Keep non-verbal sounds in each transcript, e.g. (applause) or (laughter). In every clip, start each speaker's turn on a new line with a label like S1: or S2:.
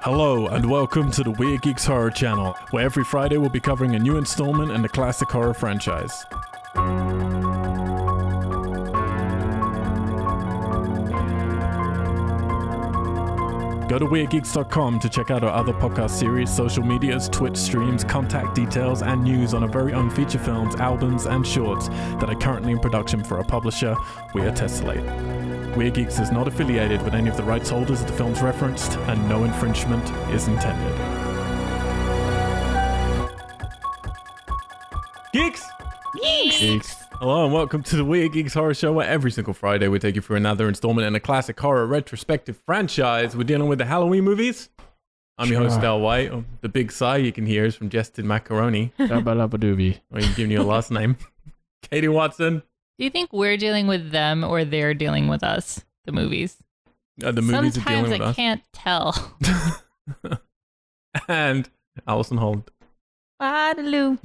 S1: Hello, and welcome to the Weird Geeks Horror Channel, where every Friday we'll be covering a new installment in the classic horror franchise. Go to WeirdGeeks.com to check out our other podcast series, social medias, Twitch streams, contact details, and news on our very own feature films, albums, and shorts that are currently in production for our publisher, Weird Tessellate. Weird Geeks is not affiliated with any of the rights holders of the films referenced, and no infringement is intended. Geeks! Hello and welcome to the Weird Geeks Horror Show, where every single Friday we take you through another installment in a classic horror retrospective franchise. We're dealing with the Halloween movies. I'm your host,
S2: Sure.
S1: Al White. Um, The big sigh you can hear is from Justin Macaroni.
S2: Dabba dabba doobie.
S1: I'm giving you a last name. Katie Watson.
S3: Do you think we're dealing with them or they're dealing with us? The movies.
S1: Uh, the movies are dealing
S3: Sometimes
S1: with
S3: I
S1: us.
S3: can't tell.
S1: (laughs) And Allison Hold.
S4: Waterloo.
S2: (laughs)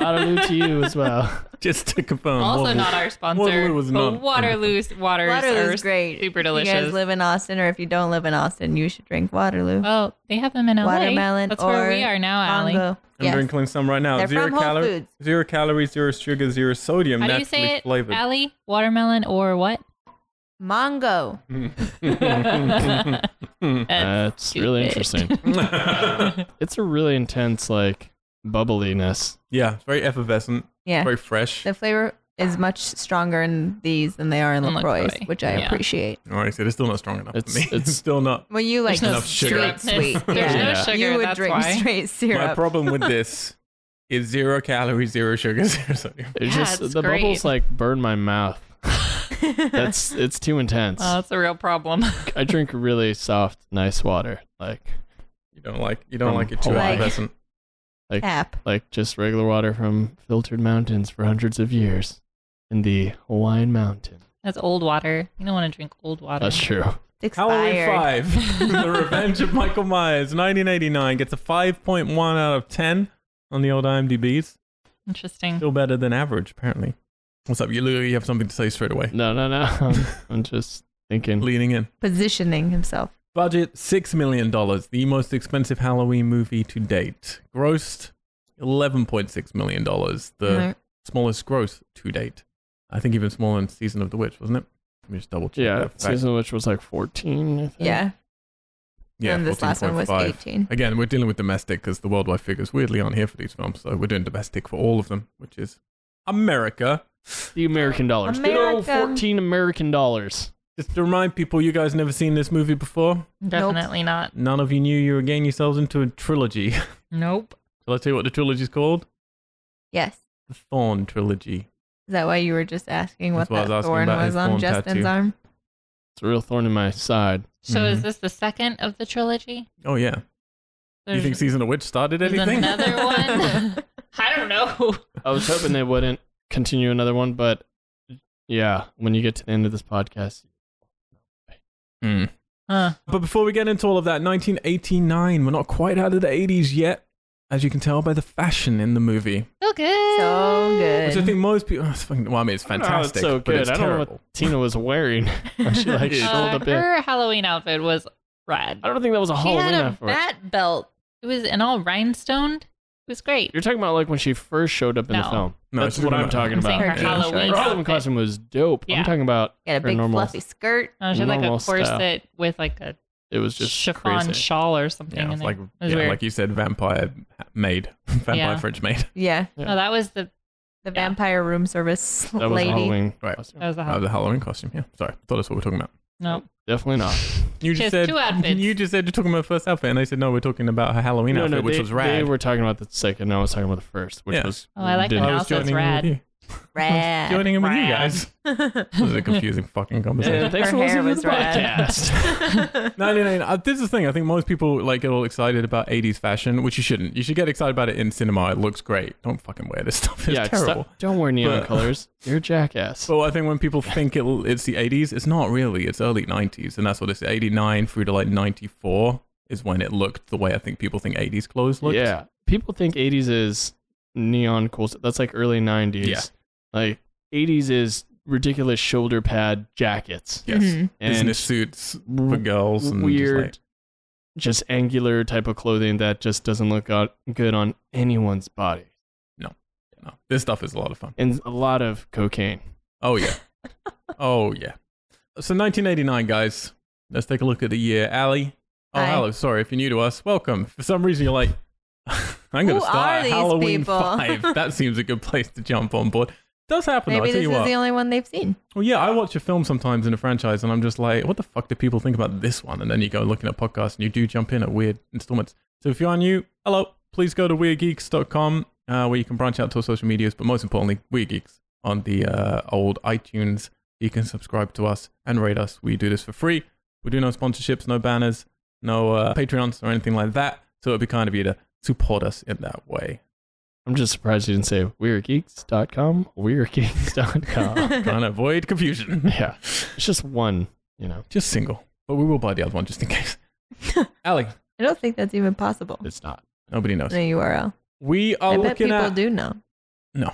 S2: Waterloo to you as
S1: (laughs)
S2: (laughs) well.
S1: Just to confirm.
S3: also
S1: Um, Waterloo-
S3: not our sponsor.
S1: Waterloo was
S3: but
S1: not-
S3: Waterloo's waters
S4: Waterloo's
S3: are
S4: great.
S3: super
S4: If you guys
S3: delicious.
S4: live in Austin, or if you don't live in Austin, you should drink Waterloo.
S3: well, Oh, they have them in LA.
S4: Watermelon
S3: That's where
S4: or
S3: we are now, Allie.
S4: Bongo.
S1: I'm
S4: Yes.
S1: drinking some right now.
S4: They're
S1: zero
S4: from Whole
S1: calories,
S4: Foods.
S1: zero calories, zero sugar, zero sodium,
S3: How do you
S1: naturally
S3: say it,
S1: flavored.
S3: Allie? Watermelon or what?
S1: (laughs)
S4: Mango.
S1: Mm.
S3: (laughs)
S2: That's really
S3: stupid.
S2: interesting. It's a really intense, like, bubbliness.
S1: (laughs) yeah, it's very effervescent,
S4: Yeah.
S1: very fresh.
S4: The flavor is much stronger in these than they are in
S3: In
S4: Lacroix,
S3: LaCroix.
S4: which I
S3: Yeah.
S4: appreciate.
S1: All right, so it's still not strong enough
S2: It's-
S1: for me. It's (laughs)
S2: it's-
S1: still not.
S4: Well, you like
S3: There's no
S1: Enough sugar.
S4: straight
S3: (laughs)
S4: sweet.
S3: There's
S4: yeah.
S3: no
S2: Yeah.
S3: sugar.
S4: you would
S3: that's
S4: drink
S3: why.
S4: straight syrup.
S1: My
S4: (laughs)
S1: problem with this is zero calories, zero sugar, (laughs) zero sodium.
S2: It's
S3: Yeah,
S2: just
S3: it's
S2: the
S3: great.
S2: bubbles like burn my mouth. That's it's too intense.
S3: Oh, that's a real problem. (laughs)
S2: I drink really soft, nice water, like
S1: You don't like you don't
S2: From
S1: like it too
S2: Hawaii.
S1: effervescent.
S2: like
S4: Tap.
S2: like just regular water from filtered mountains for hundreds of years in the Hawaiian mountain.
S3: That's old water. You don't want to drink old water.
S2: That's true.
S4: It's
S1: Halloween
S4: expired.
S1: Five: (laughs) The Revenge of Michael Myers, 1989, gets a 5.1 out of 10 on the old IMDb's.
S3: Interesting.
S1: Still better than average, apparently. What's up? You literally have something to say straight away.
S2: No, no, no. I'm, I'm just thinking.
S1: Leaning in.
S4: Positioning himself.
S1: Budget six million dollars, the most expensive Halloween movie to date. Grossed eleven point six million dollars, the
S4: Mhm.
S1: smallest gross to date. I think even smaller than Season of the Witch, wasn't it? Let me just double check.
S2: Yeah,
S1: that fact.
S2: season of which was like 14. I think.
S4: Yeah.
S1: yeah.
S4: and this last one was
S1: 14.5.
S4: 18.
S1: Again, we're dealing with domestic because the worldwide figures weirdly aren't here for these films, so we're doing domestic for all of them, which is America.
S2: The American dollars. Good old
S4: American.
S2: 14 American dollars.
S1: Just to remind people, you guys never seen this movie before.
S3: Definitely not.
S1: None of you knew you were getting yourselves into a trilogy. (laughs)
S3: Nope.
S1: Shall I tell you what the trilogy's called?
S4: Yes.
S1: The Thorn Trilogy.
S4: Is that why you were just asking
S1: That's
S4: what
S1: what I was
S4: that
S1: asking
S4: thorn
S1: about his
S4: was on
S1: thorn
S4: Justin's
S1: tattoo.
S4: arm?
S2: It's a real thorn in my side.
S3: So
S1: Mhm.
S2: Mm-hmm.
S3: is this the second of the trilogy?
S1: Oh yeah. you think Season of Witch started
S3: there's
S1: anything? (laughs)
S3: another
S2: (laughs)
S3: one? (laughs) I don't know.
S2: I was hoping they wouldn't continue another one, but yeah, when you get to the end of this podcast,
S1: Hmm.
S3: Huh.
S1: But before we get into all of that, 1989, we're not quite out of the 80s yet, as you can tell by the fashion in the movie.
S3: So good.
S4: So
S1: Which I
S4: good.
S1: think most people, (laughs) it's fucking- well, I mean, it's
S2: I don't know how
S1: fantastic,
S2: Oh, it's so
S1: but
S2: good.
S1: it's
S2: I don't know
S1: terrible.
S2: what Tina
S1: (laughs)
S2: was wearing. (laughs) when she like
S1: Yeah.
S2: showed
S3: Uh,
S2: up in.
S3: her Halloween outfit was rad.
S2: I don't think that was a
S3: She
S2: Halloween
S3: had a
S2: effort.
S3: bat belt. It was and all rhinestoned. It was great.
S2: You're talking about like when she first showed up in the
S3: No.
S2: film.
S1: No,
S2: That's
S1: she's
S2: what
S1: talking
S2: I'm
S1: about-
S2: talking
S3: I'm saying
S2: about.
S3: her
S4: Yeah.
S3: Halloween.
S2: Her Halloween
S3: outfit.
S2: costume was dope.
S3: Yeah.
S2: I'm talking about
S4: Got a
S2: her
S4: big
S2: normal-
S4: fluffy skirt.
S3: Oh, she had like a
S2: Normal style.
S3: corset with like a
S2: It was
S3: (laughs)
S2: just
S3: chiffon
S2: crazy.
S3: shawl or something.
S1: Yeah,
S3: in
S1: it's
S3: it.
S1: like,
S3: was
S1: yeah,
S3: weird.
S1: like you said, vampire maid, (laughs) vampire
S3: Yeah.
S1: French maid.
S4: Yeah.
S3: no, that was the
S4: The
S3: Yeah.
S4: vampire room service
S2: that was a
S4: lady.
S2: Halloween.
S1: Right.
S2: costume.
S3: that was the
S1: Oh,
S3: Halloween.
S1: the Halloween costume. Yeah, sorry, thought that's what we're talking about.
S3: No,
S2: Definitely not.
S1: You
S3: She
S1: just
S3: has
S1: said
S3: two outfits.
S1: (laughs) you just said you're talking about her first outfit, and I said no, we're talking about her Halloween outfit, which
S2: they,
S1: was rad.
S2: They were talking about the second. I was talking about the first, which
S1: Yeah.
S2: was.
S3: Oh, I like
S2: didn't-
S1: I
S3: Now
S1: was
S3: so it's
S1: joining in with
S3: rad.
S1: you. I was
S4: Rad.
S1: joining in with you
S3: Rad.
S1: guys. (laughs)
S3: (laughs)
S1: This is a confusing fucking conversation.
S2: Yeah, thanks
S4: Her
S2: for
S4: hair
S2: listening to
S4: was
S2: the
S4: red.
S2: (laughs) podcast.
S4: (laughs)
S1: No, no, no. no. Uh, This is the thing. I think most people like get all excited about 80s fashion, which you shouldn't. You should get excited about it in cinema. It looks great. Don't fucking wear this (laughs) stuff. It's
S2: yeah, it's
S1: terrible.
S2: not- don't wear neon
S1: But-
S2: colors. You're a jackass.
S1: But I think when people think it, it's the 80s, it's not really. It's early 90s, and that's what it's 89 through to like 94 is when it looked the way I think people think 80s clothes looked.
S2: yeah, people think '80s is neon cool. stuff. That's like early '90s.
S1: Yeah.
S2: Like '80s is ridiculous shoulder pad jackets
S1: Yes.
S4: Mhm.
S2: and
S1: Business suits for
S2: w-
S1: girls and just, like-
S2: weird just angular type of clothing that just doesn't look out good on anyone's body.
S1: No, this stuff is a lot of fun.
S2: And a lot of cocaine.
S1: Oh
S2: (laughs)
S1: yeah. oh yeah. So 1989, guys. Let's take a look at the year. Allie. Oh,
S4: Hi.
S1: hello. Sorry if you're new to us. Welcome. For some reason, you're like, (laughs) I'm going
S4: Who
S1: to start
S4: are
S1: at
S4: these
S1: Halloween
S4: people? (laughs)
S1: Five. That seems a good place to jump on board. does happen. though, I
S4: Maybe
S1: tell
S4: this is
S1: you what.
S4: the only one they've seen.
S1: Well, yeah, I watch a film sometimes in a franchise, and I'm just like, what the fuck do people think about this one? And then you go looking at podcasts, and you do jump in at weird installments. So if you are new, hello, please go to weirdgeeks.com, uh, where you can branch out to our social medias, but most importantly, Weird Geeks on the uh, old iTunes. You can subscribe to us and rate us. We do this for free. We do no sponsorships, no banners, no uh, Patreons or anything like that. So it'd be kind of you to support us in that way.
S2: I'm just surprised you didn't say weirdgeeks.com,
S1: (laughs)
S2: weirdgeeks.com.
S1: Trying to avoid confusion. (laughs)
S2: yeah. It's just one, you know,
S1: Just single. But we will buy the other one just in
S4: (laughs)
S1: case. Ali,
S4: (laughs) I don't think that's even possible.
S2: it's not.
S1: nobody knows.
S4: No URL.
S1: We are
S4: I bet
S1: looking
S4: people
S1: at.
S4: do know.
S1: No.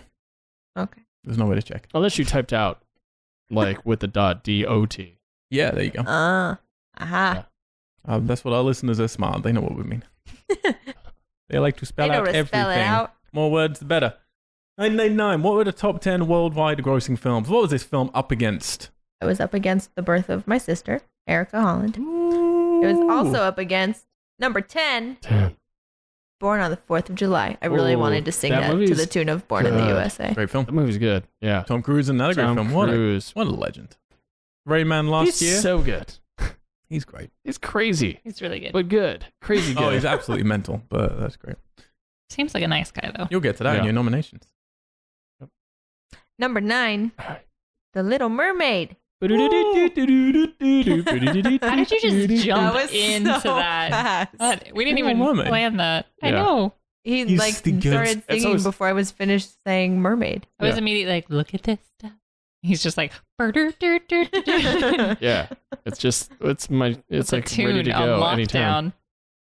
S4: Okay.
S1: There's no way to check.
S2: Unless you typed out like with the dot D O T.
S1: Yeah, there you go.
S4: Ah. aha.
S1: Uh, that's what our listeners are smart. They know what we
S4: (laughs)
S1: mean. They like to spell
S4: They know
S1: out
S4: to
S1: everything.
S4: spell it out.
S1: More words, the better. 1989. What were the top 10 worldwide grossing films? What was this film up against?
S4: It was up against the birth of my sister, Erica Holland. It was also up against number 10,
S2: Damn.
S4: Born on the 4th of July. I really
S2: Ooh,
S4: wanted to sing
S2: that
S4: that, to
S2: movie's
S4: the tune of Born in
S2: good.
S4: the USA.
S1: great film.
S2: That movie's good. Yeah.
S1: Tom Cruise in another
S2: Tom
S1: great film. What a,
S2: Cruise.
S1: what a legend. Rayman last
S2: He's
S1: year.
S2: so good.
S1: he's great.
S2: He's crazy,
S3: He's really good.
S2: but good. Crazy good.
S1: Oh, he's absolutely mental, but that's great.
S3: Seems like a nice guy though.
S1: You'll get to that in
S2: Yeah.
S1: your nominations.
S4: Number 9, The Little Mermaid.
S3: How did you
S2: (laughs)
S3: just jump
S4: that was
S3: into
S4: (laughs) so
S3: that?
S4: fast.
S3: What? We didn't
S1: Little
S3: even
S1: Mermaid.
S3: plan that. I
S2: Yeah.
S3: know.
S4: He
S1: You
S4: like
S1: stinkers.
S4: started
S2: That's
S4: singing
S2: always-
S4: before I was finished
S2: (laughs)
S4: saying mermaid.
S3: I was
S2: Yeah.
S3: immediately like, look at this stuff. He's just like,
S2: (laughs)
S3: (laughs) "Burr-dur-dur-dur-dur."
S2: Yeah. It's just it's my
S3: It's
S2: it's,
S3: a
S2: like
S3: tune
S2: ready to
S3: on
S2: go anytime.
S3: lockdown.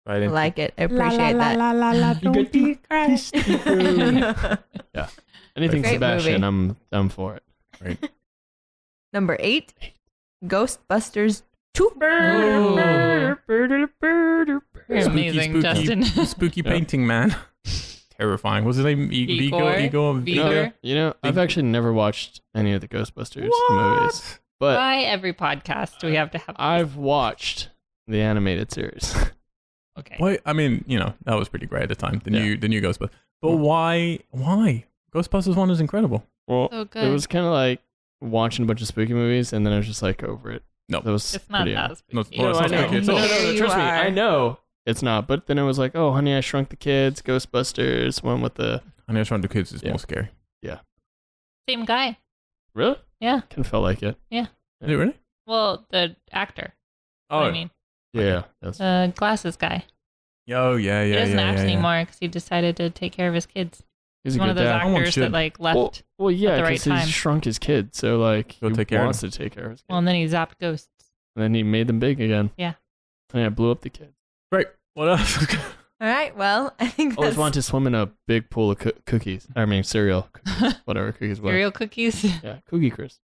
S1: Right
S4: I
S1: in.
S4: like it. I appreciate that.
S2: Anything
S4: Great
S2: Sebastian,
S4: movie.
S2: I'm I'm for it.
S4: Number eight, Ghostbusters 2.
S1: Oh.
S3: You're
S1: spooky,
S3: amazing, Justin.
S1: spooky
S2: Yeah.
S1: painting man. Terrifying. What's his name? E- Vigor?
S3: Igor?
S1: Igor?
S2: You know,
S3: Igor?
S2: you know, I've
S1: Igor.
S2: actually never watched any of the Ghostbusters
S1: What?
S2: movies,
S3: (laughs)
S2: but
S3: Why every podcast do we have to have?
S2: I've watched the animated series. (laughs)
S3: okay.
S1: Why? I mean, you know, that was pretty great at the time. The
S2: Yeah.
S1: new, the new Ghostbusters. But
S2: Mm.
S1: why? Why? Ghostbusters one is incredible.
S2: Well,
S3: So good.
S2: it was kind of like watching a bunch of spooky movies, and then I was just like over it.
S1: No.
S2: that was
S3: it's not
S2: pretty-
S3: that
S1: No,
S3: spooky.
S1: well, it's
S2: No, I
S1: not
S2: know.
S1: spooky at
S2: No,
S1: all.
S2: no,
S3: (laughs)
S2: no,
S4: There you
S2: trust me,
S4: are.
S2: I know it's not. But then it was like, oh, honey, I shrunk the kids, Ghostbusters, one with the
S1: I know Shaun of the Kids is
S2: Yeah.
S1: more scary.
S3: Same guy.
S2: really
S3: Yeah.
S2: kind of felt like it.
S1: Is it really?
S3: Well, the actor.
S1: Oh,
S3: I mean,
S2: Yeah, that's
S3: the glasses guy.
S1: oh yeah, yeah,
S3: he doesn't
S1: yeah,
S3: act
S1: yeah, yeah.
S3: anymore because he decided to take care of his kids.
S2: he's
S3: He's
S2: a
S3: one
S2: good
S3: of those
S2: dad.
S1: I want
S3: actors
S1: shit.
S3: that like left.
S2: Well,
S3: Well,
S2: well, yeah,
S3: at the right
S2: because
S3: time.
S2: he shrunk his kid, so like
S1: Go
S2: he
S1: take care of
S2: wants to take care of his kid.
S3: and then he zapped ghosts.
S2: and then he made them big again.
S3: Yeah.
S2: and I blew up the kid.
S1: Great. What else? (laughs)
S4: All right, well, I think
S2: Always
S4: that's
S2: wanted to swim in a big pool of coo- cookies. I mean, cereal,
S4: (laughs)
S2: cookies, whatever cookies were.
S3: Cereal cookies. (laughs)
S2: Yeah, cookie crisp.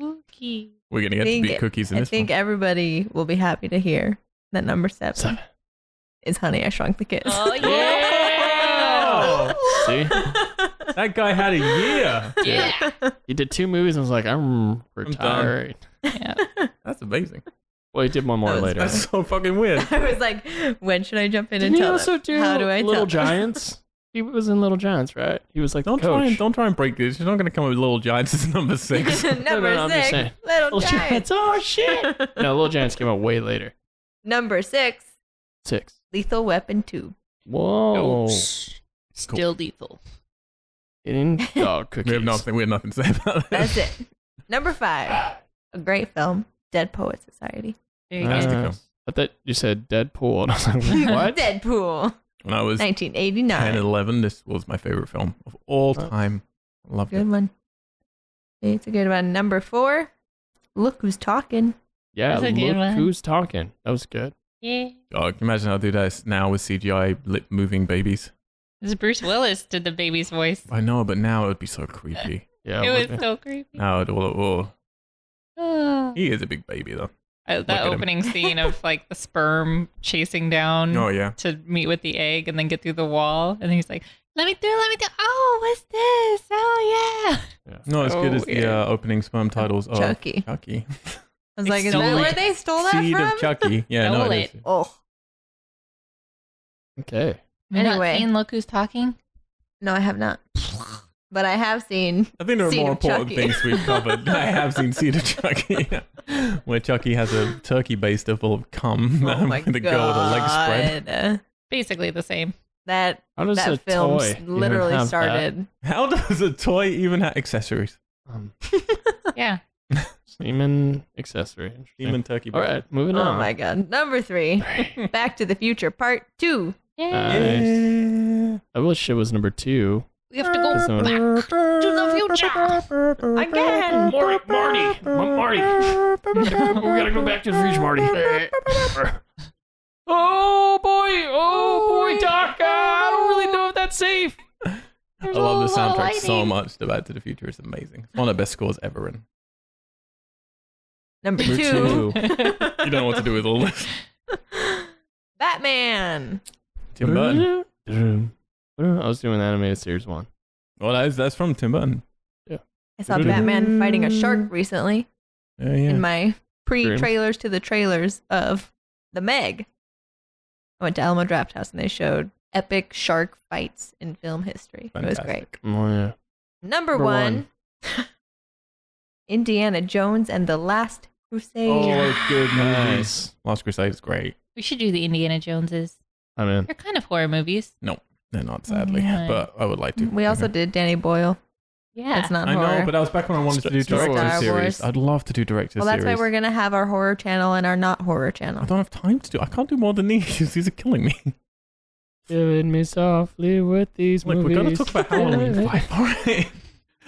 S3: Cookie.
S1: We're gonna get
S4: Think-
S1: to beat cookies in
S4: I
S1: this
S4: think
S1: one.
S4: everybody will be happy to hear that number seven,
S2: Seven.
S4: is Honey, I Shrunk the Kids.
S3: Oh
S4: (laughs)
S3: yeah.
S2: See?
S1: That guy had a year.
S3: yeah.
S2: He did two movies. and I was like, I'm retiring.
S3: yeah.
S1: That's amazing.
S2: well, he did one more
S4: That was
S2: later.
S1: That's so fucking weird.
S4: I was like, when should I jump in
S2: Didn't
S4: and
S2: he
S4: tell
S2: also
S4: them?
S2: do
S4: How do I
S2: Little
S4: tell them? (laughs)
S2: Giants? he was in Little Giants, right? He was like
S1: Don't
S2: the
S1: try
S2: coach.
S1: and don't try and break this. You're not gonna come up with Little Giants as number
S4: (laughs)
S1: six.
S2: No, no,
S4: Number
S2: no, I'm just saying.
S4: six, Little
S2: Little
S4: Giants.
S2: Oh shit! (laughs) no, Little Giants came out way later.
S4: Number six,
S2: Six.
S4: Lethal Weapon 2.
S2: Whoa!
S3: Still lethal.
S4: (laughs)
S2: Getting dog cookies.
S1: we have nothing. We have nothing to say about
S4: That's
S1: this.
S4: it. Number five, a great film, Dead Poet Society.
S3: There you
S1: That's
S3: go.
S1: the
S2: Uh,
S1: film.
S2: I thought you said Deadpool, and I was
S4: (laughs)
S2: like, what?
S4: Deadpool,
S1: When I was 10 and
S4: 1989.
S1: 11 this was my favorite film of all
S2: Nice.
S1: time loved it
S4: Good one. It's a good one. Number four, Look Who's Talking.
S2: yeah,
S3: That's a good
S2: look
S3: one.
S2: who's talking. That was good.
S3: Yeah.
S1: God, can you imagine how I do that now with cgi lip moving babies
S3: This is Bruce Willis did the baby's voice.
S1: i know but now it would be so creepy
S4: (laughs)
S2: Yeah,
S3: It was
S2: look
S3: (sighs)
S2: at-
S3: so creepy.
S1: now it all oh,
S3: Ah.
S1: he is a big baby though
S3: Uh,
S1: at
S3: that
S1: 'em.
S3: opening scene of like the sperm chasing
S4: Mm.
S3: down
S1: Oh yeah.
S3: to meet with the egg and then get through the wall, and he's like, "Let me through, let me through." Oh, what's this? Oh yeah.
S1: Not as good
S3: So
S1: as the
S4: Oh,
S3: weird.
S1: uh, opening sperm titles of Chucky. Chucky.
S4: Chucky. I was like, is
S3: Stole
S4: that where
S3: it.
S4: they stole that
S1: Seed
S4: from?
S1: of Chucky. Yeah, no,
S3: Stole
S1: it is.
S4: Oh
S2: Okay.
S4: You're not Anyway. seeing
S3: look who's talking.
S4: no, I have not. But I have
S1: (laughs)
S4: seen.
S1: I think there are
S4: Seed
S1: more
S4: of
S1: important
S4: Chucky.
S1: things we've
S4: (laughs)
S1: covered. I have seen Seed of Chucky, (laughs) where Chucky has a turkey based full of cum (laughs) um, with a girl with a leg spread.
S4: Oh, God.
S3: Basically the same.
S4: That
S2: How does a
S4: that film
S2: toy
S4: s-
S2: even have
S4: literally
S2: that?
S4: started.
S1: How does a toy even have accessories?
S2: Um,
S3: Yeah.
S2: semen accessory. Interesting.
S1: Demon turkey.
S2: All right, moving on. (laughs)
S4: Oh my god. Number three, Back to the Future Part Two.
S3: Yeah.
S2: Uh,
S1: Yeah.
S2: I wish it was number two.
S3: we have to go
S2: This one-
S3: back.
S1: the future
S4: Again.
S2: Marty, Marty, Marty. (laughs) We gotta go back to the future, Marty. oh boy, oh boy, Doc. I don't really know if that's safe.
S1: I love the soundtrack so much. The Back to the Future is amazing. It's one of the best scores ever written.
S4: Number
S1: Number
S4: two,
S1: You don't know what to do with all
S4: (laughs)
S1: this.
S4: Batman.
S1: Tim Burton.
S2: I was doing animated series one.
S1: Well, that's, that's from Tim Burton.
S4: I saw Batman fighting a shark recently
S1: Yeah, yeah.
S4: in my
S2: Dreams.
S4: pre-trailers to the trailers of the Meg. I went to Alamo Draft House and they showed epic shark fights in film history. It was great.
S1: Fantastic.
S2: Oh, yeah.
S4: Number,
S2: Number
S4: one,
S2: one.
S4: (laughs) Indiana Jones and the Last Crusade.
S1: Oh, good movies.
S2: Nice.
S1: Last Crusade is great.
S3: We should do the Indiana Joneses.
S2: I'm in.
S3: They're kind of horror movies.
S1: They're not, sadly,
S3: Yeah.
S1: but I would like to.
S4: We also did Danny Boyle.
S3: Yeah.
S4: It's not
S1: I
S4: horror.
S1: know, but that was back when I wanted to do
S2: Star
S1: director
S4: Wars.
S1: series.
S4: Star
S1: I'd
S4: Wars.
S1: love to do director
S4: well, that's
S1: series.
S4: why we're gonna have our horror channel and our not horror
S1: I
S4: channel.
S1: don't have time to do. I can't do more than these. (laughs) These are killing me.
S2: Killing me softly with these
S1: Look, we're
S2: movies.
S1: going to talk about Halloween
S4: (laughs)
S1: Five. All right.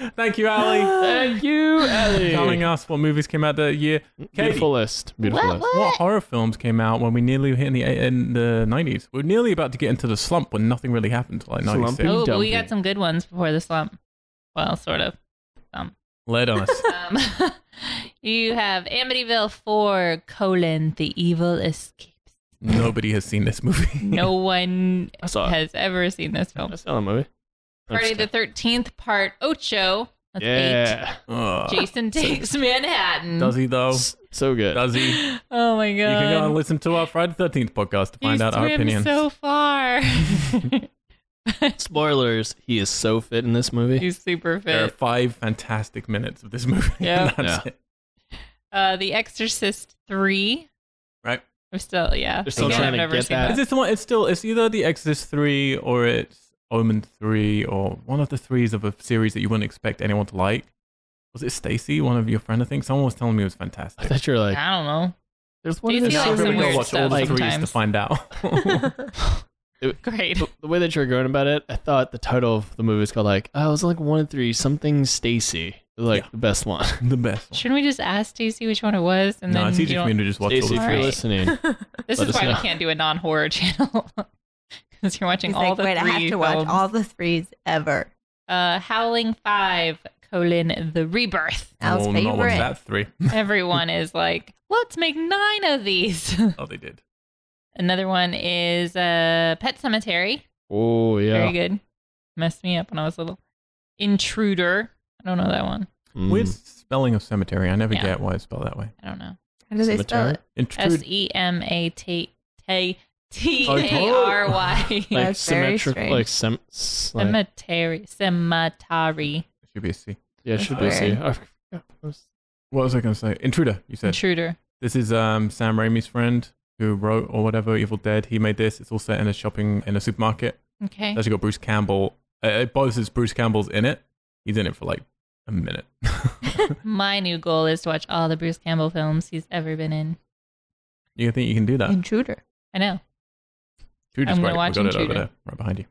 S1: (laughs) Thank you, Ali.
S2: Thank you, Ellie.
S1: Telling us what movies came out that year.
S2: Beautiful list. Beautiful list.
S1: What horror films came out when we nearly hit in the in the nineties? We're nearly about to get into the slump when nothing really happened, like
S2: Slump.
S1: ninety six.
S3: Oh, but we
S2: Dumpy.
S3: got some good ones before the slump. Well, sort of.
S1: Led
S3: (laughs)
S1: on us.
S3: Um, you have Amityville 4, colon, The
S1: (laughs)
S3: Evil Escapes.
S1: Nobody has seen this
S3: (laughs)
S1: movie.
S3: No one
S2: I saw it.
S3: has ever seen this film.
S2: I saw the movie. I'm
S3: Friday
S2: just
S3: the 13th, part Ocho. That's eight.
S2: Yeah.
S1: (laughs) Ugh. (laughs)
S3: Jason takes Manhattan.
S1: Does he though?
S2: S- So good.
S1: Does he?
S3: (laughs) Oh my god.
S1: You can go and listen to our Friday Thirteenth podcast to find
S3: you
S1: out our
S3: swim
S1: opinions. (laughs)
S3: so far. (laughs)
S2: Spoilers. He is so fit in this movie.
S3: He's super fit.
S1: there are five fantastic minutes of this (laughs) movie.
S3: Yeah.
S1: That's
S2: Yeah.
S1: it.
S3: Uh, The Exorcist Three.
S1: Right.
S3: I'm still yeah.
S2: They're still
S3: Again,
S2: trying
S3: I've
S2: to
S3: never
S2: get
S3: seen
S2: that.
S1: Is this the one? It's still. It's either The Exorcist three or it's Omen three or one of the threes of a series that you wouldn't expect anyone to like. Was it Stacy, one of your friend? I think someone was telling me it was
S2: I
S1: fantastic.
S2: thought you were like,
S3: I don't know. (laughs)
S2: there's one of
S3: Jason
S2: those
S3: likes
S2: series-
S3: some
S1: go
S3: weird
S1: watch all
S3: stuff
S1: the threes to
S3: sometimes.
S1: find out. (laughs)
S3: Great.
S2: the, the way that you were going about it, I thought the title of the movie was called like, oh, it was like one and three, something Stacy. Like
S1: Yeah.
S2: the best one.
S1: the best. One.
S3: Shouldn't we just ask Stacey which one it was, and
S1: No,
S3: then
S1: it's
S3: you
S1: easy for
S3: don't,
S1: me to just watch all
S2: Stacy,
S1: the
S2: if you're
S3: Alright.
S1: threes. (laughs)
S2: listening,
S3: this
S2: let
S3: is
S2: us
S3: why we
S2: know.
S3: can't do a non-horror (laughs) channel because you're watching
S4: He's
S3: all
S4: like,
S3: the
S4: wait,
S3: three
S4: I have to watch
S3: films.
S4: all the threes ever.
S3: Uh, Howling Five: colon, The Rebirth.
S1: (laughs) I
S4: Al's
S1: will Oh, not watch
S4: favorite.
S1: that three.
S3: Everyone is like, let's make nine of these. (laughs)
S1: Oh, they did.
S3: Another one is uh, Pet Cemetery.
S2: Oh,
S3: Very
S2: yeah.
S3: good. Messed me up when I was little. Intruder. I don't know that one.
S2: Mm.
S1: Weird spelling of cemetery. I never
S3: Yeah.
S1: get why it's spelled that way.
S3: I don't know.
S4: How do they spell
S2: Cemetery?
S4: it?
S3: S
S1: Intrude.
S3: E M A T T T
S1: Oh,
S3: A R (laughs) Y.
S2: Like
S4: That's very
S2: symmetrical.
S4: strange.
S2: Like, sem- s- like-
S3: Cemetery. Cemetery.
S1: Should be a C.
S2: yeah, it should be a C. I forgot. It was-
S1: What was I going to say? Intruder. You said.
S3: Intruder.
S1: This is um, Sam Raimi's friend who wrote or whatever Evil Dead. He made this. It's all set in a shopping in a supermarket.
S3: Okay.
S1: It's actually got Bruce Campbell. Uh, it bothers Bruce Campbell's in it. He's in it for like a minute. (laughs)
S3: My new goal is to watch all the Bruce Campbell films he's ever been in.
S1: you think you can do that?
S4: Intruder.
S3: I know.
S1: Intruder's
S3: I'm
S1: great.
S3: gonna
S1: We
S3: watch
S1: got it over
S3: Intruder.
S1: there, right behind you.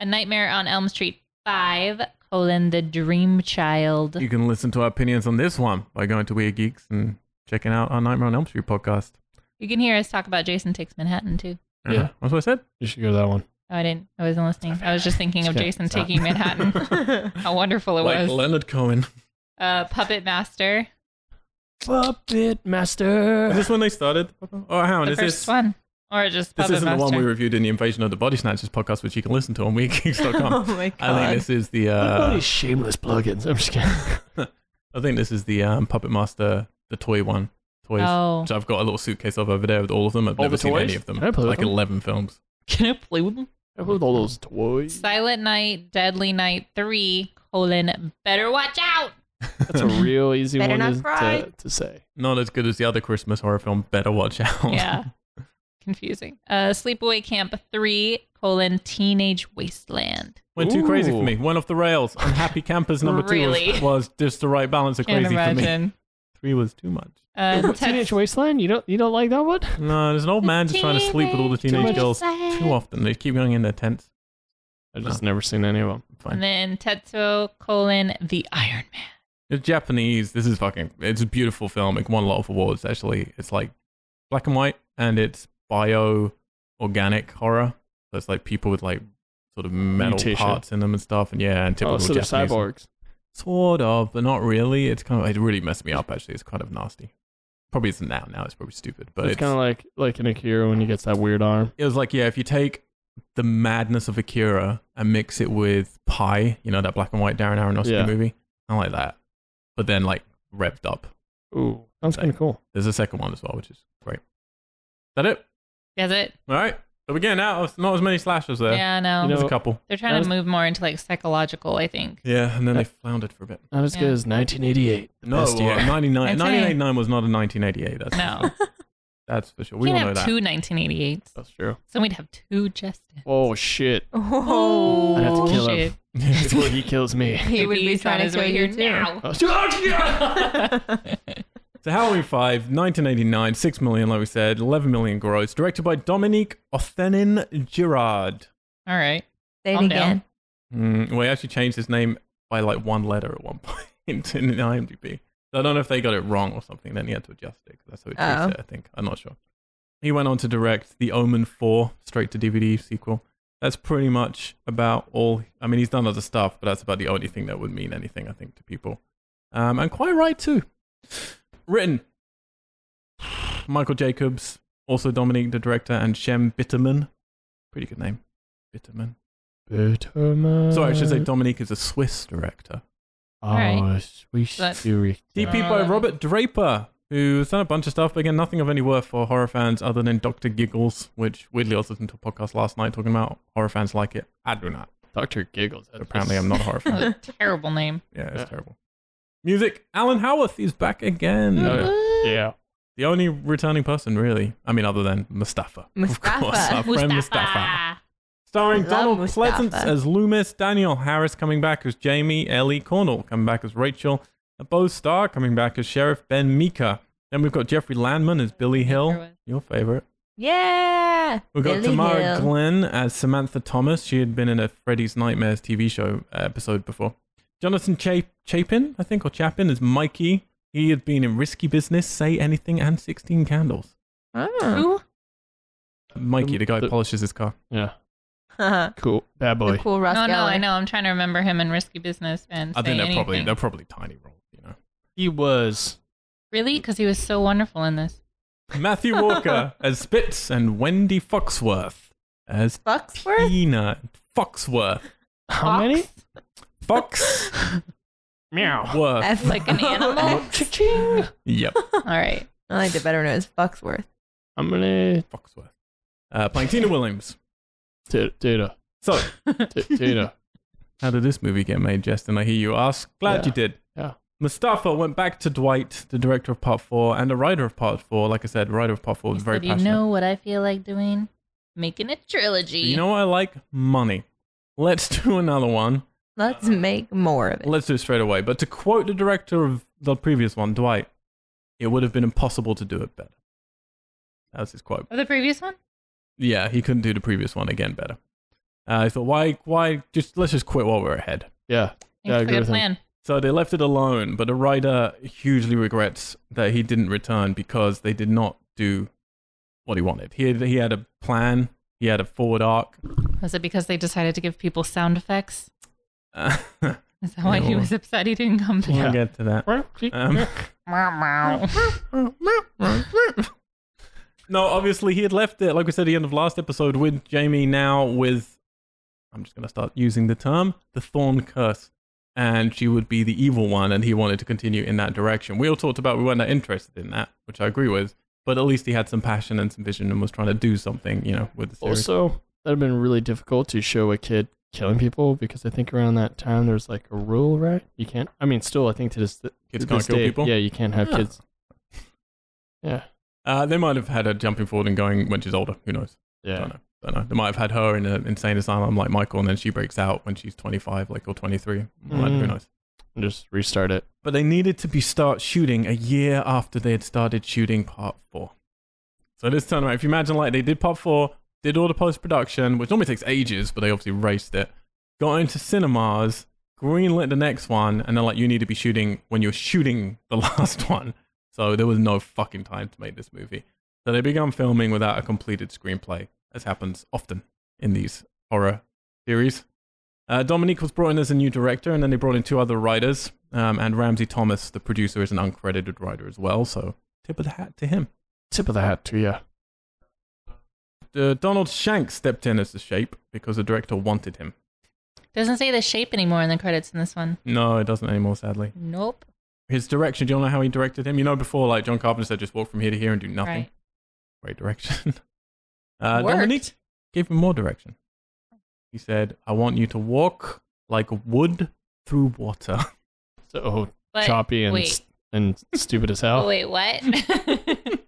S3: A Nightmare on Elm Street 5, colon, The Dream Child.
S1: (laughs) You can listen to our opinions on this one by going to Weird Geeks and checking out our Nightmare on Elm Street podcast. Uh-huh.
S3: You can hear us talk about Jason Takes Manhattan, too.
S2: Yeah.
S1: that's what I said.
S2: You should go to that one.
S3: Oh, I didn't. I wasn't listening. I was just thinking of
S2: Okay,
S3: Jason
S2: stop.
S1: (laughs)
S3: taking Manhattan. How wonderful it
S1: like
S3: was.
S1: Leonard Cohen.
S3: Uh, Puppet Master.
S1: (laughs)
S2: Puppet
S1: Is
S2: Master.
S1: this when they started? Or hang on,
S3: the
S1: is
S3: first
S1: Oh, this
S3: one, or just
S1: this
S3: Puppet
S1: isn't the
S3: Master.
S1: one we reviewed in the Invasion of the Body Snatchers podcast, which you can listen to on WeGeeks.com.
S4: oh my god.
S1: I think this is the
S2: All
S1: uh,
S2: these shameless plugins. I'm just kidding.
S1: I think this is the um, Puppet Master, the toy one, toys,
S3: Oh,
S1: which I've got a little suitcase of over there with all of them. I've
S2: All
S1: never
S2: the
S1: seen
S2: toys?
S1: any of them.
S2: Can I play with
S1: like
S2: them?
S1: eleven films.
S3: can I play with them?
S2: I put all those toys.
S3: Silent Night, Deadly Night Three: Colon. Better watch out.
S2: That's a real easy
S4: Better
S2: one
S4: not
S2: is
S4: cry.
S2: to, to say.
S1: Not as good as the other Christmas horror film. Better watch out.
S3: Yeah, (laughs) confusing. Uh, Sleepaway Camp Three: Colon. Teenage Wasteland.
S1: Went too crazy for
S2: Ooh.
S1: me. Went off the rails. Unhappy campers number two was-
S3: Really?
S1: was, just the right balance of
S3: Can't
S1: crazy for me.
S3: imagine.
S1: Three was too much.
S3: Uh,
S2: (laughs) Teenage
S3: Ted's-
S2: Wasteland. You don't you don't like that one?
S1: No, there's an old man just trying to sleep with all the teenage
S2: much
S1: girls too often. They keep going in their tents.
S2: I've just never seen any of them.
S3: and
S1: Fine.
S3: then Tetsuo Colon the Iron Man.
S1: The Japanese. This is fucking. It's a beautiful film. It won a lot of awards. Actually, it's like black and white, and it's bio organic horror. So it's like people with like sort of metal
S2: Mutation.
S1: parts in them and stuff. And yeah, and typical
S2: Oh, so they're
S1: Japanese.
S2: cyborgs.
S1: Sort of, but not really. It's kind of it really messed me up. Actually, it's kind of nasty. Probably isn't now. Now it's probably stupid, but
S2: it's
S1: it's
S2: kind of like like in Akira when he gets that weird arm.
S1: it was like yeah, if you take the madness of Akira and mix it with Pie, you know that black and white Darren Aronofsky
S2: Yeah.
S1: movie, I like that. But then like revved up.
S2: Ooh, sounds
S1: Like-
S2: kind of cool.
S1: There's a second one as well, which is great. Is that it?
S3: Is it?
S1: All right. So we're getting out. of- Not as many slashers there.
S3: Yeah, no.
S2: You
S1: There's
S2: know-
S1: a couple.
S3: They're trying
S2: That was-
S3: to move more into like psychological, I
S1: (laughs)
S3: think.
S1: Yeah, and then
S2: uh,
S1: they floundered for a bit.
S2: Not as
S3: Yeah.
S2: good as 1988. The
S1: No,
S2: best
S1: well,
S2: year.
S1: 99,
S3: That's
S1: 989 was not a 1988. That's,
S3: No.
S1: that's for sure. We
S3: We
S1: all
S3: can't
S1: know that.
S3: have two 1988s.
S2: That's true.
S3: So we'd have two Justin.
S2: Oh shit!
S4: Oh,
S2: I'd have to
S4: (laughs)
S2: kill
S3: shit.
S2: him
S1: (laughs)
S3: (laughs)
S2: before he kills (laughs) me.
S4: He would
S3: Maybe
S4: be
S3: he's on
S4: trying to
S3: his
S4: kill
S3: way
S4: you
S3: here
S4: too.
S3: now.
S2: Oh, yeah!
S1: So Halloween 5, 1989, 6 million, like we said, 11 million gross, directed by Dominique Othenin Girard.
S3: All right.
S4: Say it
S3: Calm down. (laughs)
S4: again.
S1: Mm, we actually changed his name by like one letter at one (laughs) point in IMDb. So I don't know if they got it wrong or something. Then he had to adjust it 'cause that's how he treats
S4: Oh.
S1: it, I think. I'm not sure. He went on to direct The Omen 4, straight to DVD sequel. That's pretty much about all. I mean, he's done other stuff, but that's about the only thing that would mean anything, I think, to people. Um, and quite right, too. Written (sighs) Michael Jacobs, also Dominique, the director, and Shem Bitterman. Pretty good name. Bitterman.
S2: Bitterman.
S1: Sorry, I should say
S4: Uh-huh.
S1: Dominique is a Swiss director.
S2: Oh,
S3: Alright.
S2: sweet
S3: That's-
S2: Zurich.
S1: DP by
S3: Uh,
S1: Robert Draper, who's done a bunch of stuff, but again, nothing of any worth for horror fans other than Dr. Giggles, which weirdly I was listening to a podcast last night talking about horror fans like it. I do not.
S2: Doctor Giggles. That's-
S1: Apparently,
S2: (laughs)
S1: I'm not a horror fan. (laughs)
S3: That was a terrible name.
S1: Yeah, it's
S2: Yeah.
S1: terrible. Music, Alan Howarth is back again.
S2: No. Oh, Yeah.
S1: The only returning person, really. I mean, other than Mustafa. Of
S4: Mustafa.
S1: course, our friend Mustafa. Starring
S4: Love
S1: Donald
S4: Mustafa.
S1: Pleasance as Loomis, Daniel Harris coming back as Jamie, Ellie Cornell coming back as Rachel, and Bo Starr coming back as Sheriff Ben Mika. Then we've got Jeffrey Landman as Billy Hill,
S3: was.
S1: your favorite.
S4: (laughs) Yeah.
S1: We've got
S4: Billy
S1: Tamara
S4: Hill.
S1: Glenn as Samantha Thomas. She had been in a Freddy's Nightmares TV show uh, episode before. Jonathan Cha- Chapin, I think, or Chapin, is Mikey. He had been in Risky Business, Say Anything, and 16 Candles.
S4: Oh.
S3: Who?
S1: Mikey, the guy who
S2: The-
S1: polishes his car.
S2: Yeah.
S4: Oh. (laughs) the
S2: Cool. Bad boy.
S4: cool Ross
S3: No, no,
S4: Geller.
S3: I know. I'm trying to remember him in Risky Business and
S1: I
S3: say
S1: think they're probably,
S3: anything.
S1: they're probably tiny roles, you know.
S2: He was.
S3: Really? Because he was so wonderful in this.
S1: Matthew Walker as Spitz and Wendy Foxworth as (laughs)
S4: Foxworth?
S1: Tina Foxworth.
S2: How many?
S4: Fox?
S1: Foxworth.
S2: Meow.
S4: That's
S3: Like
S4: (laughs)
S3: an animal?
S2: Cha-ching.
S1: Yep,
S3: All right.
S4: I like the better known as Foxworth.
S2: How many?
S1: Foxworth. Uh, playing Tina Williams.
S2: T- Data.
S1: So,
S2: T- (laughs) Data.
S1: how did this movie get made, Justin? I hear you ask. Glad
S2: Yeah,
S1: you did.
S2: yeah.
S1: Mustafa went back to Dwight, the director of Part 4 and the writer of Part 4. Like I said, writer of Part 4 was
S3: He
S1: very
S3: said, you
S1: passionate.
S3: know what I feel like doing? Making a trilogy.
S1: But you know what I like? Money. Let's do another one.
S4: Let's make more of it.
S1: Let's do it straight away. But to quote the director of the previous one, Dwight, it would have been impossible to do it better. That was his quote.
S3: Oh, the previous one?
S1: Yeah, he couldn't do the previous one again better. Uh, I thought, why, why, just let's just quit while we're ahead.
S2: Yeah. Yeah, I
S3: Thanks
S2: agree
S3: for the
S2: with him.
S3: plan.
S1: So they left it alone, but the writer hugely regrets that he didn't return because they did not do what he wanted. He had, he had a plan, he had a forward arc. (laughs)
S3: Was it because they decided to give people sound effects?
S1: Uh,
S3: Is that why he was upset he didn't come
S1: We'll
S3: (laughs)
S2: Yeah.
S1: get to that.
S2: (laughs)
S1: Um,
S3: back?
S1: no, obviously he had left it, like we said at the end of last episode, with Jamie now with I'm just gonna start using the term, the Thorn Curse. And she would be the evil one and he wanted to continue in that direction. We all talked about we weren't that interested in that, which I agree with. But at least he had some passion and some vision and was trying to do something, you know, with the series.
S2: Also, that'd have been really difficult to show a kid killing people because I think around that time there's like a rule, right? You can't. I mean, still, I think to this to
S1: Kids
S2: this
S1: can't kill
S2: day,
S1: people?
S2: Yeah, you can't have
S1: Yeah.
S2: kids. Yeah,
S1: Uh, they might have had her jumping forward and going when she's older. Who knows?
S2: yeah.
S1: Don't know. Don't know. They might have had her in an insane asylum like Michael, and then she breaks out when she's 25, like or 23. Like, who
S2: Mm.
S1: knows?
S2: And just restart it.
S1: But they needed to be start shooting a year after they had started shooting part four. So this time around, if you imagine like they did part four, did all the post production, which normally takes ages, but they obviously raced it. Got into cinemas, greenlit the next one, and then like you need to be shooting when you're shooting the (laughs) last one. So there was no fucking time to make this movie. So they began filming without a completed screenplay, as happens often in these horror series. Uh, Dominique was brought in as a new director, and then they brought in two other writers. Um, and Ramsey Thomas, the producer, is an uncredited writer as well. So tip of the hat to him.
S2: Tip of the hat to you.
S1: Uh, Donald Shanks stepped in as the shape because the director wanted him.
S3: Doesn't say the shape anymore in the credits in this one.
S1: No, it doesn't anymore, sadly.
S3: Nope.
S1: His direction, do you know how he directed him? You know, before, like, John Carpenter said, just walk from here to here and do nothing.
S3: Right.
S1: Great direction. (laughs) Uh,
S3: Worked.
S1: Dominique gave him more direction. He said, I want you to walk like wood through water.
S2: So oh,
S3: But
S2: choppy and
S3: wait.
S2: and stupid as hell.
S3: Oh, wait, what? (laughs)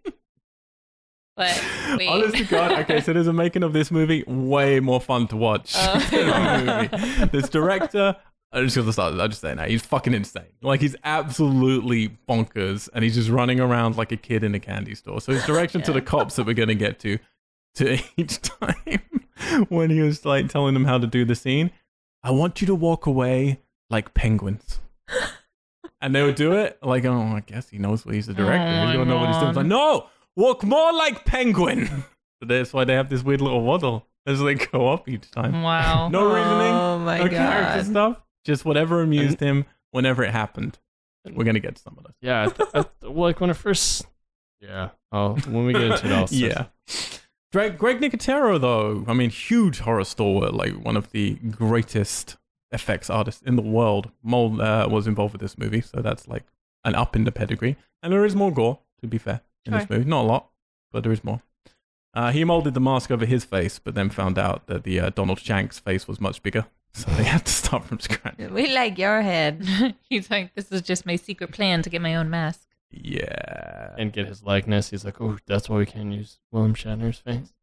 S3: but
S1: (laughs)
S3: wait.
S1: Honest to God, okay, so there's a making of this movie way more fun to watch
S3: Oh.
S1: (laughs) than the movie. This director, I'm just gonna start. I'll just say now, he's fucking insane. Like he's absolutely bonkers, and he's just running around like a kid in a candy store. So his direction to the cops that we're gonna get to, to (laughs) each time when he was like telling them how to do the scene, I want you to walk away like
S3: (laughs)
S1: penguins. And they would do it like, oh, I guess he knows what he's the director.
S3: Oh,
S1: he's gonna know what he's doing. It's like, no, walk more like penguin. (laughs) So that's why they have this weird little waddle as they go up each time.
S3: wow.
S1: No reasoning,
S4: Oh my
S1: no character
S4: god.
S1: stuff, just whatever amused him whenever it happened. We're gonna get to some of those.
S2: Yeah, I th- I th- well, like when I first. Yeah. Oh, when we get
S1: (laughs)
S2: into it, I'll say-
S1: yeah. Greg, Greg Nicotero, though, I mean, huge horror stalwart, like one of the greatest effects artists in the world, Mold uh, was involved with this movie, so that's like an up in the pedigree. And there is more gore, to be fair, in this
S3: Sure.
S1: movie. Not a lot, but there is more. Uh, he molded the mask over his face, but then found out that the uh, Donald Shanks face was much bigger, (laughs) so they had to start from scratch.
S4: We like
S3: (laughs)
S4: your head.
S3: He's like, this is just my secret plan to get my own mask.
S1: Yeah.
S2: And get his likeness. He's like, oh, that's why we can't use William Shatner's face.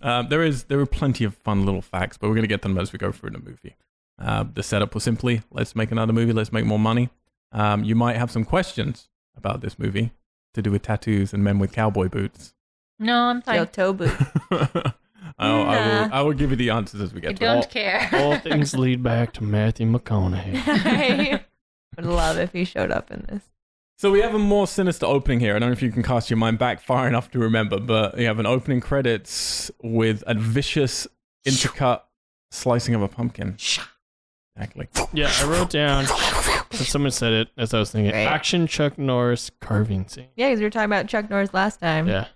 S1: Uh, there is there are plenty of fun little facts, but we're gonna get them as we go through the movie. Uh, the setup was simply let's make another movie, let's make more money. Um, you might have some questions about this movie to do with tattoos and men with cowboy boots. (laughs)
S3: No, I'm
S4: Your
S3: fine.
S4: toe boot.
S3: (laughs)
S1: I'll- I, will,
S4: Nah.
S1: I will give you the answers as we
S3: I
S1: get to
S3: don't
S1: it.
S3: care.
S1: (laughs)
S2: (laughs) All things lead back to Matthew McConaughey.
S4: I (laughs) would love if he showed up in this.
S1: So we have a more sinister opening here. I don't know if you can cast your mind back far enough to remember, but you have an opening credits with a vicious intercut slicing of a pumpkin. Exactly.
S2: Yeah, I wrote down. so someone said it as I was thinking.
S4: Right.
S2: Action Chuck Norris carving scene.
S4: Yeah, because we were talking about Chuck Norris last time.
S2: Yeah.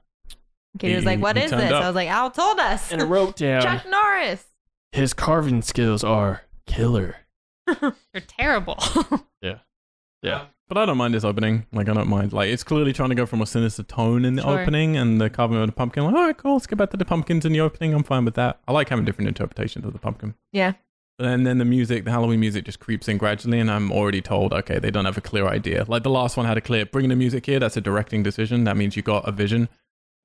S4: Katie was
S1: He-
S4: like, "What
S1: he
S4: is
S1: turned
S4: this?"
S1: up.
S4: I was like, "Al told us."
S2: And I wrote down
S4: Chuck Norris.
S2: his carving skills are killer.
S3: (laughs) They're terrible.
S2: Yeah.
S1: But I don't mind this opening. Like I don't mind. Like it's clearly trying to go from a sinister tone in the
S3: Sure.
S1: opening and the carving of the pumpkin. Like, all right, cool. Let's get back to the pumpkins in the opening. I'm fine with that. I like having different interpretations of the pumpkin.
S4: Yeah.
S1: And then the music, the Halloween music, just creeps in gradually, and I'm already told, okay, they don't have a clear idea. Like the last one had a clear. Bringing the music here, that's a directing decision. That means you got a vision,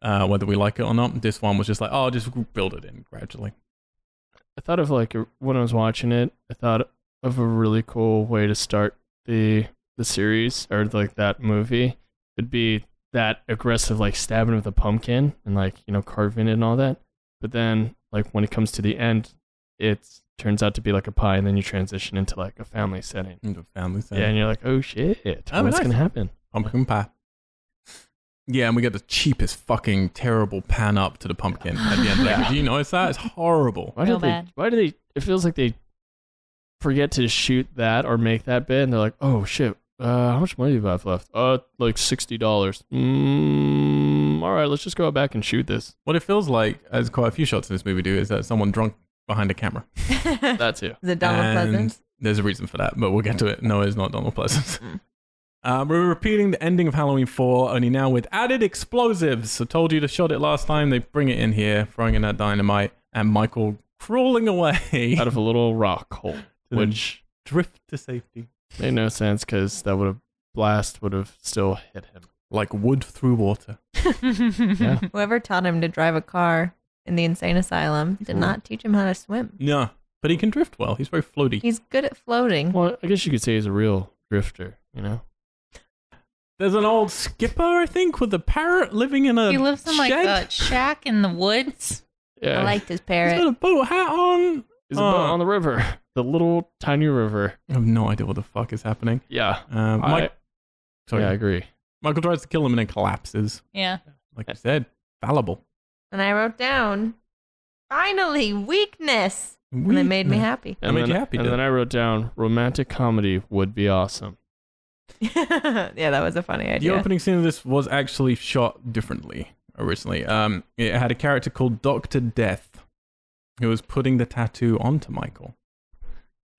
S1: uh, whether we like it or not. This one was just like, oh, just build it in gradually.
S2: I thought of like a- when I was watching it, I thought of a really cool way to start the the series or like that movie. It'd be that aggressive like stabbing with a pumpkin and like, you know, carving it and all that. But then like when it comes to the end, it turns out to be like a pie and then you transition into like a family setting.
S1: And the family
S2: Yeah, and you're like, "Oh shit.
S1: Oh,
S2: what's
S1: nice.
S2: going to happen?"
S1: Pumpkin pie. Yeah, and we get the cheapest fucking terrible pan up to the pumpkin at the end of that. Do you notice that? It's horrible.
S2: Why
S3: Real
S2: did they?
S3: bad.
S2: Why do they? It feels like they forget to shoot that or make that bid, and they're like, "Oh shit, uh, how much money do I have left? Uh, like sixty dollars. Mm, all right, let's just go out back and shoot this.
S1: What it feels like, as quite a few shots in this movie do, is that someone drunk behind a camera.
S4: Is
S1: (laughs)
S2: That's it.
S4: it Donald
S1: And
S4: Pleasance?
S1: There's a reason for that, but we'll get to it. No, it's not Donald Pleasance.
S4: Mm.
S1: (laughs) Um, we're repeating the ending of Halloween 4, only now with added explosives. So told you to shot it last time. They bring it in here, throwing in that dynamite, and Michael crawling away (laughs)
S2: Out of a little rock hole,
S1: then-
S2: which
S1: drift to safety,
S2: made no sense because that would have blast would have still hit him.
S1: like wood through water.
S2: Yeah.
S4: (laughs) Whoever taught him to drive a car in the insane asylum did
S1: Ooh.
S4: not teach him how to swim.
S1: No, but he can drift well. He's very floaty.
S4: He's good at floating.
S2: Well, I guess you could say he's a real drifter. You know,
S1: There's an old skipper, I think, with a parrot living in a
S3: (laughs) He lives in like
S1: shed.
S3: a shack in the woods.
S2: yeah,
S4: I liked his
S1: He's got
S4: parrot.
S1: a boat hat on.
S2: he's a boat
S1: Uh.
S2: on the river, (laughs) the little tiny river.
S1: I have no idea what the fuck is happening.
S2: Yeah,
S1: Um,
S2: I-
S1: Mike, sorry.
S2: yeah, I agree.
S1: Michael tries to kill him and then collapses.
S3: Yeah.
S1: Like you said, fallible.
S4: And I wrote down, finally, weakness. And it made me
S1: Weakness.
S4: happy. (laughs)
S1: That made
S2: then,
S1: you happy,
S2: and
S1: didn't
S2: then I wrote down romantic comedy would be awesome.
S4: yeah, that was a funny
S1: The
S4: idea.
S1: opening scene of this was actually shot differently originally. Um, it had a character called Doctor Death, who was putting the tattoo onto Michael,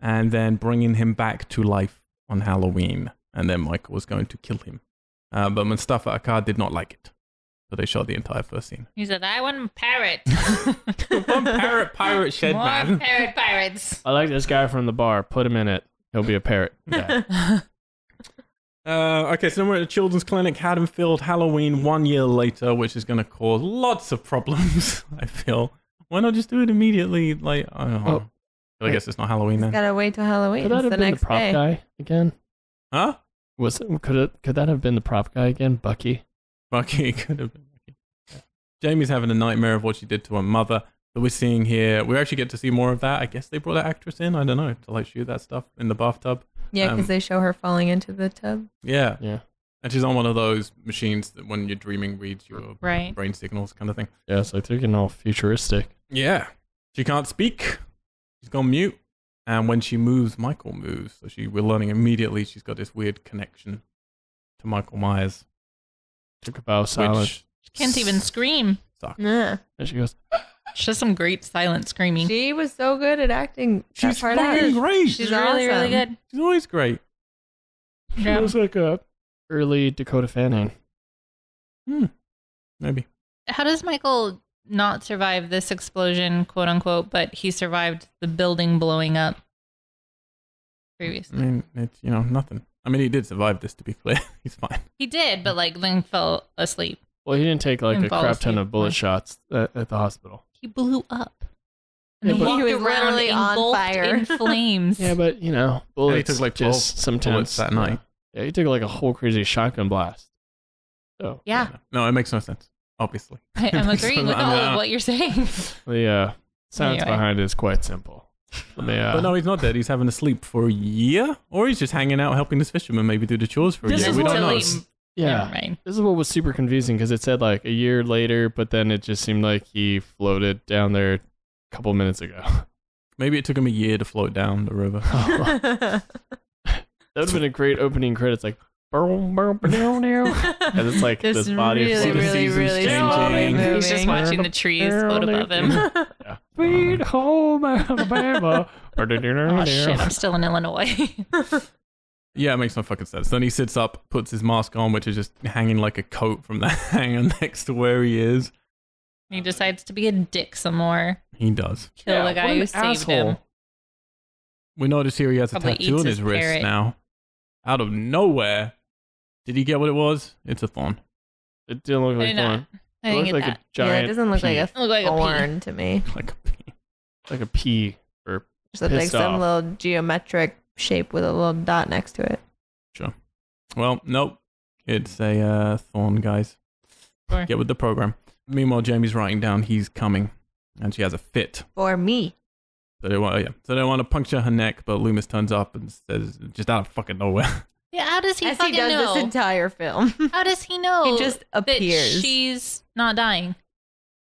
S1: and then bringing him back to life on Halloween. And then Michael was going to kill him, uh, but Mustafa Akkad did not like it, so they shot the entire first scene.
S3: He said, I want a parrot.
S1: One parrot, pirate shed
S3: More
S1: man.
S3: parrot
S2: (laughs)
S3: pirates.
S2: I like this guy from the bar. Put him in it. He'll be a parrot.
S1: Uh, okay, so then we're at a children's clinic, Haddonfield, Halloween, one year later, which is going to cause lots of problems, (laughs) I feel. Why not just do it immediately? Like, I don't know.
S2: Oh.
S1: But I guess it's not Halloween
S4: He's
S1: then.
S4: gotta wait till Halloween.
S2: Could that
S4: It's
S2: have
S4: the
S2: been
S4: next
S2: the prop
S4: day.
S2: guy again?
S1: Huh?
S2: Was it, could it could that have been the prop guy again, Bucky?
S1: Bucky, (laughs) it could have been Bucky. Jamie's having a nightmare of what she did to her mother that we're seeing here. We actually get to see more of that. I guess they brought that actress in, I don't know, to like shoot that stuff in the bathtub.
S4: Yeah, because
S1: Um,
S4: they show her falling into the tub.
S1: Yeah.
S2: Yeah.
S1: And she's on one of those machines that when you're dreaming reads your
S3: right.
S1: brain signals kind of thing.
S2: Yeah, it's like they're getting all futuristic.
S1: Yeah. She can't speak. She's gone mute. And when she moves, Michael moves. So she we're learning immediately she's got this weird connection to Michael Myers.
S2: Took a bow silence.
S1: Which
S3: Can't even scream.
S1: sucks.
S4: Yeah.
S2: And she goes,
S3: She does some great silent screaming.
S4: She was so good at acting. that
S1: She's
S4: part out.
S1: fucking great.
S3: She's
S4: She's
S3: really, really
S4: awesome.
S3: good.
S1: She's always great.
S2: She
S3: Yeah.
S2: looks like a early Dakota Fanning.
S1: Hmm. Maybe.
S3: How does Michael not survive this explosion, quote unquote, but he survived the building blowing up
S1: I
S3: previously?
S1: mean, it's you know, nothing. I mean he did survive this to be clear. (laughs) He's fine.
S3: He did, but like Ling fell asleep.
S2: Well, he didn't take like
S3: And
S2: a
S3: fall
S2: crap ton
S3: asleep.
S2: of bullet shots at, at the hospital.
S3: He blew up. And
S2: Yeah,
S3: he
S2: but-
S3: walked
S4: He was
S3: around
S4: literally on
S3: engulfed
S4: fire. (laughs)
S3: in flames.
S2: Yeah, but you know, bullets.
S1: took, like, 12
S2: just sometimes
S1: bullets that
S2: yeah.
S1: night.
S2: Yeah, he took like a whole crazy shotgun blast. So
S3: Yeah,
S1: No, it makes no sense. Obviously.
S3: I,
S2: (laughs)
S3: am agreeing with
S1: I'm
S3: all
S1: out.
S3: of what you're saying.
S2: the uh, science
S3: Anyway.
S2: behind it is quite simple. Let me, uh,
S1: But no, he's not dead. He's having to sleep for a year, or he's just hanging out helping this fisherman maybe do the chores for a
S3: This
S1: year.
S3: is
S1: we don't know.
S3: really
S2: (laughs) yeah,
S3: never mind.
S2: This is what was super confusing because it said like a year later, but then it just seemed like he floated down there a couple minutes ago. (laughs)
S1: Maybe it took him a year to float down the river.
S2: that
S4: (laughs)
S2: would have been a great opening credits, like. "Boom, boom, ba-dow, dow." And it's like this body
S4: really,
S1: floating.
S4: really,
S1: Seasons
S4: really
S1: changing.
S4: slowly
S1: He's
S3: He's just
S4: moving.
S3: watching the trees float above him.
S2: Yeah. Sweet home Alabama. (laughs)
S3: Oh shit, I'm still in Illinois. (laughs)
S1: Yeah, it makes no fucking sense. Then he sits up, puts his mask on, which is just hanging like a coat from the (laughs) hanger next to where he is.
S3: he decides to be a dick some more.
S1: He does.
S3: Kill
S2: Yeah,
S3: the
S2: what
S3: guy
S2: an
S3: who saved him.
S2: asshole.
S1: We notice here he has a
S3: Probably
S1: tattoo
S3: eats
S1: on
S3: his
S1: his, wrist
S3: parrot.
S1: now. Out of nowhere. Did he get what it was? It's a thorn. (laughs)
S2: It didn't look
S3: I
S2: like
S3: did not.
S2: one.
S3: I
S2: It
S3: didn't
S2: looked
S3: get
S2: like a
S3: that.
S4: yeah,
S2: giant.
S4: it doesn't look like
S2: pea.
S4: a
S3: It looked like a pea.
S4: thorn to me.
S1: Like a pea.
S2: like a pea or
S4: Just looks like
S2: Pissed
S4: some
S2: off.
S4: little geometric shape with a little dot next to it.
S1: Well, nope. It's a uh, thorn, guys.
S3: Sure.
S1: Get with the program. Meanwhile, Jamie's writing down he's coming, and she has a fit.
S4: For me.
S1: So they want, yeah. So they want to puncture her neck, but Loomis turns up and says, just out of fucking nowhere. (laughs)
S3: Yeah, how does he
S4: As he
S3: fucking
S4: does
S3: know?
S4: this
S3: (laughs)
S4: entire film.
S3: how does he know
S4: he just
S3: that
S4: appears.
S3: she's not dying?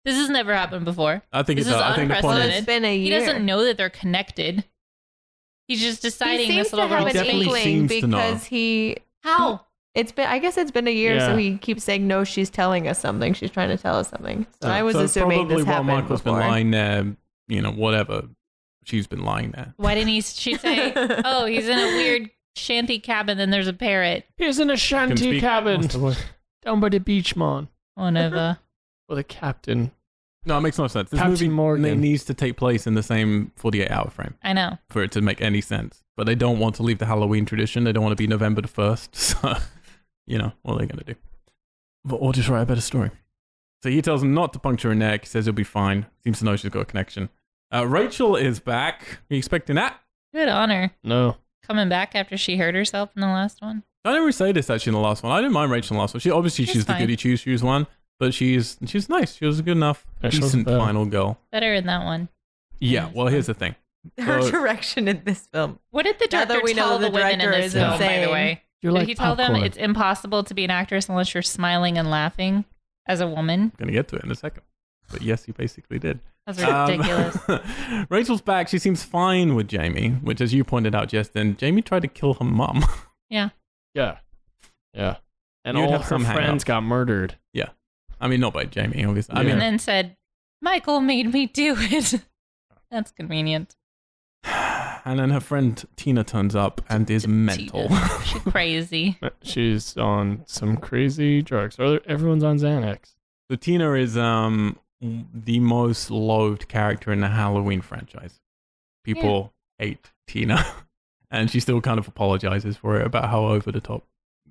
S3: This has never happened before.
S1: I think
S3: This
S1: it's.
S3: is
S1: I think the point
S4: well,
S1: is
S3: unprecedented.
S4: it's been a
S3: He
S4: year.
S3: doesn't know that they're connected. He's just deciding
S4: he seems
S3: this little
S4: to have
S3: girl's
S4: an
S1: definitely
S3: fate.
S4: inkling
S1: seems to know.
S4: because he
S3: How?
S4: it's been I guess it's been a year,
S2: Yeah.
S4: so he keeps saying no. She's telling us something. She's trying to tell us something. So I was
S1: so
S4: assuming
S1: probably
S4: this
S1: while
S4: happened
S1: Michael's
S4: before.
S1: been lying there, you know, whatever. She's been lying there.
S3: Why didn't he? She
S4: (laughs)
S3: say, "Oh, he's in a weird shanty cabin, and there's a parrot."
S2: He's in a shanty
S1: speak-
S2: cabin
S1: What's the word?
S2: down by the beach, man.
S3: Whatever.
S2: With a captain.
S1: No, it makes no sense. This
S2: Captain
S1: movie
S2: Morgan.
S1: ne- needs to take place in the same 48 hour frame
S3: I know.
S1: for it to make any sense. But they don't want to leave the Halloween tradition. They don't want to be November the 1st. (laughs) So, you know, what are they going to do? But, or just write a better story. So he tells him not to puncture her neck. He says he'll be fine. Seems to know she's got a connection. Uh, Rachel is back. Are you expecting that?
S3: Good honor
S2: No.
S3: coming back after she hurt herself in the last one.
S1: I never say this actually in the last one. I didn't mind Rachel in the last one. She obviously
S3: She's
S1: she's the
S3: fine.
S1: goody two shoes one, but she's she's nice. She was a good enough,
S2: Yeah, she wasn't
S1: decent
S2: bad.
S1: final girl.
S3: Better in that one.
S1: Yeah.
S3: Yes.
S1: Well, here's the thing.
S4: (laughs) Her
S1: Uh,
S4: direction in this film.
S3: What did the
S4: Now that
S3: director
S4: we know
S3: tell the,
S4: the
S3: women in
S4: director
S3: this
S4: is
S3: film? By
S4: insane.
S3: the way,
S2: You're
S3: did
S2: like
S3: he tell them
S2: popcorn.
S3: it's impossible to be an actress unless you're smiling and laughing as a woman?
S1: I'm gonna get to it in a second. But yes, he basically did.
S3: That's
S1: Um,
S3: ridiculous.
S1: (laughs) Rachel's back. She seems fine with Jamie, which, as you pointed out, just then, Jamie tried to kill her mum. (laughs)
S2: Yeah. Yeah. And
S1: You'd
S2: all
S1: have
S2: her
S1: some
S2: friends
S1: hang-up.
S2: got murdered.
S1: I mean, not by Jamie, obviously. I
S2: Yeah.
S1: mean,
S3: and then said, "Michael made me do it." (laughs) That's convenient.
S1: and then her friend Tina turns up and is mental.
S3: She crazy.
S2: Uh, She's on some crazy drugs. Or Everyone's on Xanax.
S1: So Tina is um the most loved character in the Halloween franchise. People hate Tina, (laughs) and she still kind of apologizes for it about how over the top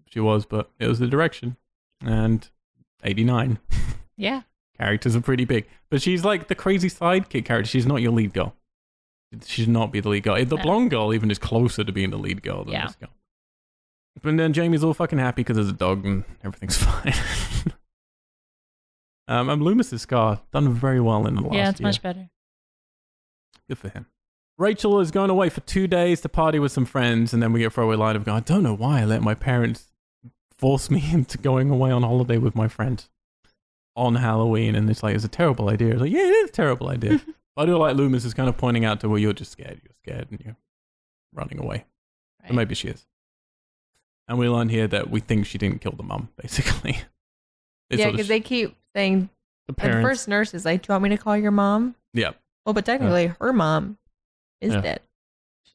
S1: she was, but it was the direction. And 89
S3: Yeah.
S1: characters are pretty big, but she's like the crazy sidekick character. She's not your lead girl. She should not be the lead girl. The
S3: No.
S1: blonde girl even is closer to being the lead girl than
S3: Yeah.
S1: this girl. But then Jamie's all fucking happy because there's a dog and everything's (laughs) fine. um, and Loomis's scar done very well in the last
S3: yeah, it's
S1: year.
S3: much better.
S1: Good for him. Rachel is going away for two days to party with some friends, and then we get a throwaway line of, "I don't know why I let my parents force me (laughs) into going away on holiday with my friends on Halloween." And it's like, it's a terrible idea. It's like, yeah, it is a terrible
S4: (laughs)
S1: idea. but I do like Loomis is kind of pointing out to well, you're just scared. You're scared, and you're running away.
S3: Right.
S1: Or maybe she is. And we learn here that we think she didn't kill the mum, basically. (laughs) It's
S4: yeah,
S1: sort of
S4: because
S1: sh-
S4: they keep saying
S2: The
S4: at
S2: parents.
S4: first nurse is like, "Do you want me to call your mom?"
S1: Yeah.
S4: Well, but technically, her mom is
S2: Yeah.
S4: dead.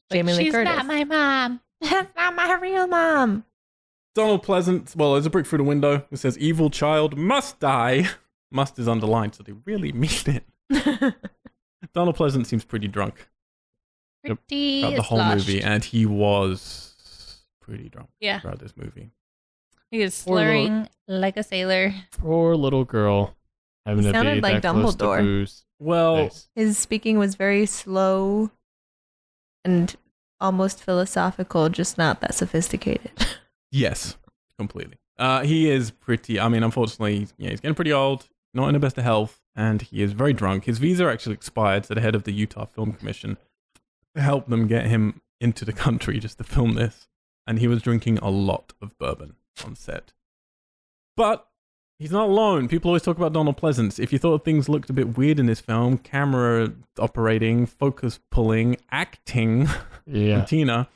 S3: Like,
S4: Jamie Lee
S3: She's
S4: Curtis.
S3: not
S4: (laughs)
S3: my mom.
S4: That's not my
S3: (laughs)
S4: real mom. (laughs)
S1: Donald Pleasant, well, there's a brick through the window that says, Evil child must die. (laughs) Must is underlined, so they really (laughs) mean it. Donald Pleasant seems pretty drunk
S2: Yep.
S3: Pretty
S1: throughout the whole
S3: sloshed.
S1: movie, and he was pretty drunk
S3: Yeah.
S1: throughout this movie.
S3: He is
S2: Poor little-
S3: slurring like a sailor.
S2: Poor little girl. Having
S4: He
S2: to
S4: sounded
S2: be
S4: like
S2: that close to
S4: Dumbledore.
S2: booze.
S1: Well,
S2: Nice.
S4: His speaking was very slow and almost philosophical, just not that sophisticated.
S1: yes, completely. Uh, he is pretty, I mean, unfortunately, yeah, he's getting pretty old, not in the best of health, and he is very drunk. His visa actually expired, so the head of the Utah Film Commission helped them get him into the country just to film this. And he was drinking a lot of bourbon on set. But he's not alone. People always talk about Donald Pleasance. If you thought things looked a bit weird in this film, camera operating, focus pulling, acting, (laughs)
S2: Yeah.
S1: and Tina.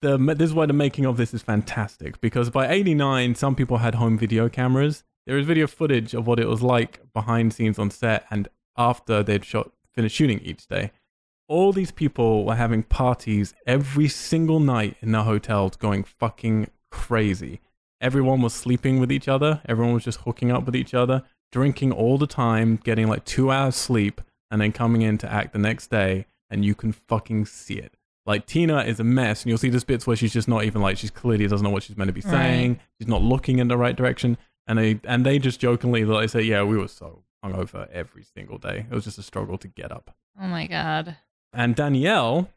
S1: The, this is why the making of this is fantastic because by 89, some people had home video cameras. There is video footage of what it was like behind scenes on set and after they'd shot, finished shooting each day. All these people were having parties every single night in their hotels going fucking crazy. Everyone was sleeping with each other. Everyone was just hooking up with each other, drinking all the time, getting like two hours sleep, and then coming in to act the next day. And you can fucking see it. Like Tina is a mess, and you'll see there's bits where she's just not even like she's clearly doesn't know what she's meant to be
S3: Right.
S1: saying. She's not looking in the right direction, and they and they just jokingly like say, "Yeah, we were so hungover every single day. It was just a struggle to get up."
S3: Oh my god.
S1: And Danielle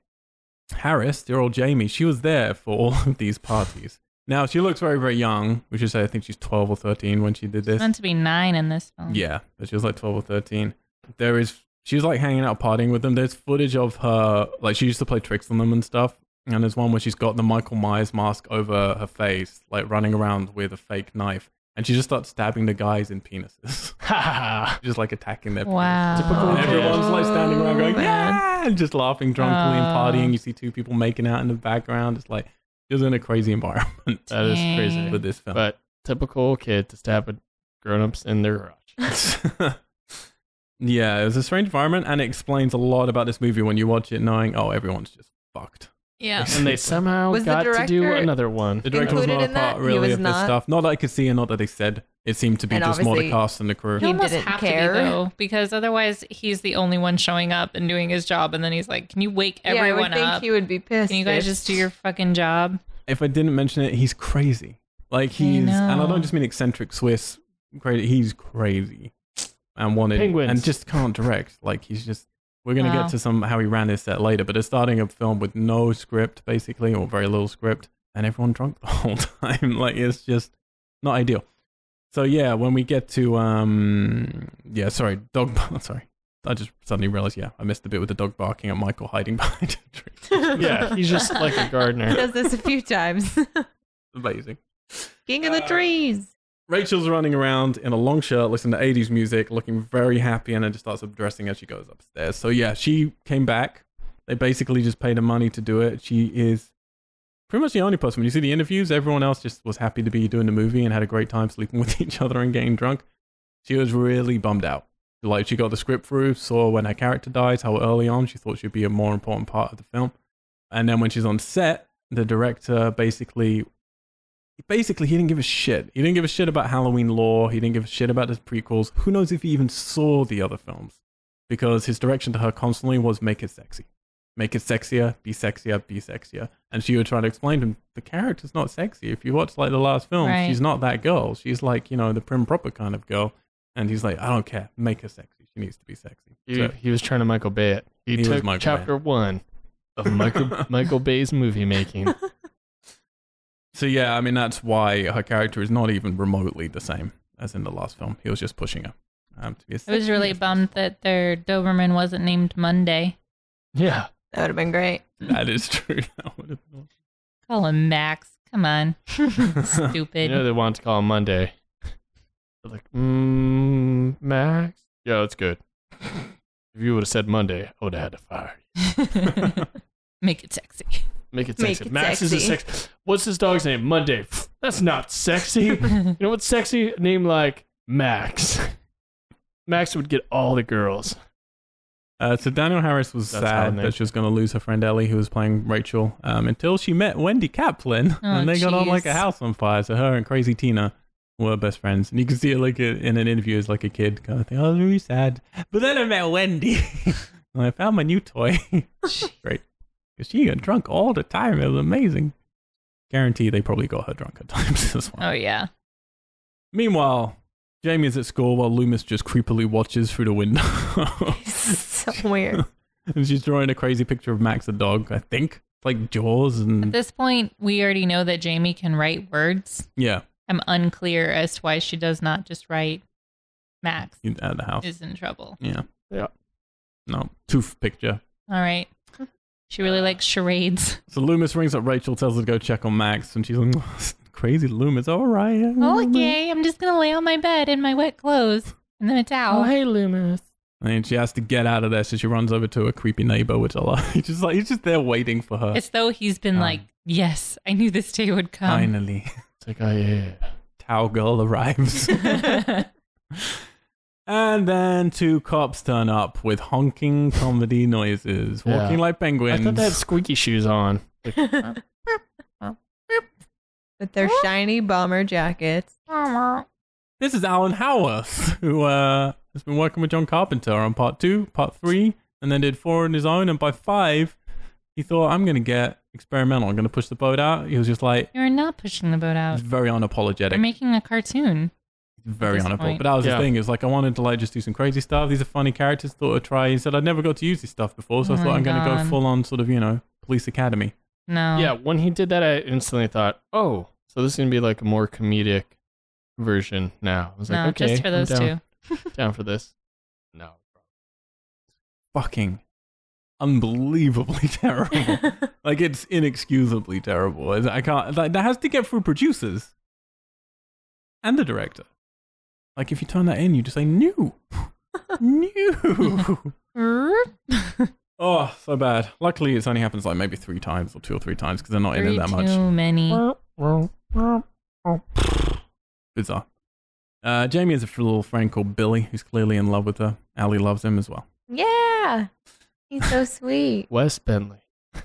S1: Harris, dear old Jamie, she was there for all of these parties. Now she looks very, very young. We should say I think she's twelve or thirteen when she did
S3: It's
S1: this.
S3: meant to be nine in this film.
S1: Yeah, but she was like twelve or thirteen. There is she's like hanging out partying with them. There's footage of her like she used to play tricks on them and stuff. And there's one where she's got the Michael Myers mask over her face, like running around with a fake knife. and she just starts stabbing the guys in penises, (laughs)
S2: Ha
S1: just like attacking their.
S3: Wow.
S2: Typical
S1: Penis. And everyone's like standing around going,
S4: Oh, man. Uh.
S1: yeah, and just laughing drunkenly and
S3: Oh.
S1: partying. You see two people making out in the background. It's like it was in a crazy environment
S2: That is crazy.
S1: with this film.
S2: (laughs) But typical kid to stab a grown ups in their garage.
S1: (laughs) yeah, it was a strange environment, and it explains a lot about this movie when you watch it, knowing oh, everyone's just fucked.
S3: Yeah.
S2: And they (laughs) somehow
S4: Was the
S2: got to do
S4: director-
S2: another one.
S1: The director was not
S4: Included
S1: a
S4: in that?
S1: part
S4: He
S1: really
S4: was
S1: of this
S4: not?
S1: stuff. Not that I could see, and not that they said. It seemed to be
S4: And
S1: just more the
S4: obviously-
S1: cast and the crew.
S3: He
S4: He
S3: almost
S4: didn't
S3: have
S4: care.
S3: to be though, because otherwise he's the only one showing up and doing his job, and then he's like, "Can you wake
S4: (laughs) yeah, I
S3: everyone
S4: would think
S3: up?
S4: he would be pissed.
S3: Can you guys
S4: if-
S3: just do
S4: (laughs)
S3: your fucking job?"
S1: If I didn't mention it, he's crazy. Like he's, and I
S3: know.
S1: don't just mean eccentric Swiss crazy. He's crazy and wanted,
S2: Penguins.
S1: and just can't direct. Like he's just. We're gonna
S3: Wow.
S1: get to some how he ran his set later, but it's starting a film with no script basically, or very little script, and everyone drunk the (laughs) whole time. Like it's just not ideal. So yeah, when we get to um yeah, sorry, dog (laughs) bark sorry. I just suddenly realized, yeah, I missed the bit with the dog barking and Michael hiding (laughs) behind a tree.
S2: (laughs) Yeah, he's just
S1: (laughs)
S2: like
S4: (laughs)
S2: a gardener.
S4: Does this a few times.
S1: Amazing.
S4: (laughs) King of the
S1: Uh,
S4: trees.
S1: Rachel's running around in a long shirt, listening to 80s music, looking very happy, and then just starts dressing as she goes upstairs. So yeah, she came back. They basically just paid her money to do it. She is pretty much the only person. When you see the interviews, everyone else just was happy to be doing the movie and had a great time sleeping (laughs) with each other and getting drunk. She was really bummed out. Like she got the script through, saw when her character dies, how early on she thought she'd be a more important part of the film. And then when she's on set, the director basically basically he didn't give a shit. He didn't give a shit about Halloween lore. He didn't give a shit about his prequels. Who knows if he even saw the other films? Because his direction to her constantly was make it sexy. Make it sexier, be sexier, be sexier. And she would try to explain to him, the character's not sexy. If you watch like the last film,
S3: Right.
S1: she's not that girl. She's like, you know, the prim proper kind of girl. And he's like, I don't care. Make her sexy. She needs to be sexy.
S2: He,
S1: So-
S2: he was trying to Michael Bay it. He,
S1: He was
S2: took
S1: Michael Bay.
S2: chapter one of
S1: (laughs)
S2: Michael, Michael Bay's movie making.
S1: So yeah, I mean that's why her character is not even remotely the same as in the last film. He was just pushing her. Um, to be
S3: I was
S4: (laughs)
S3: really bummed that their Doberman wasn't named Monday.
S2: Yeah.
S4: That would have been great. (laughs)
S1: That is true. (laughs) That would have been
S3: Call him Max. Come
S4: (laughs)
S3: on, (laughs)
S1: awesome.
S3: stupid.
S2: You know they wanted to call him Monday. They're like, mm, Max? Yeah,
S1: (laughs)
S2: that's good. If you would have said Monday, I would have had to fire you.
S3: (laughs) Make it sexy. (laughs)
S2: Make it
S4: Make
S2: sexy.
S4: it
S2: Max is a
S4: sexy.
S2: sex. What's his dog's name? Monday. Pfft, That's
S1: (laughs)
S2: not sexy. you know what's sexy? A name like Max. Max would get all the girls.
S1: Uh, so Daniel Harris was
S2: That's how
S1: sad
S2: they-
S1: that she was going to lose her friend Ellie, who was playing Rachel, um, until she met Wendy Kaplan, and they got on like a
S3: jeez.
S1: house on fire. So her and Crazy Tina were best friends, and you can see it like a, in an interview as like a kid kind of thing. I was really sad, but then I met Wendy, (laughs) and I found my new toy. Great, 'Cause she got drunk all the time. It was amazing. Guarantee they probably got her drunk at (laughs) times as well.
S3: Oh yeah.
S1: Meanwhile, Jamie is at school while Loomis just creepily watches through the window. (laughs)
S3: (laughs)
S4: so weird.
S1: and she's drawing a crazy picture of Max the dog, I think. It's like jaws
S4: Mm.
S3: At
S1: and
S3: this point, we already know that Jamie can write words.
S1: yeah,
S3: I'm unclear as to why she does not just write Max
S1: in- out of the house.
S3: is in trouble.
S1: Yeah.
S2: Yeah.
S1: No, tooth picture.
S3: All right. She really likes charades.
S1: So Loomis rings up Rachel, tells her to go check on Max, and she's like, (laughs) crazy Loomis, all right.
S3: Oh, Okay, I'm just gonna lay on my bed in my wet clothes and then a towel.
S2: Oh, hey, Loomis.
S1: And she has to get out of there, so she runs over to a creepy neighbor, which I love. He's just like, (laughs) he's just there waiting for her.
S3: It's though he's been
S1: Um,
S3: like, "Yes, I knew this day would come."
S1: Finally, (laughs)
S2: It's like, oh, yeah.
S1: Towel Girl
S3: (laughs)
S1: arrives. And then two cops turn up with honking comedy noises,
S2: Yeah.
S1: walking like
S2: I
S1: penguins.
S2: thought they had squeaky shoes on.
S4: (laughs)
S2: Like,
S4: With their shiny bomber jackets.
S1: This is Alan Howarth, who uh, has been working with John Carpenter on part two, part three, and then did four on his own. And by five, he thought, I'm going to get experimental. I'm going to push the boat out. He was just like,
S3: You're not pushing the boat out.
S1: he's very unapologetic.
S3: You're making a cartoon.
S1: very
S3: at this
S1: unapologetic.
S3: point.
S1: But that was
S2: Yeah.
S1: the thing. It was like, I wanted to like just do some crazy stuff. These are funny characters. Thought I'd try. He said, I'd never got to use this stuff before. So
S3: Oh
S1: I thought,
S3: my
S1: I'm going to
S3: God.
S1: go full on sort of, you know, police academy.
S3: No.
S2: yeah, when he did that, I instantly thought, oh, so this is going to be like a more comedic version now. I was
S3: No,
S2: like, okay.
S3: just for
S2: I'm
S3: those
S2: down,
S3: two.
S2: Down for this. No.
S1: Fucking unbelievably (laughs) terrible. Like it's inexcusably terrible. It's- I can't. Like, that has to get through producers. and the director. Like if you turn that in, you just say new, (laughs) new. oh, so bad. Luckily, it's only happens like maybe three times or two or three times because they're not in
S3: Three
S1: it that
S3: too
S1: much.
S3: many.
S1: Bizarre. Uh, Jamie is a f- little friend called Billy who's clearly in love with her. Allie loves him as well. (laughs)
S4: Yeah. He's (laughs) so sweet.
S2: West Bentley.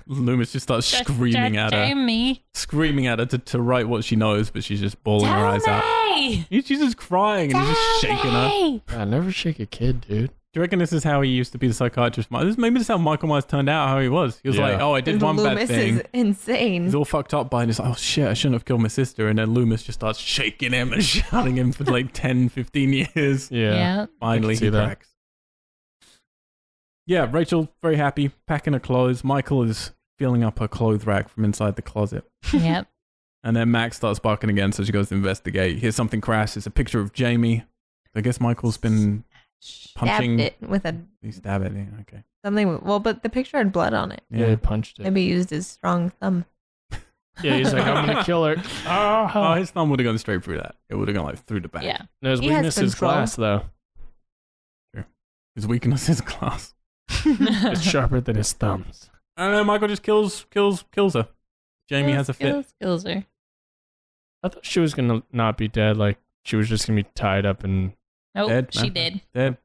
S1: Loomis just starts screaming at her,
S3: Jamie.
S1: screaming at her to, to write what she knows, but she's just bawling her eyes out.
S3: Hey!
S1: She's just crying and he's just shaking her.
S2: I never shake a kid, dude.
S1: Do you reckon this is how he used to be the psychiatrist? Mi- This maybe this is how Michael Myers turned out. How he was. He was
S2: Yeah.
S1: like, "Oh, I did one bad
S4: Loomis
S1: thing."
S4: is insane.
S1: He's all fucked up by it. He's like, "Oh shit, I shouldn't have killed my sister." And then Loomis just starts shaking him and (laughs) shouting him for like 10, 15 years.
S3: Yeah.
S2: Yeah.
S1: Finally,
S2: see
S1: he
S2: that.
S1: cracks. Yeah, Rachel very happy, packing her clothes. Michael is feeling up her clothes rack from inside the closet.
S3: (laughs) yep.
S1: And then Max starts barking again, so she goes to investigate. Hears something crash. It's a picture of Jamie. I guess Michael's been punching.
S4: Stabbed it with a
S1: He stabbed it. yeah, Okay.
S4: something. with- Well, but the picture had blood on it.
S2: Yeah, he punched it.
S4: Maybe used his strong thumb.
S2: Yeah, he's like, I'm gonna
S4: (laughs)
S2: kill her.
S1: Oh,
S2: Ah.
S1: his thumb would have gone straight through that. It would have gone like through the back.
S3: (laughs) Yeah.
S2: No, his
S4: He has
S2: weakness is
S4: control.
S2: glass,
S4: (laughs)
S2: though.
S1: His weakness is (laughs) glass.
S2: It's sharper than his thumbs.
S1: And then Michael just kills, kills, kills her. Jamie has a fit.
S3: Skills, skills are.
S2: I thought she was gonna not be dead. Like she was just gonna be tied up and
S3: Nope,
S1: Dead,
S3: oh, she
S1: man.
S3: did.
S1: Dead.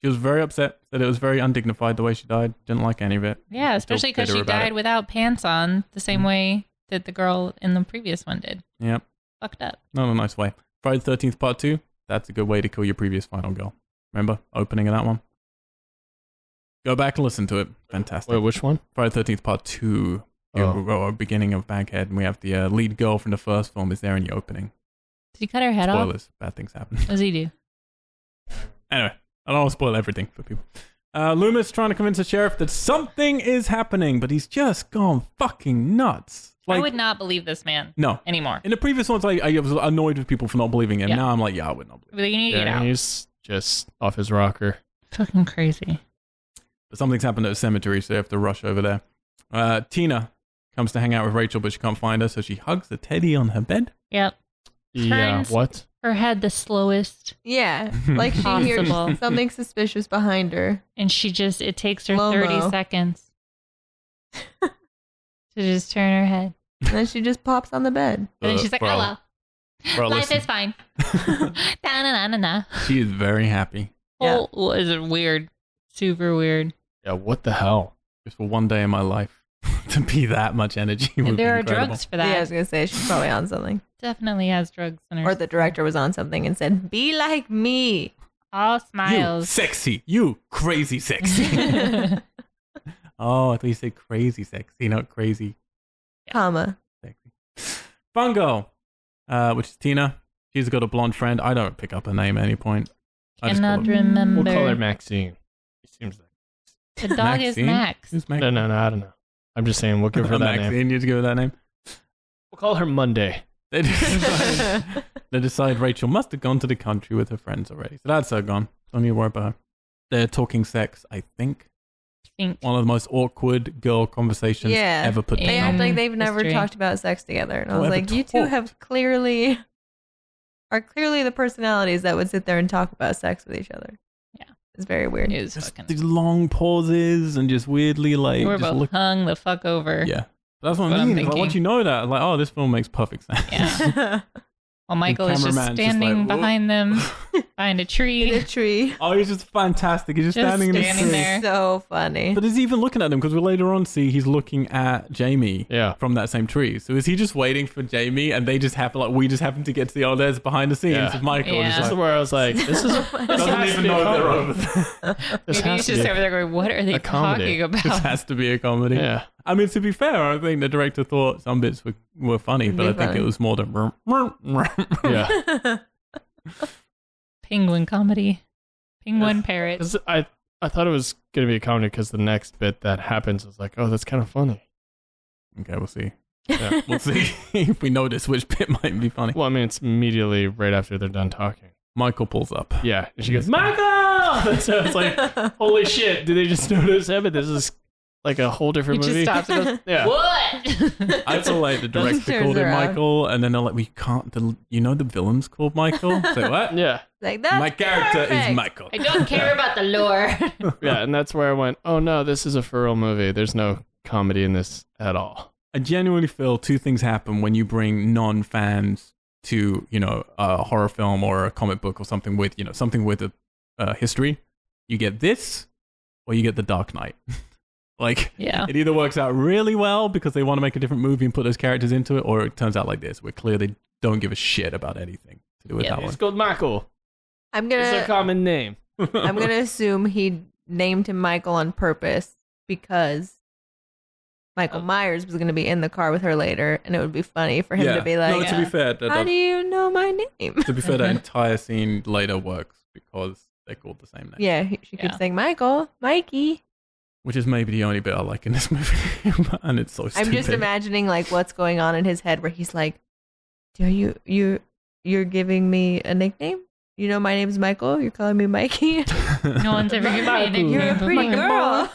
S1: She was very upset. Said it was very undignified the way she died. Didn't like any of it.
S3: Yeah, especially because
S1: bitter
S3: she
S1: about it. Mm.
S3: died without pants on, the same way that the girl in the previous one did.
S1: Yeah,
S3: Fucked up.
S1: not a nice way. Friday the Thirteenth Part Two. That's a good way to kill your previous final girl. Remember opening of that one. Go back and listen to it. Fantastic.
S2: wait, which one?
S1: Friday the Thirteenth Part Two. You
S2: Oh.
S1: go uh, beginning of Baghead, and we have the uh, lead girl from the first film is there in your opening.
S3: Did he cut her head off?
S1: Spoilers. Bad things happen. (laughs)
S3: What does he do?
S1: Anyway, I don't want to spoil everything for people. Uh, Loomis trying to convince the sheriff that something is happening, but he's just gone fucking nuts. Like,
S3: I would not believe this man
S1: no.
S3: anymore.
S1: In the previous ones, I, I was annoyed with people for not believing him.
S3: Yeah.
S1: Now I'm like, yeah, I would not believe.
S3: But you need to get
S2: Yeah,
S3: out.
S2: he's just off his rocker.
S3: Fucking crazy.
S1: But something's happened at the cemetery, so they have to rush over there. Uh, Tina comes to hang out with Rachel, but she can't find her, so she hugs the teddy on her bed.
S3: Yep.
S2: Yeah,
S3: Turns-
S2: what?
S3: Her head the slowest, (laughs)
S4: Yeah, like she hears (laughs)
S3: Possible.
S4: something suspicious behind her.
S3: and she just it takes her
S4: Lomo.
S3: thirty seconds (laughs) to just turn her head,
S4: And then she just pops on the bed.
S3: and then
S1: Uh,
S3: she's like,
S1: bro,
S3: "Hello,
S1: bro,
S3: (laughs) life
S1: listen. (laughs)
S3: is fine." (laughs) da na na na na.
S1: She is very happy.
S4: Yeah.
S3: Well, well, is it weird? Super weird.
S2: Yeah, what the hell?
S1: Just for one day in my life, (laughs) to be that much energy would be
S3: there are
S1: incredible.
S3: drugs for that.
S4: Yeah, I was gonna say she's probably on something,
S3: Definitely has drugs in her.
S4: or the director was on something and said, "Be like me."
S3: All
S1: You
S3: smiles.
S1: sexy, you crazy
S3: (laughs)
S1: sexy. (laughs) Oh, I thought you said crazy sexy, not crazy
S3: (laughs)
S4: Comma.
S1: sexy. Fungo, uh, which is Tina. She's got a blonde friend. I don't pick up her name at any point. I just call
S3: Cannot
S1: her-
S3: remember.
S2: We'll call her Maxine. It seems like.
S3: the dog is
S1: Maxine?
S3: Max.
S1: Who's Max?
S2: No, no, no. I don't know. I'm just saying we'll
S1: (laughs)
S2: give her that name.
S1: Maxine, you just give her that name.
S2: We'll call her Monday.
S1: They
S3: (laughs)
S1: decide, they decide Rachel must have gone to the country with her friends already. So that's her gone. Don't need to worry about her. They're talking sex, I think.
S3: Think.
S1: One of the most awkward girl conversations
S4: Yeah.
S1: ever put
S4: they
S1: down.
S4: act like they've never
S3: History.
S4: talked about sex together, and I
S1: Or
S4: was
S1: ever
S4: like, "You two
S1: talked.
S4: have clearly." Are clearly the personalities that would sit there and talk about sex with each other.
S3: Yeah.
S4: It's very weird. (laughs)
S3: It was
S1: Just
S3: fucking-
S1: these long pauses and just weirdly like
S3: we were
S1: just
S3: both
S1: look
S3: hung the fuck over.
S1: Yeah. But that's what,
S3: That's what
S1: I
S3: I'm
S1: mean. It's Like, once you
S3: thinking.
S1: know that, like, oh, this film makes perfect sense.
S3: Yeah. While Michael is just
S1: cameraman's just
S3: standing
S1: like, "Whoa."
S3: behind them, behind a
S4: In
S3: tree.
S4: a tree.
S1: (laughs) oh, he's just fantastic. He's just,
S3: Just
S1: standing, in
S3: standing
S1: the
S3: there.
S4: So funny.
S1: But is he even looking at him? Because we later on see he's looking at Jamie
S2: Yeah.
S1: from that same tree. So is he just waiting for Jamie and they just happen, like, we just happen to get to the, oh, there's behind the scenes
S2: Yeah.
S1: of Michael.
S3: Yeah.
S2: This
S1: Just
S2: is
S1: like,
S2: where I was like, this (laughs) is.
S1: doesn't
S2: has
S4: (laughs)
S2: to
S1: even
S2: be
S1: know
S2: a
S1: they're
S2: comedy.
S1: over there.
S2: (laughs) This
S3: Maybe
S2: has
S3: he's
S2: to
S3: just
S2: be.
S3: over there going, "What are they
S2: a comedy.
S3: talking about?"
S1: This has to be a comedy.
S2: (laughs) Yeah.
S1: I mean, to be fair, I think the director thought some bits were, were funny,
S4: It'd
S1: but
S4: be
S1: I think
S4: funny.
S1: it was (laughs) more than.
S2: Yeah.
S3: (laughs)
S4: (laughs)
S3: Penguin comedy. Penguin parrot.
S2: 'Cause I I thought it was gonna be a comedy because the next bit that happens is like, oh, that's kind of funny.
S1: Okay, we'll see.
S2: Yeah.
S1: We'll see (laughs) if we notice which bit might be funny.
S2: Well, I mean, it's immediately right after they're done talking.
S1: Michael pulls up.
S2: Yeah, (laughs) and she goes, Michael. so it's like, holy shit! Did they just notice him? And this is like a whole different
S3: He
S2: movie.
S3: just stops and goes,
S2: yeah.
S3: What?
S1: I feel like the
S4: Doesn't
S1: director
S4: turn
S1: called him
S4: around.
S1: Michael, and then they're like, "We can't." The, you know, the villain's called Michael. It's like,
S2: (laughs)
S1: what?
S2: Yeah.
S4: (laughs) Like that.
S1: My character is Michael.
S3: (laughs) I don't care about the lore.
S2: Yeah. And that's where I went, oh no, this is a feral movie. There's no comedy in this at all.
S1: I genuinely feel two things happen when you bring non-fans to you know a horror film or a comic book or something with you know something with a uh, history. You get this, or you get the Dark Knight. (laughs) like
S3: yeah.
S1: it either works out really well because they want to make a different movie and put those characters into it, or it turns out like this, where clearly they don't give a shit about anything to do with
S3: Yeah,
S1: that
S2: It's
S1: one.
S2: called Michael.
S4: I'm
S2: It's a
S4: gonna.
S2: common name.
S4: I'm
S3: (laughs)
S4: gonna assume he named him Michael on purpose because Michael
S3: Oh.
S4: Myers was gonna be in the car with her later, and it would be funny for him
S1: yeah.
S4: to be like, "Ah,
S1: no, to be
S3: Yeah.
S1: fair, that,
S4: "How
S1: that-
S4: do you know my name?" (laughs)
S1: to be fair, that entire scene later works because they're called the same name.
S4: Yeah, he- she
S3: Yeah.
S4: keeps saying Michael, Mikey.
S1: which is maybe the only bit I like in this (laughs) movie, and it's so stupid.
S4: I'm just imagining like what's going on in his head where he's like, "Do you you you're giving me a nickname? You know my name's Michael. You're calling me Mikey.
S1: (laughs)
S3: No one's ever given me a nickname.
S4: (laughs) You're a
S3: but
S4: pretty
S3: Michael.
S4: girl.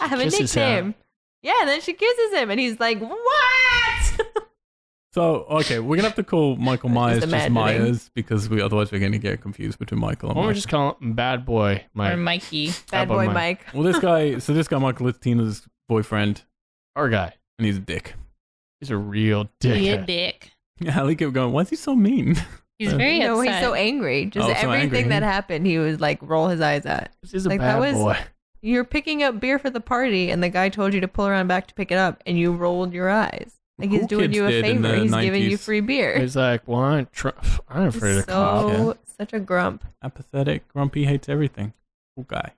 S4: I have a
S2: Kisses him.
S4: nickname." Yeah, and then she kisses him, and he's like, "What?" (laughs)
S1: so okay, we're gonna have to call Michael
S4: I'm
S1: Myers
S4: (laughs) just
S1: just,
S4: imagining.
S1: Myers because we otherwise we're gonna get confused between Michael and
S2: Why don't we
S1: Michael.
S2: just call him Bad Boy
S3: Or
S2: Mike?
S3: Mikey.
S4: Bad
S2: How about
S4: boy
S2: mine?
S4: Mike.
S1: Well, this guy, so this guy Michael is Tina's boyfriend,
S2: Our guy.
S1: and he's a dick. (laughs)
S2: He's a real
S3: Be a
S2: dick.
S3: dick.
S1: Yeah, I kept going. Why is he so mean? (laughs)
S3: He's very
S4: no,
S3: upset.
S4: he's so angry. Just
S1: Oh, so
S4: everything
S1: angry.
S4: that happened, he would like roll his eyes at.
S2: He's a
S4: Like, that
S2: bad
S4: was-
S2: boy.
S4: You're picking up beer for the party, and the guy told you to pull around back to pick it up, and you rolled your eyes. Like he's
S1: Cool
S4: doing
S1: kids
S4: you a
S1: did in
S4: favor.
S1: the
S4: He's giving you
S1: 90s.
S4: free beer.
S2: He's like, well, I ain't, (sighs) tr- I ain't afraid
S4: He's
S2: of cops.
S4: so such a grump.
S1: Apathetic, grumpy, hates everything. Cool guy.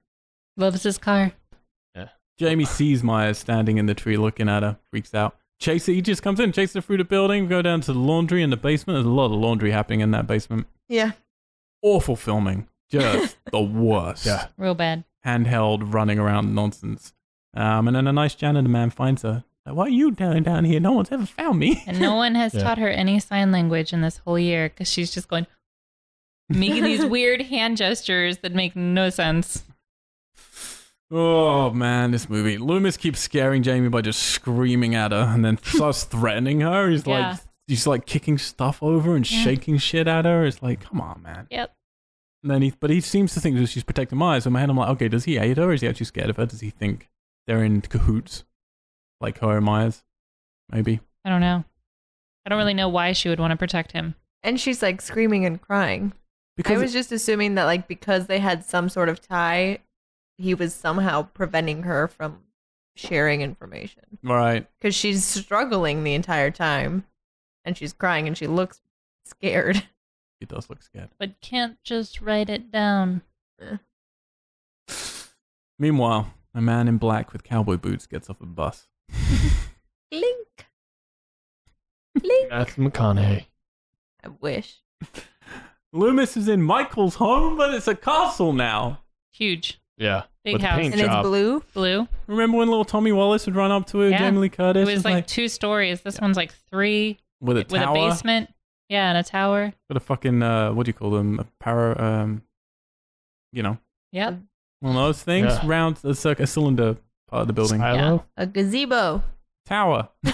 S3: Loves his car.
S1: Jamie sees Myers standing in the tree looking at her, freaks out. Chaser, he just comes in, chases her through the building. We go down to the laundry in the basement. There's a lot of laundry happening in that basement.
S4: Yeah,
S1: Awful filming.
S3: (laughs)
S1: Just the worst.
S2: Yeah.
S3: Real bad.
S1: handheld running around nonsense. Um, and then a nice janitor man finds her. Like, Why are you down down here? No one's ever found me. (laughs)
S3: And no one has
S2: Yeah.
S3: taught her any sign language in this whole year because she's just going, making these weird hand gestures that make no sense.
S1: Oh man, this movie. Loomis keeps scaring Jamie by just screaming at her, and then (laughs) starts threatening her. He's
S3: Yeah.
S1: like, he's like kicking stuff over and
S3: Yeah.
S1: shaking shit at her. It's like, come on, man.
S3: Yep.
S1: And then he, but he seems to think that she's protecting Myers. In my head, I'm like, okay, does he hate her? Is he actually scared of her? Does he think they're in cahoots, like her and Myers? Maybe.
S3: I don't know. I don't really know why she would want to protect him.
S4: and she's like screaming and crying.
S1: Because
S4: I was just assuming that like because they had some sort of tie, he was somehow preventing her from sharing information.
S1: right.
S4: because she's struggling the entire time and she's crying and she looks scared.
S1: He does look scared.
S3: But can't just write it down.
S1: Meanwhile, a man in black with cowboy boots gets off a bus.
S4: Link. Link.
S2: Matthew McConaughey.
S4: I wish.
S1: Loomis is in Michael's home, but it's a castle now.
S3: Huge.
S2: Yeah.
S3: Big
S2: With the
S3: house.
S2: paint
S4: And it's
S2: job.
S4: blue.
S3: Blue.
S1: Remember when little Tommy Wallace would run up to her,
S3: Yeah.
S1: Jamie Lee Curtis,
S3: it was
S1: is
S3: like, two stories. This one's like three
S1: with a
S3: with
S1: tower,
S3: a basement. Yeah, and a tower.
S1: with a fucking uh, what do you call them? A para, um, you know,
S3: Yep.
S1: one of those things,
S2: Yeah.
S1: round a, circ- a cylinder part of the building
S2: Silo?
S4: A gazebo.
S1: tower.
S3: we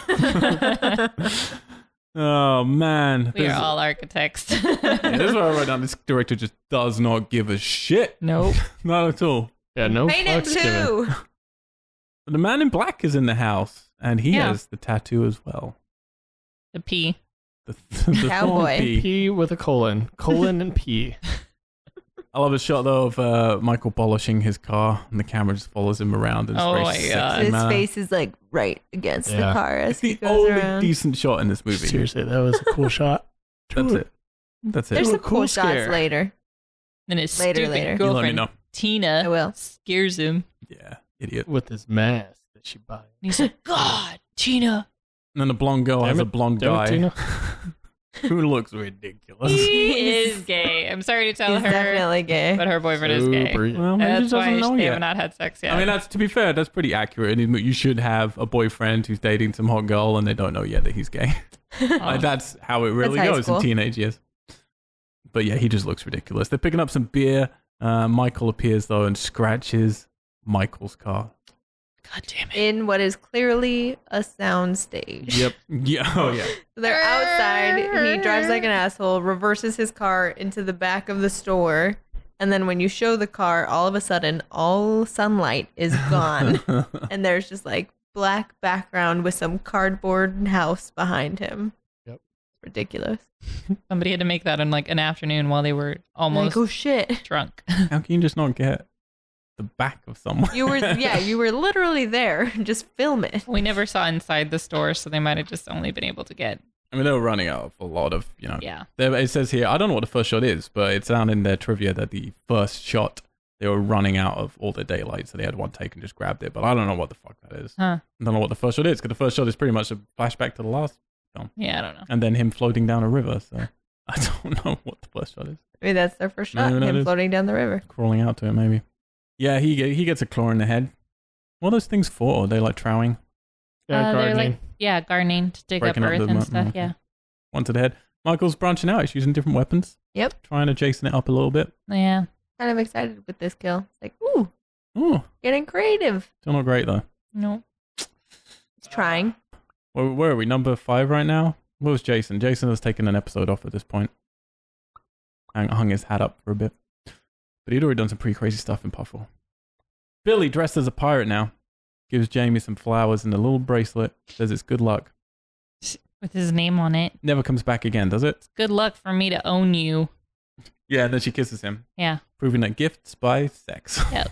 S1: Oh man,
S3: are
S1: this,
S3: (laughs) all architects.
S1: yeah, (laughs) this is what I wrote down. This director just does not give a shit,
S3: (laughs) nope.
S1: not at all.
S2: Yeah, no
S4: Paint it
S2: fucks given.
S4: too.
S1: The man in black is in the house, and he
S3: Yeah.
S1: has the tattoo as well.
S3: The P.
S1: The, (laughs) the
S3: (laughs)
S1: thorn
S4: Cowboy.
S1: pea.
S2: P with a colon. Colon and
S4: (laughs)
S2: P.
S1: I love a shot though of uh, Michael polishing his car, and the camera just follows him around. And it's
S3: Oh
S1: very
S3: my
S1: sexy
S3: God.
S4: His
S1: manner.
S4: face is like right against
S2: Yeah.
S4: the car as
S1: It's
S4: he
S1: the
S4: goes
S1: only
S4: around.
S1: decent shot in this movie.
S2: Seriously, that was a
S4: (laughs)
S2: cool shot.
S1: That's it. That's it.
S4: There's
S2: Ooh,
S4: some cool
S2: cool
S4: shots
S2: scare.
S4: later.
S3: Then his
S4: Later,
S3: stupid
S4: later. You let me
S1: you
S3: girlfriend
S1: let me know.
S3: Tina
S4: I will.
S3: scares him.
S1: Yeah, idiot.
S2: With this mask that she buys.
S3: And he's like, God, Tina.
S1: And then the blonde girl
S2: Damn
S1: has
S2: it.
S1: a blonde
S2: Damn it,
S1: guy
S2: Tina.
S1: (laughs) who looks ridiculous.
S3: (laughs) He is gay. I'm sorry to tell
S4: He's
S3: her,
S4: definitely gay. Uh,
S3: but her boyfriend is gay.
S2: Super.
S1: well, maybe she
S3: That's why
S1: doesn't know
S3: they
S1: yet.
S3: have not had sex yet.
S1: I mean, that's to be fair. That's pretty accurate. You should have a boyfriend who's dating some hot girl, and they don't know yet that he's gay.
S3: Uh,
S1: Like, that's how it really
S4: high
S1: goes
S4: school.
S1: in teenage years. But yeah, he just looks ridiculous. They're picking up some beer. Uh, Michael appears though and scratches Michael's car.
S3: God damn it.
S4: in what is clearly a sound stage.
S1: Yep. Yeah. (laughs) Oh yeah.
S4: So they're outside. He drives like an asshole, reverses his car into the back of the store. And then when you show the car, all of a sudden, all sunlight is
S1: (laughs)
S4: gone. and there's just like black background with some cardboard house behind him.
S2: Yep.
S4: Ridiculous.
S3: Somebody had to make that in like an afternoon while they were almost
S4: Like, oh shit.
S3: drunk. (laughs)
S1: How can you just not get the back of someone?
S4: You were, yeah, you were literally there. (laughs) Just film it.
S3: we never saw inside the store, so they might have just only been able to get.
S1: I mean, they were running out of a lot of you know.
S3: Yeah.
S1: There, it says here, I don't know what the first shot is, but it's down in their trivia that the first shot they were running out of all the daylight, so they had one take and just grabbed it. But I don't know what the fuck that is.
S3: Huh.
S1: I don't know what the first shot is because the first shot is pretty much a flashback to the last,
S3: Yeah, I don't know.
S1: and then him floating down a river. So (laughs) I don't know what the first shot is.
S4: I mean, that's their first
S1: Maybe
S4: shot.
S1: that
S4: Him
S1: is-
S4: floating down the river.
S1: Crawling out to it, maybe. Yeah, he ge- he gets a claw in the head. What are those things for? Are they like trowing?
S2: Yeah,
S3: Uh, they're
S2: gardening.
S3: like yeah, gardening to dig
S1: Breaking
S3: up
S1: up
S3: earth
S1: the mm-hmm.
S3: and
S1: mo-
S3: stuff.
S1: okay.
S3: Yeah,
S1: One to the head. Michael's branching out. He's using different weapons.
S4: Yep.
S1: Trying to jason it up a little bit.
S3: yeah.
S4: Kind of excited with this kill. It's like, ooh,
S1: Oh,
S4: getting creative.
S1: still not great though.
S3: No,
S4: He's trying.
S1: Where, where are we? Number five right now. What was Jason? Jason has taken an episode off at this point. And hung his hat up for a bit. But he'd already done some pretty crazy stuff in Puffle. Billy, dressed as a pirate now, gives Jamie some flowers and a little bracelet. Says it's good luck.
S3: with his name on it.
S1: Never comes back again, does it?
S3: Good luck for me to own you.
S1: Yeah, and then she kisses him.
S3: Yeah.
S1: Proving that gifts buy sex. (laughs)
S3: Yep.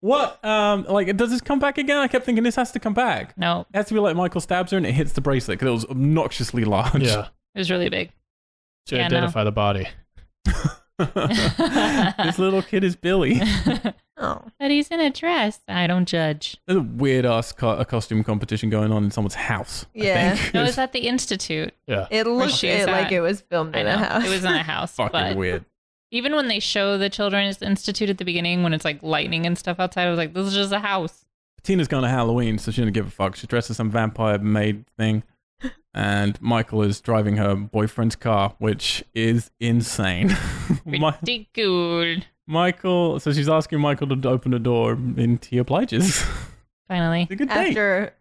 S1: what? Um, like, does this come back again? I kept thinking this has to come back.
S3: No,
S1: It has to be like Michael stabs her and it hits the bracelet because it was obnoxiously large.
S2: Yeah.
S3: it was really big. (laughs)
S2: To
S3: Yeah, no.
S2: identify the body.
S1: (laughs) this little kid is Billy.
S3: but
S4: Oh,
S3: he's in a dress. I don't judge.
S1: (laughs) There's a weird ass co- a costume competition going on in someone's house. I
S4: Yeah.
S1: think.
S3: No, it
S1: It's
S3: was at the institute.
S2: Yeah.
S4: it looks
S3: she is
S4: it like
S3: at.
S4: it was filmed
S3: I
S4: in
S3: know
S4: a house.
S3: it was in a house,
S1: (laughs) fucking
S3: but
S1: weird.
S3: even when they show the children's institute at the beginning, when it's like lightning and stuff outside, I was like, this is just a house.
S1: Tina's going to Halloween, so she didn't give a fuck. She dresses some vampire maid thing, and Michael is driving her boyfriend's car, which is (laughs) insane. My-
S3: Pretty cool.
S1: Michael, so she's asking Michael to open the door, and he obliges.
S3: Finally,
S1: (laughs) it's a good date.
S4: After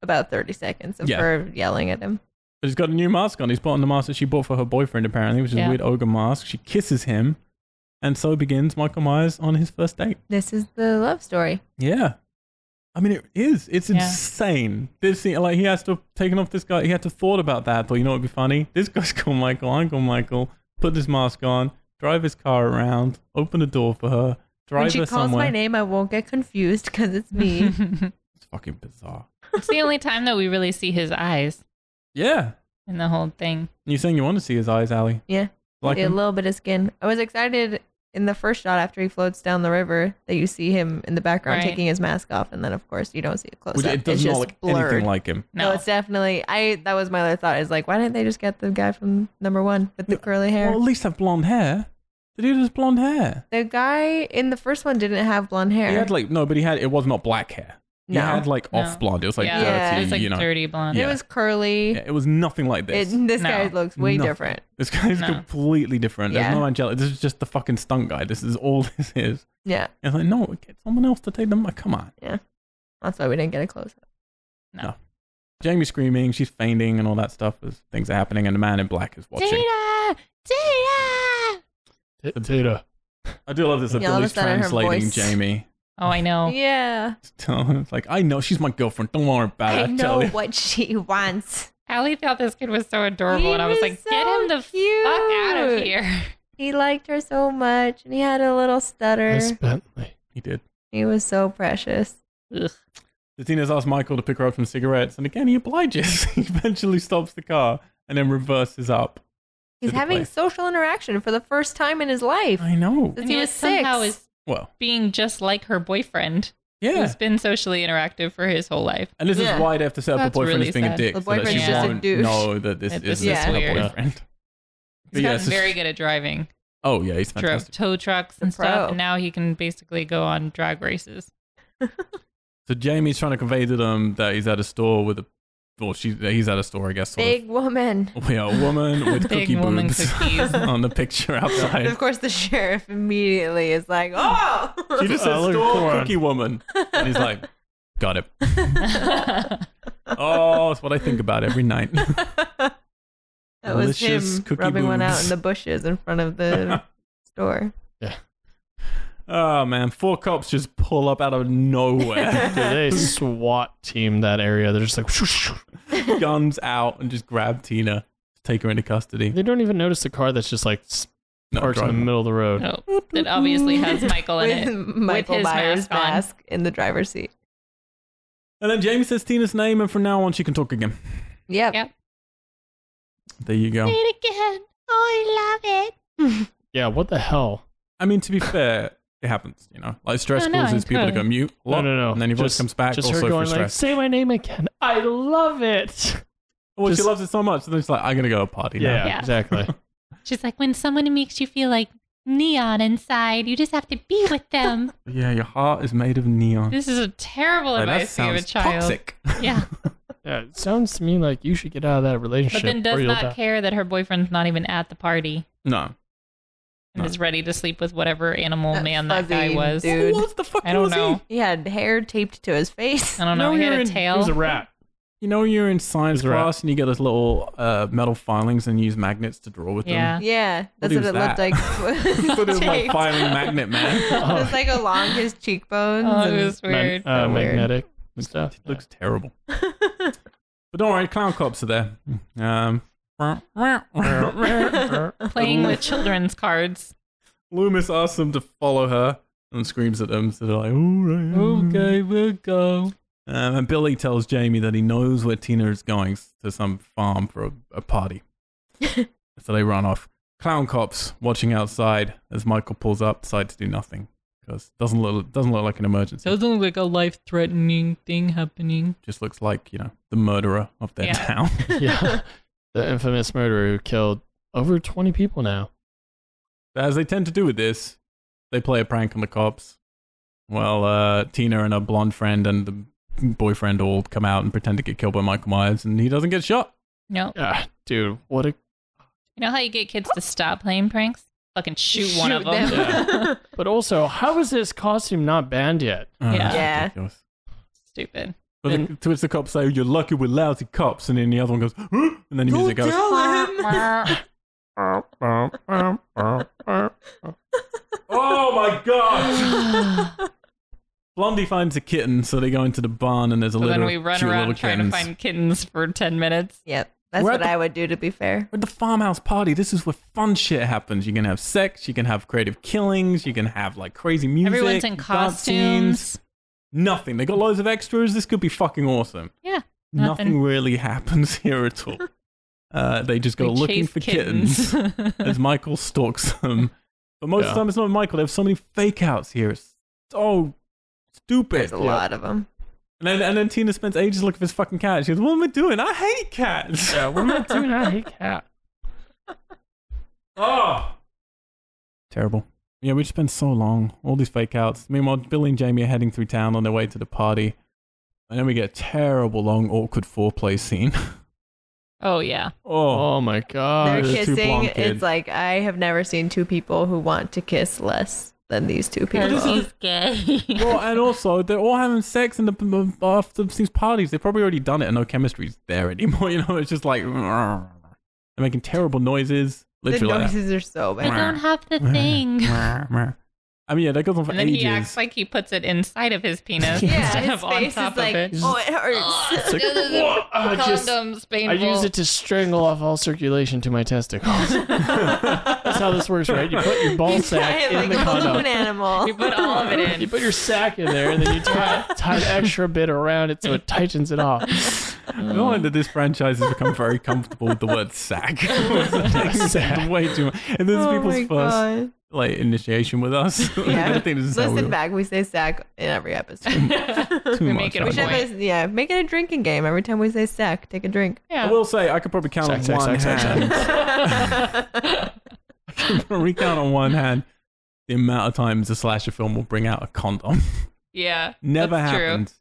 S4: about 30 seconds of
S1: Yeah.
S4: her yelling at him.
S1: But she's got a new mask on. He's put on the mask that she bought for her boyfriend, apparently, which is a
S3: Yeah.
S1: weird ogre mask. She kisses him, and so begins Michael Myers on his first date.
S4: This is the love story.
S1: Yeah. I mean, it is. It's
S3: Yeah.
S1: insane. This scene, like, he has to have taken off this guy. He had to have thought about that. Thought, you know what would be funny? This guy's (laughs) called Michael. I'm called Michael. Put this mask on, drive his car around, open the door for her, drive
S4: when she
S1: her
S4: calls
S1: somewhere.
S4: my name, I won't get confused because it's me.
S1: (laughs)
S3: (laughs)
S1: It's fucking bizarre.
S3: it's the only time that we really see his eyes
S1: Yeah.
S3: in the whole thing.
S1: You're saying you want to see his eyes, Ali?
S4: Yeah.
S1: Like
S4: a
S1: him?
S4: little bit of skin. I was excited in the first shot after he floats down the river that you see him in the background
S3: Right.
S4: taking his mask off, and then of course you don't see it close
S1: Which-
S4: up.
S1: it does
S4: it's
S1: not
S4: just
S1: look
S4: blurred.
S1: anything like him.
S4: no.
S3: No,
S4: it's definitely. I that was my other thought is like, why didn't they just get the guy from number one with the
S1: Yeah.
S4: curly hair?
S1: Well, at least have blonde hair. The dude has blonde hair.
S4: the guy in the first one didn't have blonde hair.
S1: He had like no, but he had it was not black hair. He
S4: no,
S1: had like
S3: No.
S1: off blonde. It was like
S3: Yeah.
S4: Yeah.
S1: dirty,
S3: it's like
S1: you know.
S3: dirty blonde.
S4: it
S1: yeah.
S4: was curly.
S1: Yeah, it was nothing like
S4: It-
S1: this.
S4: (laughs) this
S3: No.
S4: guy looks way
S1: Nothing.
S4: different.
S1: This guy's
S3: No.
S1: completely different.
S4: Yeah.
S1: There's no angelic. This is just the fucking stunt guy. This is all (laughs) this is.
S4: Yeah,
S1: And it's like, no, get someone else to take them. Like, come on.
S4: that's why we didn't get a close up.
S1: Jamie's screaming, she's fainting, and all that stuff as things are happening, and the man in black is watching.
S3: Data, data.
S2: T- Tata.
S1: I do love this. that
S4: Yeah, all of a
S1: Billy's
S4: sudden her
S1: translating
S4: voice-
S1: Jamie. (laughs)
S3: Oh, I know.
S4: Yeah,
S1: it's like, I know she's my girlfriend. Don't worry about it.
S4: I
S1: I tell
S4: know
S1: you.
S4: what she (laughs) wants.
S3: Allie thought this kid was so adorable,
S4: He
S3: and I was
S4: was
S3: like, "Get him
S4: so
S3: the fuck out of
S4: cute.
S3: here!"
S4: He liked her so much, and he had a little stutter.
S2: Miss Bentley.
S1: He did.
S4: He was so precious.
S3: Ugh.
S1: Latina's asked Michael to pick her up some cigarettes, and again, he obliges. (laughs) he eventually stops the car and then reverses up.
S4: He's
S1: Did it
S4: having
S1: play?
S4: social interaction for the first time in his life
S1: I know.
S4: since
S3: And
S4: he
S3: yet
S4: was six.
S3: somehow is
S1: Well,
S3: being just like her boyfriend,
S1: yeah.
S3: who's been socially interactive for his whole life.
S1: And this
S4: Yeah.
S1: is why they have to set up a
S3: That's
S1: boyfriend
S3: really
S1: as being a
S3: sad.
S1: dick.
S4: The
S1: so that she
S3: boyfriend's just a
S1: won't
S4: douche.
S1: know that this
S3: That this
S1: is
S4: is
S1: her
S3: weird. (laughs)
S1: boyfriend. But
S3: He's
S1: yeah,
S3: gotten
S1: so she-
S3: very good at driving.
S1: Oh yeah, he's
S3: Drove
S1: fantastic.
S3: tow trucks
S4: The
S3: and
S4: pro.
S3: stuff, and now he can basically go on drag races.
S1: So Jamie's trying to convey to them that he's at a store with a, well, she's he's at a store, I guess. Sort
S4: Big woman.
S1: Of. We are a woman with
S3: (laughs)
S1: (laughs)
S3: Big
S1: cookie
S3: woman
S1: boobs (laughs)
S3: cookies.
S1: on the picture
S4: And of
S1: outside.
S4: course, the sheriff immediately is like, "Oh,
S1: She just says
S2: Oh, look,
S1: store
S2: porn.
S4: (laughs)
S1: cookie woman, and he's like, Got it. Oh, that's what I think about every
S3: (laughs)
S1: night.
S4: (laughs) that was him
S1: Delicious cookie
S4: rubbing one out
S1: boobs.
S4: in the bushes in front
S1: (laughs)
S4: of the store.
S1: Oh man, four cops just pull up out of nowhere,
S2: (laughs) (laughs) Yeah, they SWAT team that area. They're just like, (laughs)
S1: guns out, and just grab Tina, take her into custody.
S2: they don't even notice the car that's just like s-
S1: No,
S2: parked in the
S1: drive.
S2: middle of the road.
S3: No, it obviously
S4: (laughs)
S3: has Michael
S1: (laughs)
S3: in it.
S4: With Michael
S3: his
S4: Myers
S3: mask on.
S4: mask in the driver's seat.
S1: And then Jamie says Tina's name, and from now on she can talk again.
S4: Yep.
S3: Yep.
S1: There you go.
S3: it again. Oh, I love it.
S2: Yeah, what the hell?
S1: I mean, to be fair, it happens. You know, like stress
S3: No, no,
S1: causes people to go
S3: totally.
S1: mute. a
S2: No,
S1: lot,
S2: no, no.
S1: And then your voice
S2: Just-
S1: comes back.
S2: Just
S1: also
S2: her going
S1: for
S2: like,
S1: stress.
S2: "Say my name again." I love it.
S1: well, she
S2: just-
S1: loves it so much, and then she's like, "I'm gonna go to a party." now."
S2: Yeah,
S3: Yeah.
S2: (laughs) exactly.
S3: She's like, when someone makes you feel like neon inside, you just have to be with
S1: (laughs)
S3: them.
S1: Yeah, your heart is made of neon.
S3: this is a terrible
S1: Like, that
S3: advice to give a
S1: sounds
S3: child.
S1: toxic.
S3: (laughs)
S1: (laughs)
S3: Yeah.
S2: yeah, it sounds to me like you should get out of that relationship.
S3: But then does
S2: or you'll
S3: not
S2: die.
S3: care that her boyfriend's not even at the party
S1: No.
S3: and
S1: No.
S3: is ready to sleep with whatever animal
S4: That
S3: man that
S4: fuzzy
S3: guy was.
S4: dude.
S1: What the fuck
S3: I don't
S1: was he?
S3: know.
S4: He had hair taped to his face.
S3: I don't know.
S2: No,
S3: he
S2: you're
S3: had a
S2: in-
S3: tail.
S2: He was a rat.
S1: You know, you're in science
S2: He's a rat.
S1: class and you get those little uh, metal filings and use magnets to draw with
S3: Yeah.
S1: (laughs) them.
S4: (laughs) Yeah, that's
S1: What
S4: what,
S1: is
S4: it
S1: that?
S4: looked
S1: (laughs)
S4: like.
S1: Yeah. it was like
S4: (laughs) Taped.
S1: filing magnet man.
S4: It
S1: (laughs)
S4: was like along his cheekbones.
S3: Oh,
S4: and-
S3: it was
S2: Mag-
S3: weird. (laughs)
S2: uh,
S4: So weird.
S2: magnetic and stuff.
S1: It looks terrible. But don't worry, clown cops are there. Um, (laughs)
S3: Playing with children's cards.
S1: Loomis asks them to follow her and screams at them. So they're like, all right, okay, we'll go. Um, and Billy tells Jamie that he knows where Tina is going s- to some farm for a, a party.
S3: (laughs)
S1: so they run off. Clown cops watching outside as Michael pulls up, decide to do nothing because doesn't look doesn't look like an emergency.
S3: doesn't look like a life threatening thing happening.
S1: Just looks like you know the murderer of their
S3: Yeah.
S1: town.
S2: yeah, (laughs) the infamous murderer who killed over twenty people now.
S1: As they tend to do with this, they play a prank on the cops. Well, uh, Tina and her blonde friend and the boyfriend all come out and pretend to get killed by Michael Myers, and he doesn't get shot.
S3: No.
S2: Ah, dude, what a
S3: You know how you get kids to stop playing pranks? Fucking shoot, one of them.
S4: them.
S2: But also, how is this costume not banned yet?
S1: Oh,
S3: Yeah.
S1: that's
S4: Yeah.
S1: ridiculous.
S3: (laughs) (sighs) Stupid.
S1: But the,
S2: And-
S1: to which the cops say, "You're lucky we're lousy cops," and then the other one goes, "Huh?" and then the music goes. Oh my god!
S3: so
S1: Blondie finds a kitten, so they go into the barn, and there's a little
S3: then we run
S1: cute little
S3: around trying
S1: kittens.
S3: to find kittens for 10 minutes.
S4: (laughs) Yep, that's
S1: We're at
S4: what
S1: the-
S4: I would do. To be fair,
S1: We're at the farmhouse party. This is where fun shit happens. You can have sex. You can have creative killings. You can have like crazy music.
S3: Everyone's in
S1: dance scenes.
S3: costumes.
S1: Nothing. They got loads of extras. This could be fucking awesome.
S3: Yeah.
S1: Nothing,
S3: Nothing.
S1: really (laughs) happens here at all. Uh, they just go
S3: They
S1: looking
S3: chase
S1: for kittens,
S3: (laughs)
S1: as Michael stalks them. But most of
S2: Yeah.
S1: the time, it's not Michael. They have so many fake outs here. It's so stupid.
S4: there's a lot of them.
S1: And then, and then Tina spends ages looking for this fucking cat. She goes, What am I doing? I hate cats.
S2: Yeah, what
S1: (laughs)
S2: am I doing? I hate cat.
S1: Oh. Terrible. Yeah, we spent so long. All these fake outs. Meanwhile, Billy and Jamie are heading through town on their way to the party. And then we get a terrible, long, awkward foreplay scene. (laughs)
S3: oh, (laughs) yeah.
S1: Oh.
S2: Oh my
S4: They're
S2: god.
S1: there's two blonde
S4: kissing.
S1: kids.
S4: It's like I have never seen two people who want to kiss less than these two people.
S3: gay.
S1: Well, and also, they're all having sex in the after these parties. They've probably already done it and no chemistry's there anymore. (laughs) You know, it's just like. They're making terrible noises.
S4: the
S1: Literally. like
S4: noises are
S3: (laughs)
S4: so
S3: I
S4: bad.
S3: don't have
S1: (sighs)
S3: the
S1: that.
S3: thing.
S1: I mean, yeah, that goes on for
S3: And then
S1: ages.
S3: he acts like he puts it inside of his
S1: (laughs)
S3: penis
S4: Yeah,
S3: instead
S4: his
S3: of on
S4: face
S3: top (laughs)
S4: is like,
S3: of it.
S4: oh, it hurts.
S3: Ugh, (laughs)
S4: (laughs)
S2: "Whoa, Oh, I just-
S3: condoms
S2: I
S3: painful.
S2: use it to strangle off all circulation to my
S1: (laughs)
S2: testicles. That's how this works, right? You put your ball
S4: (laughs) You tie
S2: sack
S4: it
S2: in
S4: like
S2: the
S4: a
S2: condom.
S4: balloon animal.
S3: You put
S1: (laughs)
S3: all of it in.
S2: You put your sack in there, and then you tie, tie an extra bit around it so it tightens it
S4: (laughs)
S2: off.
S1: No wonder this franchise has become very comfortable with the word
S4: (laughs)
S1: sack. (laughs)
S2: Sack.
S1: Way too much. And this is
S4: Oh
S1: people's
S4: my
S1: first
S4: God.
S1: like initiation with us. (laughs)
S4: Yeah.
S1: I think this is how we
S4: Listen
S1: were.
S4: back, we say sack in every
S1: (laughs)
S4: episode.
S1: Too
S3: we
S1: much,
S3: make it
S1: I
S3: a
S4: we
S1: think.
S4: should
S3: point.
S4: have a, yeah, make it a drinking game. Every time we say sack, take a drink.
S1: I
S3: Yeah.
S1: will say I could probably count
S2: Sack,
S1: on
S2: sack,
S1: one
S2: sack, sack,
S1: hand. (laughs) Recount on one hand the amount of times a slasher film will bring out a condom. (laughs)
S3: yeah.
S1: Never
S3: that's true.
S1: happened.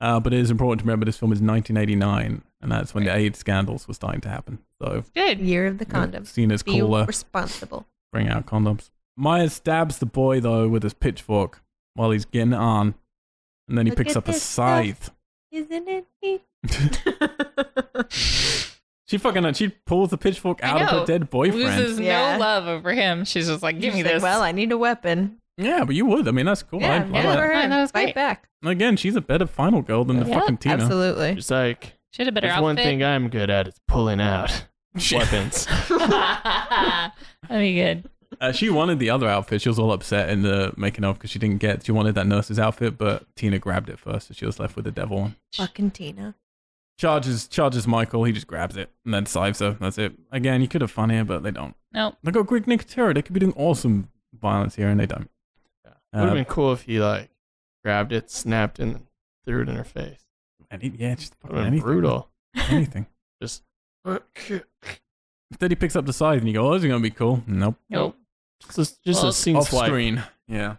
S1: Uh, but it is important to remember this film is 1989, and that's when the AIDS scandals were starting to happen. So
S3: Good.
S4: (laughs) Year of the condom.
S1: seen as
S4: Be
S1: cooler.
S4: responsible.
S1: Bring out condoms. Myers stabs the boy though with his pitchfork while he's getting it on. And then he
S4: Look
S1: picks
S4: at
S1: up a
S4: this stuff.
S1: scythe.
S4: Isn't it neat?
S1: (laughs) She fucking uh, she pulls the pitchfork
S3: I
S1: out of her
S3: know.
S1: dead boyfriend.
S3: Loses no
S4: Yeah.
S3: love over him. She's just like, give
S4: She's
S3: me
S4: like,
S3: this.
S4: well, I need a weapon.
S1: Yeah, but you would. I mean, that's cool.
S4: yeah,
S1: I, I
S4: good
S1: like
S3: yeah.
S4: for her.
S3: I thought it was
S4: Fight
S3: great.
S4: back.
S1: that. Again, she's a better final girl than the
S3: Yeah,
S1: fucking Tina.
S4: Absolutely.
S2: It's like
S3: she had a better
S2: there's
S3: outfit.
S2: one thing I'm good at is pulling
S1: (laughs)
S2: out
S1: (laughs) She,
S3: (laughs)
S2: weapons.
S3: That'd be good.
S1: uh, she wanted the other outfit. She was all upset in the making of because she didn't get. She wanted that nurse's outfit, but Tina grabbed it first, so she was left with the devil one.
S4: Fucking (laughs) Tina.
S1: Charges charges Michael. He just grabs it and then sives her. That's it. Again, you could have fun here, but they don't.
S3: Nope.
S1: They got Greek Nicotero. They could be doing awesome violence here, and they don't.
S2: Would have
S1: Uh,
S2: been cool if he like grabbed it, snapped it, and threw it in her face.
S1: Any, yeah, just
S2: Would
S1: fucking
S2: have been
S1: anything.
S2: brutal.
S1: (laughs) Anything.
S2: Just
S1: Then he picks up the scythe and you go, "Oh, this is gonna be cool." Nope.
S2: nope. Just, just
S3: Well,
S2: a scene
S1: off
S2: swipe.
S1: screen. Yeah.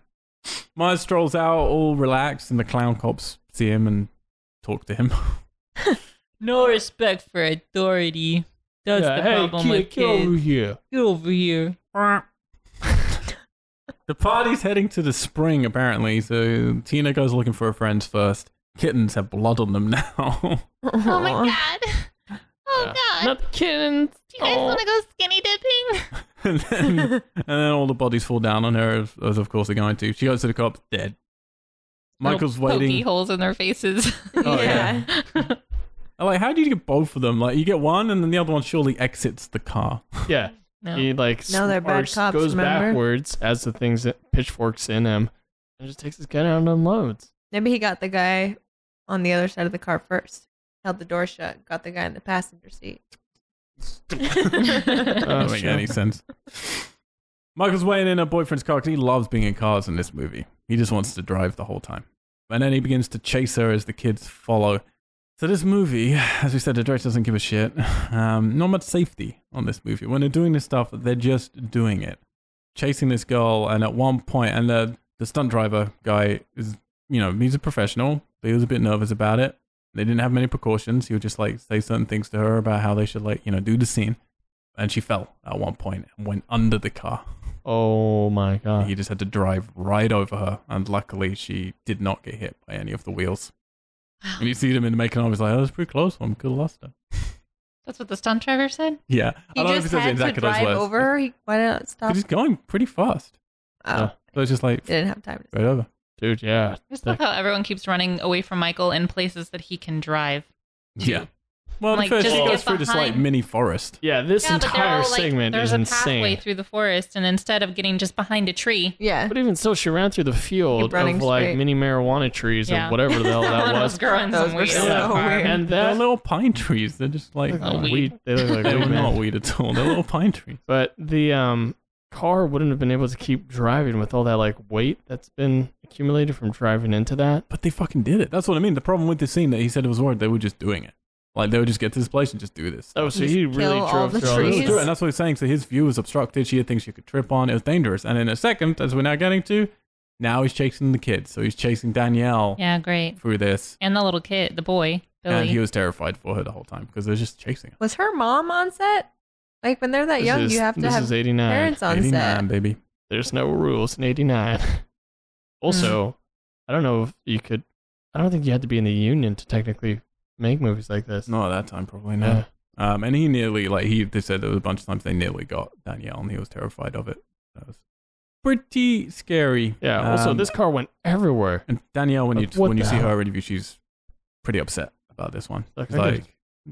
S1: Myers strolls out all relaxed, and the clown cops see him and talk to him.
S3: No respect for authority. That's
S2: Yeah,
S3: the
S2: hey,
S3: problem
S2: kid,
S3: with
S2: get over
S3: kids.
S2: here.
S3: Get over here.
S1: the party's heading to the spring, apparently, so Tina goes looking for her friends first. Kittens have blood on them now. (laughs)
S3: Oh my god. (laughs) Oh
S2: Yeah.
S3: god.
S2: Not the kittens.
S3: Do you guys
S2: Oh.
S3: want to go skinny dipping?
S1: and, then, and then all the bodies fall down on her, as, as of course they're going to. She goes to the cops, dead. (laughs) Michael's
S3: Little
S1: waiting.
S3: Pokey holes in their faces. (laughs)
S1: Oh,
S4: yeah.
S1: I'm Like, how do you get both of them? Like, you get one, and then the other one surely exits the car.
S3: (laughs)
S2: Yeah.
S3: no.
S2: He like
S4: No, they're bad
S2: smarts-
S4: cops,
S2: goes
S4: remember?
S2: backwards as the things that pitchforks in him, and just takes his gun out and unloads.
S4: Maybe he got the guy on the other side of the car first. Held the door shut. Got the guy in the passenger seat.
S1: Doesn't make
S2: sure.
S1: any sense. (laughs) Michael's weighing in her boyfriend's car because he loves being in cars in this movie. He just wants to drive the whole time. And then he begins to chase her as the kids follow. So this movie, as we said, the director doesn't give a shit. (sighs) Um, not much safety on this movie. When they're doing this stuff, they're just doing it. Chasing this girl, and at one point, and the, the stunt driver guy is, you know, he's a professional, but he was a bit nervous about it. They didn't have many precautions. He would just like say certain things to her about how they should like, you know, do the scene and she fell at one point and went under the car.
S2: Oh my god.
S1: He just had to drive right over her, and luckily she did not get hit by any of the wheels. And you see them in the making of, it's like, oh, that's pretty close one. Could have lost her.
S3: That's what the stunt driver said?
S1: Yeah.
S4: He just
S1: it
S4: had to drive over. her. He, why not
S1: But
S4: stop?
S1: he's going pretty fast.
S4: Oh,
S1: So it's just like,
S4: didn't have time to.
S1: right over.
S2: Dude, yeah.
S3: I just love how everyone keeps running away from Michael in places that he can drive.
S1: Yeah. Well,
S3: Like,
S1: first
S3: just
S1: she
S3: get
S1: goes through this like
S3: behind-
S1: mini forest.
S2: Yeah, this
S3: yeah, but they're
S2: entire
S3: all, like,
S2: segment
S3: there's
S2: is
S3: a pathway
S2: insane.
S3: through the forest, and instead of getting just behind a tree,
S4: Yeah.
S2: But even so, she ran through the field
S4: running
S2: of like
S4: straight.
S2: mini marijuana trees
S3: Yeah.
S2: or whatever the
S3: (laughs)
S2: hell that
S3: someone
S2: was.
S3: growing
S4: Those
S3: some
S4: were
S3: weed.
S4: so
S3: on the farm.
S4: weird.
S2: And
S1: They're
S2: that
S1: little pine trees. They're just like,
S2: They look like
S3: weed.
S2: weed. They look like
S1: they were
S2: weed,
S1: not
S2: man.
S1: weed at all. They're little pine trees.
S2: But the um car wouldn't have been able to keep driving with all that like weight that's been accumulated from driving into that.
S1: But they fucking did it. That's what I mean. The problem with this scene that he said it was worried, they were just doing it. Like they would just get to this place and just do this.
S2: Oh, so
S4: Just
S2: he
S4: kill
S2: really
S4: all
S2: drove
S4: the
S2: through
S1: It
S2: all those
S1: was
S4: trees.
S1: true, and that's what he's saying. So his view was obstructed. She had things she could trip on. It was dangerous. And in a second, as we're now getting to, now he's chasing the kids. So he's chasing Danielle
S3: Yeah, great.
S1: through this,
S3: And the little kid, the boy,
S1: and
S3: Billy.
S1: he was terrified for her the whole time because they're just chasing her.
S4: Was her mom on set? Like when they're that
S2: This
S4: young,
S2: is-
S4: you have to
S2: this
S4: have
S2: is 89.
S4: parents on
S1: 89,
S4: set.
S1: baby.
S2: There's no rules in 89. (laughs) also,
S4: Hmm.
S2: I don't know if you could I don't think you had to be in the union to technically make movies like this.
S1: Not at that time, probably
S2: Yeah.
S1: no. Um, and he nearly like he they said there was a bunch of times they nearly got Danielle, and he was terrified of it. That was pretty scary.
S2: Yeah. Also,
S1: Um,
S2: this car went everywhere.
S1: And Danielle, when you
S2: Like, what
S1: when you
S2: the
S1: see her
S2: hell?
S1: interview, she's pretty upset about this one.
S2: Like,
S1: It's
S2: I
S1: like
S2: could've-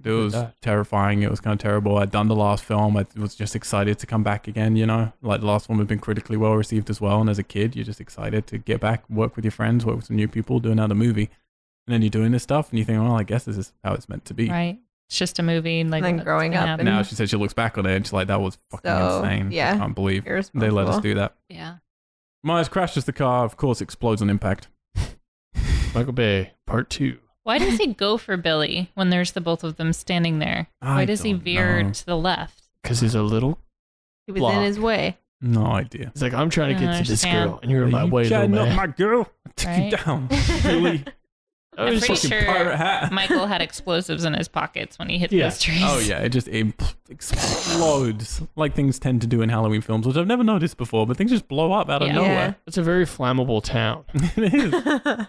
S1: it was
S2: died.
S1: terrifying. It was kind of terrible. I'd done the last film. I was just excited to come back again. You know, like the last one had been critically well received as well. And as a kid, you're just excited to get back, work with your friends, work with some new people, do another movie. And then you're doing this stuff, and you think, well, I guess this is how it's meant to be.
S3: right. It's just a movie. And, like,
S4: And then
S3: that's
S4: growing
S3: gonna
S4: up
S3: happen.
S4: and-
S1: Now she said she looks back on it, and she's like, that was fucking
S4: So,
S1: insane. I
S4: yeah.
S1: can't believe
S4: Irresponsible.
S1: they let us do that.
S3: Yeah.
S1: Myers crashes the car. Of course, explodes on impact.
S2: Michael Bay Part Two.
S3: Why does he go for Billy when there's the both of them standing there? Why
S1: I
S3: does he
S1: don't
S3: veer
S1: know.
S3: to the left?
S2: Because he's a little.
S4: He was
S2: Block.
S4: in his way.
S1: No idea.
S2: He's like, I'm trying to
S3: I
S2: get to this
S3: understand.
S2: girl, and you're in
S1: Are
S2: my
S1: you
S2: way, little
S1: chatting up
S2: man.
S1: my girl. (laughs) I took you
S3: Right? (laughs)
S1: down. Really?
S2: I
S3: I'm
S2: was
S3: pretty
S2: just-
S3: sure
S1: pirate hat.
S3: Michael had explosives in his pockets when he hit
S2: Yeah.
S3: those trees.
S1: Oh yeah, it just impl- explodes like things tend to do in Halloween films, which I've never noticed (laughs)
S3: (laughs)
S1: before. But things just blow up out of
S3: Yeah.
S1: nowhere. (laughs)
S2: It's a very flammable town.
S1: it is.
S4: Yeah.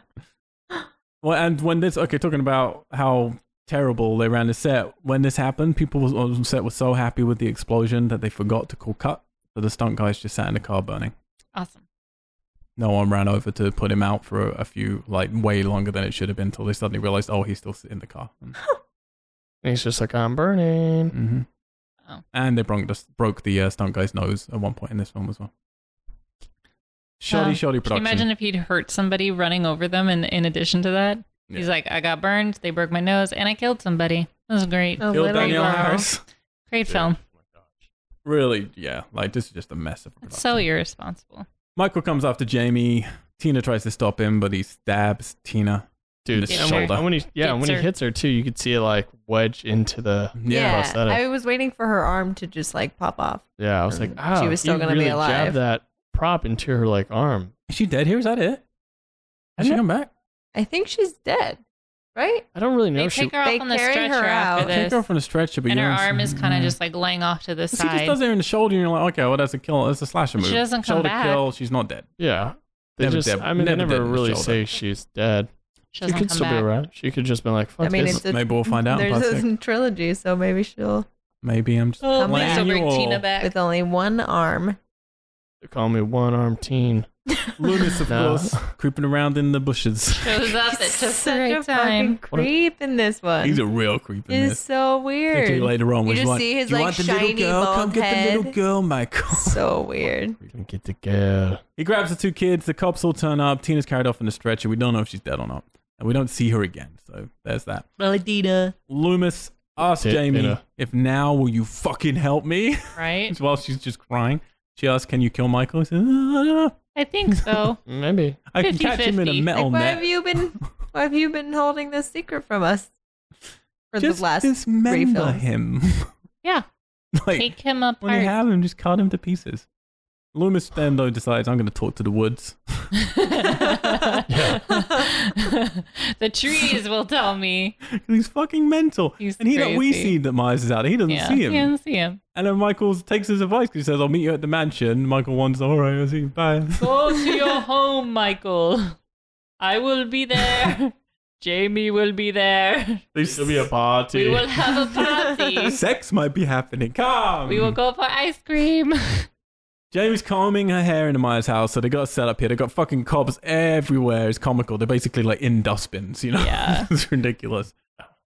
S1: Well, and when this okay, talking about how terrible they ran the set. When this happened, people was, on the set were so happy with the explosion that they forgot to call cut. So the stunt guys just sat in the car burning.
S3: (laughs) Awesome.
S1: No one ran over to put him out for a, a few, like way longer than it should have been, till they suddenly realized, oh, he's still in the car.
S2: And he's just like, I'm burning.
S1: Mm-hmm.
S3: Oh.
S1: And they broke the, broke the uh, stunt guy's nose at one point in this film as well. Shoddy, shoddy
S3: Wow. Can you
S1: production.
S3: imagine if he'd hurt somebody running over them? And in addition to that,
S1: Yeah.
S3: he's like, I got burned, they broke my nose, and I killed somebody. That was great.
S4: A
S1: Kill
S4: little
S1: Daniel
S4: girl.
S1: Harris. (laughs)
S3: Great film.
S1: Really, yeah. Like this is just a mess of a
S3: It's
S1: production.
S3: so irresponsible.
S1: Michael comes after Jamie. Tina tries to stop him, but he stabs Tina.
S2: Dude,
S1: His
S2: and when-
S1: shoulder.
S2: and when he yeah, and when he
S3: Hits her.
S2: hits her too, you could see it like wedge into the
S4: Yeah,
S2: Cross that out.
S4: I was waiting for her arm to just like pop off.
S2: yeah. I was like,
S1: She
S2: ah,
S4: was still
S2: he
S4: gonna be
S2: really
S4: alive.
S2: Jabbed that prop into her like arm.
S1: Is she dead here? Is that it? Has she
S2: Yeah.
S1: come back?
S4: I think she's dead, right?
S2: I don't really know.
S3: They
S2: if she,
S3: take her off
S4: they
S3: on the
S4: carried
S3: stretcher
S4: her
S3: after
S4: out.
S1: Take her
S3: this,
S1: off Mm-hmm. on a stretcher, but
S3: and
S1: you
S3: her
S1: don't-
S3: arm is kind of just like laying off to the
S1: She just
S3: side.
S1: does it in the shoulder, and you're like, okay, well that's a kill. That's a slasher
S3: But
S1: move.
S3: she doesn't come
S1: shoulder
S3: back.
S1: kill. She's not dead.
S2: yeah. They
S1: Never
S2: just,
S1: dab-
S2: I
S1: never
S2: mean, they never
S1: dabbed in the
S2: really
S1: shoulder.
S2: say she's dead.
S3: She
S2: She,
S3: doesn't
S2: could
S3: come
S2: still
S3: back.
S2: be around. She could just been like, fuck
S4: I mean,
S2: this.
S4: it's a,
S1: Maybe we'll find out. in
S4: There's
S1: part
S4: a
S1: six.
S4: (laughs) trilogy, so maybe she'll
S1: Maybe I'm
S3: (laughs)
S1: just.
S3: Oh,
S1: Wow.
S3: please don't bring
S1: Manual.
S3: Tina back.
S4: with only one arm.
S2: They call me one arm teen.
S1: Loomis, of
S2: No.
S1: course, creeping around in the bushes.
S3: (laughs) Shows up at just the
S4: Such a
S3: right
S4: fucking
S3: time.
S4: creep in this one.
S1: He's a (laughs) real creep in
S4: It's
S1: this.
S4: so
S1: Particularly
S4: weird.
S1: later on,
S4: You
S1: when she's
S4: just
S1: like,
S4: see his,
S1: "You
S4: like,
S1: want the
S4: shiny
S1: little girl?
S4: bald
S1: Come get the little
S4: head."
S1: girl, Michael." (laughs)
S4: So weird.
S2: Don't get the girl.
S1: He grabs the two kids. The cops all turn up. Tina's carried off in a stretcher. We don't know if she's dead or not, and we don't see her again. So there's that.
S3: Tina.
S1: Loomis asks
S2: Ti-
S1: Jamie,
S2: Tina.
S1: "If now, will you fucking help
S4: (laughs)
S1: me?"
S3: Right?
S1: While she's just crying, she asks, "Can you kill Michael?" He says, "Uh,
S3: I think
S4: (laughs)
S3: so.
S2: Maybe.
S1: "I can catch him in a
S3: 50-50.
S1: metal
S4: Like, why have
S1: net."
S4: you been? Why have you been holding this secret from us for
S1: Just
S4: the last?
S1: dismember
S4: films.
S1: him. (laughs)
S3: Yeah.
S1: like
S3: Take him apart.
S1: when you have him, just cut him to pieces. Loomis then though decides, "I'm going to talk to the woods."
S3: (laughs) the trees will tell me.
S1: He's fucking mental.
S3: He's
S1: and he that we
S3: crazy.
S1: see that Myers is out. He doesn't
S3: yeah.
S1: see him.
S3: You didn't see him.
S1: And then Michael takes his advice 'cause he says, I'll meet you at the mansion. Michael wants, all right, I'll see you. Bye.
S3: Go to
S4: (laughs)
S3: your home, Michael. I will be there. Jamie will be there.
S1: There's
S2: party.
S3: We will have
S4: (laughs)
S3: a
S1: (laughs)
S3: party.
S1: Sex might be happening. Come.
S3: we will go for ice cream. (laughs)
S1: Jamie's combing her hair in the Myers house, so they got set up here. They got fucking cobs everywhere. It's comical. They're basically like in dustbins, you know?
S3: Yeah.
S1: (laughs) it's ridiculous.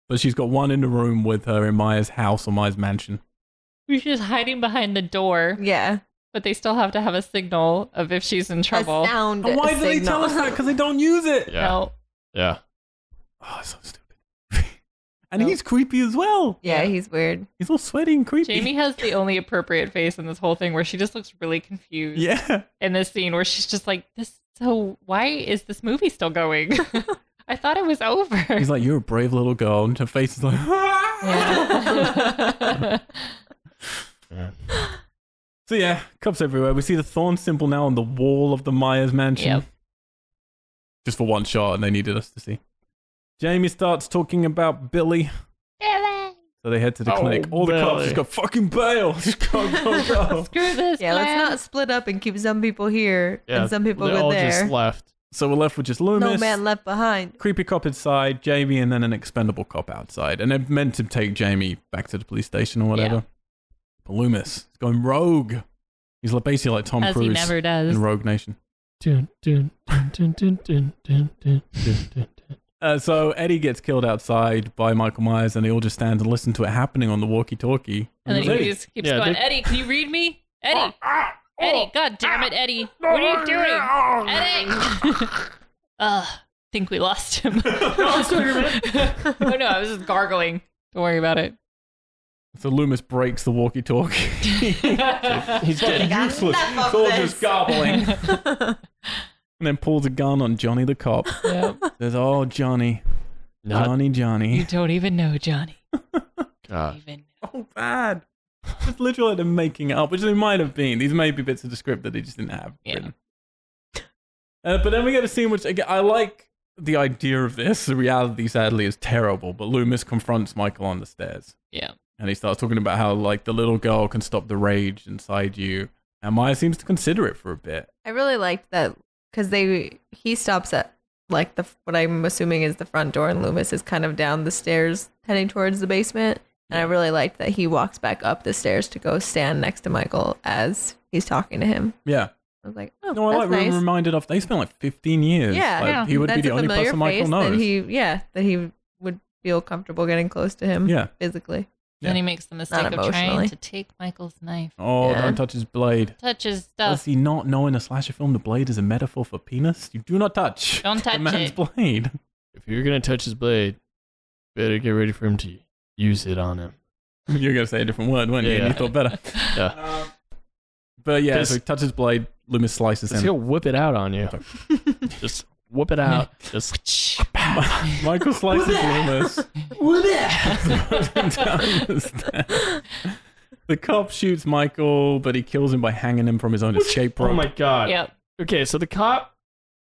S1: But she's got one in the room with her in Myers' house or Myers' mansion.
S3: She's just hiding behind the door,
S4: Yeah,
S3: but they still have to have a signal of if she's in trouble.
S4: A sound.
S1: But why do they tell
S4: signal. (laughs)
S1: us that? Because they don't use it.
S3: (laughs)
S2: (laughs) Yeah.
S3: No.
S2: Yeah.
S1: Oh, so stupid. (laughs) and
S4: No.
S1: he's creepy as well.
S4: Yeah, he's weird.
S1: He's all sweaty and creepy.
S3: Jamie has the only appropriate face in this whole thing where she just looks really confused
S1: Yeah.
S3: in this scene where she's just like, This so why is this movie still going? (laughs) I thought it was over.
S1: (laughs)
S3: (laughs)
S1: He's like, You're a brave little girl. And her face is like, (laughs)
S3: Yeah.
S2: yeah.
S1: So yeah, cups everywhere. We see the thorn symbol now on the wall of the Myers mansion.
S3: Yep.
S1: Just for one shot, and they needed us to see. Jamie starts talking about Billy, so they head to the
S2: Oh,
S1: clinic. All the cops
S2: Billy.
S1: just go fucking bail. (laughs) Just (laughs) go, go,
S2: (laughs)
S1: go.
S3: Screw this.
S4: Yeah, let's
S3: plan.
S4: not split up and keep some people here
S2: Yeah,
S4: and some people
S2: they all
S4: go
S2: just
S4: there.
S2: left.
S1: so we're left with just Loomis,
S4: No man left behind.
S1: creepy cop inside, Jamie, and then an expendable cop outside. And they're meant to take Jamie back to the police station or whatever.
S3: Yeah.
S1: But Loomis is going rogue. He's like basically like Tom
S3: As
S1: Cruise
S3: he never does.
S1: in Rogue Nation.
S2: Dun, dun, dun, dun, dun, dun, dun, dun, dun, dun, dun.
S1: Uh, so Eddie gets killed outside by Michael Myers, and they all just stand and listen to it happening on the walkie-talkie.
S3: And then
S1: Eddie-
S3: he just keeps
S2: Yeah,
S3: going,
S2: they-
S3: Eddie, can you read me? Eddie, Eddie, god damn it, Eddie. What are you doing? Eddie! (laughs) Ugh, think we lost
S2: (laughs)
S3: him. (laughs) oh no, I was just gargling. Don't worry about it. (laughs)
S1: so Loomis breaks the walkie-talkie.
S2: (laughs) He's dead.
S4: got
S1: Useless. It's
S4: enough of
S1: all
S4: this.
S1: just (laughs) gobbling. and then pulls a gun on Johnny the cop.
S3: (laughs)
S2: (laughs)
S3: Yep.
S1: Says, "Oh, Johnny,
S2: Not
S1: Johnny,
S3: You
S1: Johnny."
S3: don't even know, Johnny.
S2: God.
S3: Even
S1: (laughs) Oh, bad. It's literally them making it up, which they might have been. These may be bits of the script that they just didn't have
S3: Yeah.
S1: written. Uh, but then we get a scene which again, I like the idea of this. The reality, sadly, is terrible. But Loomis confronts Michael on the stairs.
S3: yeah.
S1: and he starts talking about how like the little girl can stop the rage inside you and maya seems to consider it for a bit
S4: I really liked that because they he stops at like the what I'm assuming is the front door, and Loomis is kind of down the stairs heading towards the basement. And I really liked that he walks back up the stairs to go stand next to Michael as he's talking to him.
S1: Yeah.
S4: I was like, oh,
S1: No, I like
S4: that's nice.
S1: rem- reminded of they spent like 15 years.
S4: Yeah,
S1: Like,
S3: yeah.
S1: He would
S4: that's
S1: be the
S4: a
S1: only
S4: familiar
S1: person Michael
S4: face
S1: knows.
S4: That he, yeah, that he would feel comfortable getting close to him.
S1: Yeah.
S4: physically.
S1: Yeah.
S3: Then he makes the mistake of
S4: emotionally.
S3: trying to take Michael's knife.
S1: Oh,
S4: Yeah.
S1: don't touch his blade.
S3: Touches
S1: Does
S3: stuff.
S1: he not know in a slasher film the blade is a metaphor for penis? You do not touch
S2: (laughs)
S3: Don't
S1: the
S3: touch
S1: man's
S3: it.
S1: blade. (laughs)
S2: If you're gonna touch his blade, better get ready for him to use it on him.
S1: you were going to say a different word, weren't you? And
S2: Yeah. Um,
S1: you thought
S2: (laughs)
S1: better. But yeah,
S2: Does-
S1: so he touches blade, Loomis slices
S2: Just
S1: him. (laughs)
S2: he'll whip it out on you. (laughs) Just whip it out. (laughs) Just
S1: Michael
S2: (laughs)
S1: slices Loomis. Down the stairs. (laughs) the cop shoots Michael, but he kills him by hanging him from his own escape rope.
S2: oh my god.
S3: yep.
S2: Okay, so the cop,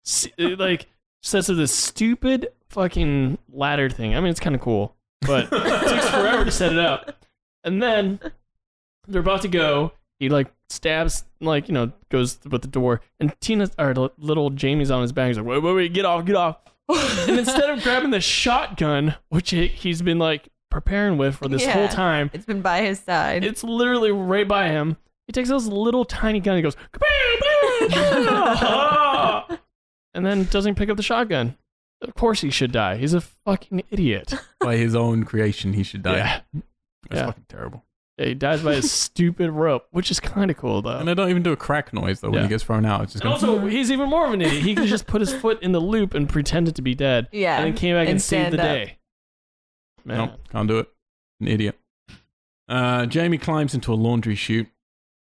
S2: s- uh, like, sets up this stupid fucking ladder thing. I mean, it's kind of cool, but it takes forever to set it up. And then they're about to go. He like stabs, like you know, goes with the door, and Tina or li- little Jamie's on his back. He's like, "Wait, wait, wait, get off, get off!" and instead of grabbing the shotgun, which he, he's been like preparing with for this whole
S4: Yeah.
S2: time,
S4: It's been by his side.
S2: it's literally right by him. He takes this little tiny gun and goes, "Kabam, bam, bam," (laughs) and then doesn't pick up the shotgun. Of course he should die. He's a fucking idiot.
S1: By his own creation, he should die.
S2: Yeah.
S1: That's
S2: Yeah.
S1: fucking terrible.
S2: Yeah, he dies by his stupid rope, which is kind of cool though.
S1: And I don't even do a crack noise though when
S2: Oh. Yeah.
S1: he gets thrown out. It's just
S2: And
S1: going,
S2: also, he's even more of an idiot. He could just put his foot in the loop and pretended to be dead,
S4: yeah, (laughs)
S2: and then came back and,
S4: and
S2: saved the
S4: stand up.
S2: day. Man,
S1: nope, can't do it. An idiot. Uh, Jamie climbs into a laundry chute.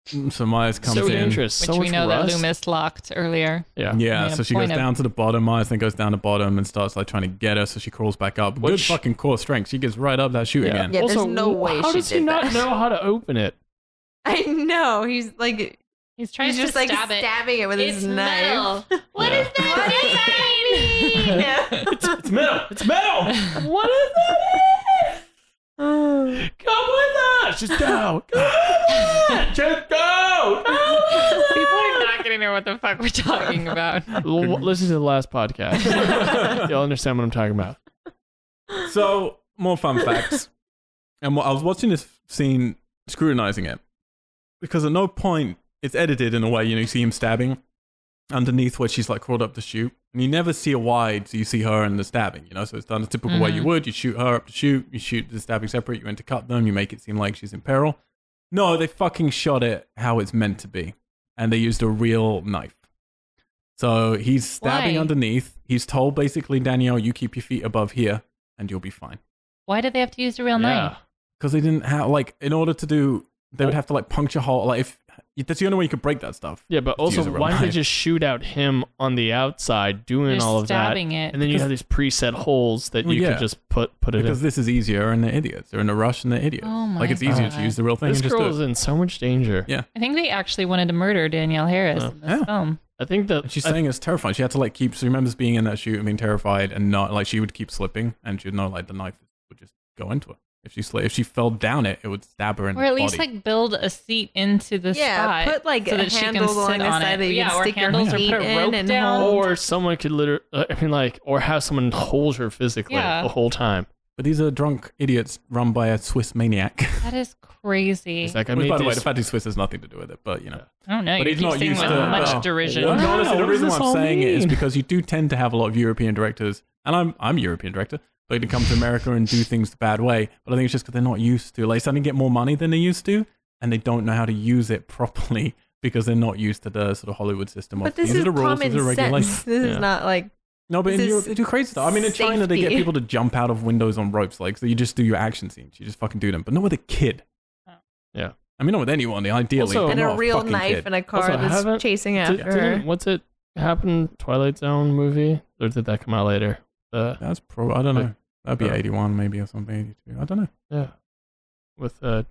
S1: Mm, So Myers comes
S2: so
S1: in.
S2: dangerous.
S3: Which
S2: so
S3: we
S2: much
S3: know
S2: rust.
S3: that Loomis locked earlier.
S2: Yeah.
S1: Yeah,
S3: Yeah,
S1: so she
S3: point
S1: goes
S3: of-
S1: down to the bottom. Myers then goes down the bottom and starts like trying to get her. So she crawls back up. Good
S2: Which-
S1: fucking core strength. She gets right up that chute
S2: Yeah.
S1: again.
S4: Yeah, there's
S2: Also,
S4: no way
S2: How
S4: she
S2: does he
S4: did
S2: not
S4: that.
S2: know how to open it?
S4: I know. He's like,
S3: He's trying
S4: he's
S3: to
S4: just like
S3: stab it.
S4: stabbing it with
S3: It's
S4: his knife.
S1: (laughs)
S4: (laughs)
S3: metal. What
S2: Yeah.
S3: does that mean? (laughs)
S4: it's,
S2: It's metal. It's metal. what is
S1: Oh.
S2: that? Come with us. Just go. Come with us. Just go.
S3: People are not going to know what the fuck we're talking about.
S2: L- listen to the
S1: (laughs)
S2: last (laughs) podcast. You'll understand what I'm talking about.
S1: So more fun facts. and what, I was watching this scene, scrutinizing it, because at no point it's edited in a way. You know, you see him stabbing underneath where she's like crawled up the chute, and you never see a wide, so you see her and the stabbing. You know, so it's done the typical way you would. You shoot her up the chute, you shoot the stabbing separate. You intercut them, you make it seem like she's in peril. No, they fucking shot it how it's meant to be, and they used a real knife. So he's stabbing
S3: Why?
S1: underneath. He's told basically, Danielle, you keep your feet above here, and you'll be fine
S3: Why did they have to use a real knife?
S1: because they didn't have like in order to do they would have to like puncture hole like if that's the only way you could break that stuff
S2: Yeah, but
S1: use
S2: also,
S1: a real
S2: why did they
S1: knife.
S2: just shoot out him on the outside doing
S3: They're
S2: all of that?
S3: stabbing it.
S2: And then you have these preset holes that
S1: Well,
S2: you
S1: yeah.
S2: could just put put it
S1: because
S2: in.
S1: this is easier and they're idiots they're in a rush and they're idiots
S3: Oh my
S1: like it's easier to
S3: God.
S1: use the real thing
S2: This
S1: and just do
S2: girl
S1: it.
S2: is in so much danger.
S1: Yeah.
S3: I think they actually wanted to murder Danielle Harris
S2: Oh.
S3: in this
S1: Uh, Yeah.
S3: film.
S2: I think that
S1: and she's
S2: I-
S1: saying it's terrifying she had to like keep she remembers being in that shoot and being terrified and not like she would keep slipping and she'd know like the knife would just go into her if she slid if she fell down it it would stab her in
S3: Or
S1: the
S3: at least
S1: body.
S3: like build a seat into the
S4: yeah,
S3: spot.
S4: put like
S3: so
S4: a
S3: that she can
S4: handle along
S3: sit
S4: the
S3: on
S4: side
S3: it.
S4: that you
S3: Yeah,
S4: can
S3: or
S4: stick
S3: handles
S4: your
S3: or
S4: feet
S3: put a
S4: in
S3: rope
S4: and
S3: down.
S4: hold.
S2: or someone could literally, I mean, like, or have someone hold her physically
S3: Yeah.
S2: the whole time.
S1: but these are drunk idiots run by a swiss maniac
S3: that is crazy.
S2: It's like
S1: (laughs)
S2: I
S1: Which,
S2: made
S1: by the way
S2: this-
S1: the fact he's swiss has nothing to do with it but you know
S3: I don't know.
S1: But
S3: you
S1: he's
S3: keep
S1: not
S3: saying
S1: used
S3: with
S1: to
S3: much
S1: Oh.
S3: derision.
S1: Well,
S2: Wow,
S1: honestly, the
S2: what does
S1: reason
S2: this
S1: why I'm
S2: all
S1: saying it is
S2: mean?
S1: because you do tend to have a lot of European directors, and I'm I'm a European director, but they come to America and do things the bad way. But I think it's just because they're not used to. Like, starting to get more money than they used to, and they don't know how to use it (laughs) properly because they're not used to the sort of Hollywood system. of
S4: But this
S1: these
S4: is
S1: are the rules,
S4: common
S1: these are the
S4: sense.
S1: regulations.
S4: This
S2: Yeah.
S4: is not like
S1: No, but in
S4: This
S1: Europe
S4: is
S1: they do crazy stuff. I mean, in China they get
S4: safety.
S1: people to jump out of windows on ropes. Like, so you just do your action scenes, you just fucking do them, but not with a kid.
S2: Yeah.
S1: I mean, not with anyone. Ideally,
S2: Also-
S1: but
S4: and
S1: not
S4: a real
S1: fucking
S4: knife
S1: kid.
S4: and a car
S2: Also, haven't-
S4: that's chasing
S2: Did-
S4: after
S2: didn't-
S4: her.
S2: what's it happen? Twilight Zone movie, or did that come out later? The
S1: That's probably I don't know. That'd be
S2: Yeah.
S1: eighty one maybe or something, eighty two. I don't know.
S2: yeah, with uh,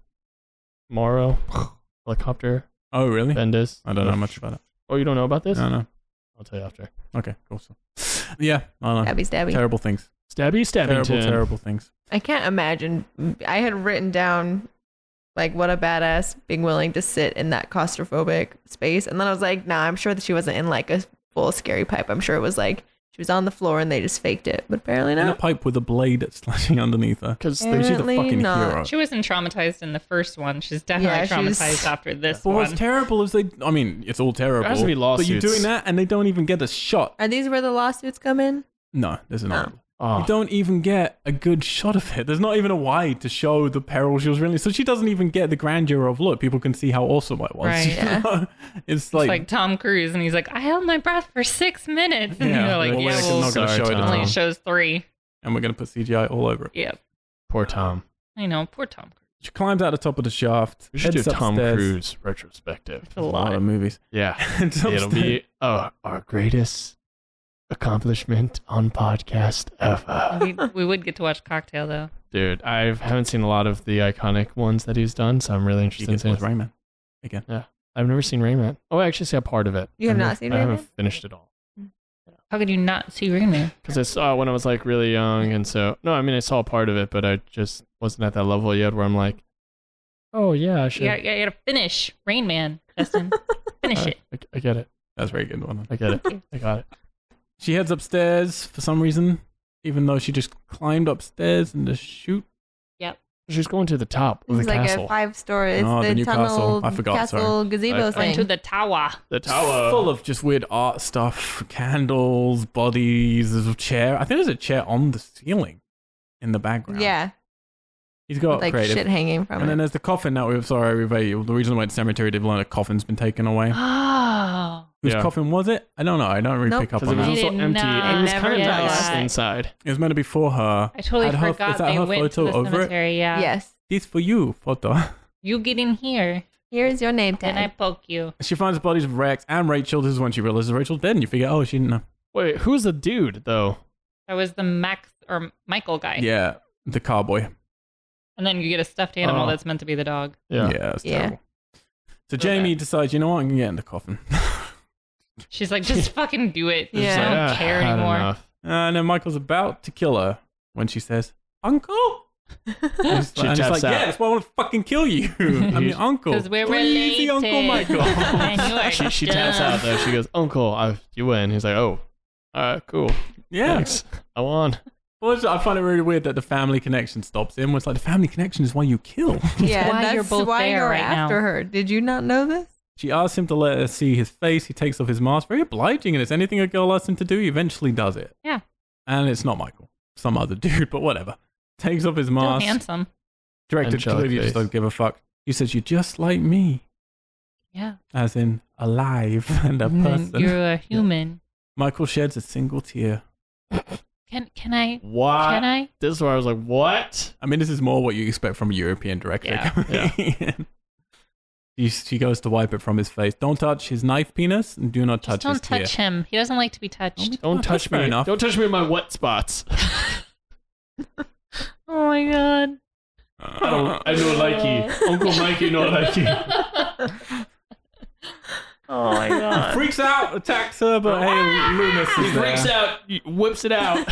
S2: Morrow (sighs) helicopter
S1: Oh really?
S2: Bendis.
S1: I don't know much about it.
S2: Oh, you don't know about
S1: I
S2: this?
S1: don't know.
S2: I'll tell you after.
S1: Okay, cool. So. Yeah, I don't know.
S4: Stabby, stabby.
S1: Terrible things.
S2: Stabby Stabbington.
S1: Terrible, terrible things.
S4: I can't imagine. I had written down like what a badass being willing to sit in that claustrophobic space, and then I was like, nah, I'm sure that she wasn't in like a full scary pipe. I'm sure it was like She was on the floor and they just faked it, but apparently
S1: In a
S4: not.
S1: pipe with a blade (laughs) slashing underneath her.
S2: because
S1: She's a
S4: Apparently
S1: fucking
S4: not.
S1: hero.
S3: She wasn't traumatized in the first one. She's definitely
S4: Yeah,
S3: traumatized
S4: she's-
S3: after this
S1: But what's
S3: one.
S1: terrible is they. I mean, it's all terrible.
S2: has to be
S1: But you're
S2: lawsuits.
S1: doing that, and they don't even get a shot.
S4: Are these where the lawsuits come in?
S1: No, there's not. You
S2: oh,
S1: don't even get a good shot of it. There's not even a wide to show the peril she was really. So she doesn't even get the grandeur of look. People can see how awesome I was. (laughs)
S3: Right,
S1: you
S4: yeah.
S1: know? it's
S3: It's
S1: like, (laughs)
S3: like Tom Cruise, and he's like, "I held my breath for six minutes," and
S1: Yeah,
S3: they're like,
S1: well,
S3: "Yeah,
S1: we're
S3: well,
S1: not gonna
S2: sorry,
S1: show it
S2: Tom.
S1: at
S3: only
S1: all.
S3: shows three.
S1: and we're gonna put CGI all over it.
S3: Yeah,
S2: poor Tom.
S3: I know. Poor Tom
S1: (laughs)
S3: Cruise.
S1: She climbs out the top of the shaft.
S2: We should do
S1: heads
S2: a Tom
S1: upstairs.
S2: Cruise retrospective.
S3: It's
S1: A lot of
S3: of-
S1: (laughs) movies.
S2: Yeah,
S1: Heads
S2: it'll
S1: upstairs.
S2: be oh, our greatest accomplishment on podcast ever.
S3: we, we would get to watch Cocktail though.
S2: Dude, I haven't seen a lot of the iconic ones that he's done, so I'm really
S1: She
S2: interested in
S1: gets
S2: seeing.
S1: with Rayman.
S2: I've never seen Rayman. Oh, I actually saw part of it.
S4: You have
S2: I
S4: not
S2: haven't-
S4: seen
S2: I haven't
S4: Rayman?
S2: finished it all.
S3: How could you not see Rain Man?
S2: because I saw it when I was like really young, and so no, I mean I saw part of it, but I just wasn't at that level yet where I'm like, oh yeah, I should.
S3: You gotta, you gotta finish Rain Man, Justin. finish
S2: I,
S3: it.
S2: I, I get it.
S1: That's a very good one.
S2: I get
S4: (laughs)
S2: it. I got it.
S1: She heads upstairs for some reason, even though she just climbed upstairs in the chute.
S2: She's going to the top of
S4: It's
S2: the
S4: like
S2: castle.
S4: a five story. It's
S1: Oh, the
S4: the,
S1: new castle.
S4: tunnel
S1: I forgot,
S4: castle gazebo
S2: I-
S4: thing.
S3: Into the tower.
S2: the
S1: Full of just weird art stuff, candles, bodies, there's a chair. I think there's a chair on the ceiling in the background.
S4: yeah,
S1: He's got
S4: like
S1: creative.
S4: shit hanging from
S1: and then
S4: it.
S1: thereve there's the coffin that we've sorry we've uh, the reason why the cemetery did learn a coffin's been taken
S4: (gasps)
S1: away.
S3: Oh.
S1: Whose
S2: Yeah.
S1: coffin was it? I don't know. I don't really
S4: Nope.
S1: pick up
S2: because it
S1: on
S2: was
S1: that.
S3: I
S2: also
S3: did
S2: empty
S3: not
S2: and it's kind of
S4: know
S2: nice
S4: that.
S2: inside.
S1: It was meant to be for her.
S3: (gasps) I totally
S1: Had her-
S3: forgot
S1: is that
S3: they
S1: her
S3: went
S1: photo
S3: to the
S1: over it?
S3: cemetery. Yeah.
S1: uh,
S4: yes,
S1: This for you, photo.
S3: You get in here,
S4: here's your name
S3: then I
S4: tag.
S3: poke you.
S1: (laughs) She finds the bodies of Rex and Rachel. This is when she realizes Rachel's dead, and you figure, oh, she didn't know.
S2: Wait, who's the dude though?
S3: That was the Max or Michael guy.
S1: Yeah, the cowboy.
S3: And then you get a stuffed animal
S2: Oh.
S3: that's meant to be the dog.
S1: Yeah,
S2: Yeah.
S1: it's
S4: Yeah.
S1: terrible. So
S3: Okay.
S1: Jamie decides, you know what, I'm gonna get in the coffin.
S3: She's like, just fucking do it.
S4: Yeah.
S2: She's
S3: I
S2: like,
S3: don't
S2: "Ah,
S3: care
S2: had
S3: anymore.
S4: (laughs)
S2: enough."
S1: Uh, and then Michael's about to kill her when she says, "Uncle." And it's
S2: She
S1: and it's
S2: taps
S1: like,
S2: out.
S1: yeah, that's why I want to fucking kill you. (laughs) I'm
S3: (laughs)
S1: your uncle.
S3: Because we're
S1: Crazy
S3: related.
S1: Uncle Michael.
S3: (laughs) and you are
S2: (laughs) She she taps
S3: dumb.
S2: out though. She goes, "Uncle, I, you win." He's like, "Oh, all right, cool,
S1: yeah.
S2: thanks. I won."
S1: Well, it's- I find it really weird that the family connection stops in. Where it's like the family connection is why you
S3: (laughs)
S1: kill.
S4: yeah,
S3: why
S4: that's
S3: you're both
S4: why
S3: there
S4: you're
S3: right now.
S4: after her. Did you not know this?
S1: She asks him to let her see his face. He takes off his mask. Very obliging in this. Anything a girl asks him to do, he eventually does it.
S3: Yeah.
S1: And it's not Michael, some other (laughs) dude, but whatever. Takes off his
S3: Still
S1: mask.
S3: handsome.
S1: directed
S2: Angelic
S1: clearly just
S2: face.
S1: don't give a fuck. He says, You're just like me,
S3: Yeah.
S1: as in alive (laughs) and a
S3: And then
S1: person.
S3: Mm-hmm.
S1: (laughs)
S3: You're a human.
S1: Michael sheds a single tear.
S3: Can can I?
S2: What?
S4: Uh,
S3: Can I?
S2: This is where I was like, "What?"
S1: I mean, this is more what you expect from a European director. (laughs)
S2: Yeah,
S1: she, she goes to wipe it from his face. Don't touch his knife penis and do not
S3: Just
S1: touch
S3: don't
S1: his
S3: touch him. He doesn't like to be touched.
S1: tear.
S4: (laughs)
S2: Don't
S1: Oh,
S2: touch
S1: fair
S2: me.
S1: Enough.
S2: Don't touch me in my
S1: (laughs)
S2: wet spots.
S3: Oh my god.
S2: I
S1: Uh-huh. (laughs)
S2: don't, I don't like
S3: (laughs)
S2: you. Uncle Mikey not like you.
S3: Oh my god.
S1: freaks out, attacks her, but hey, Loomis is
S2: He breaks
S1: there.
S2: out, he whips
S1: (laughs)
S2: it out.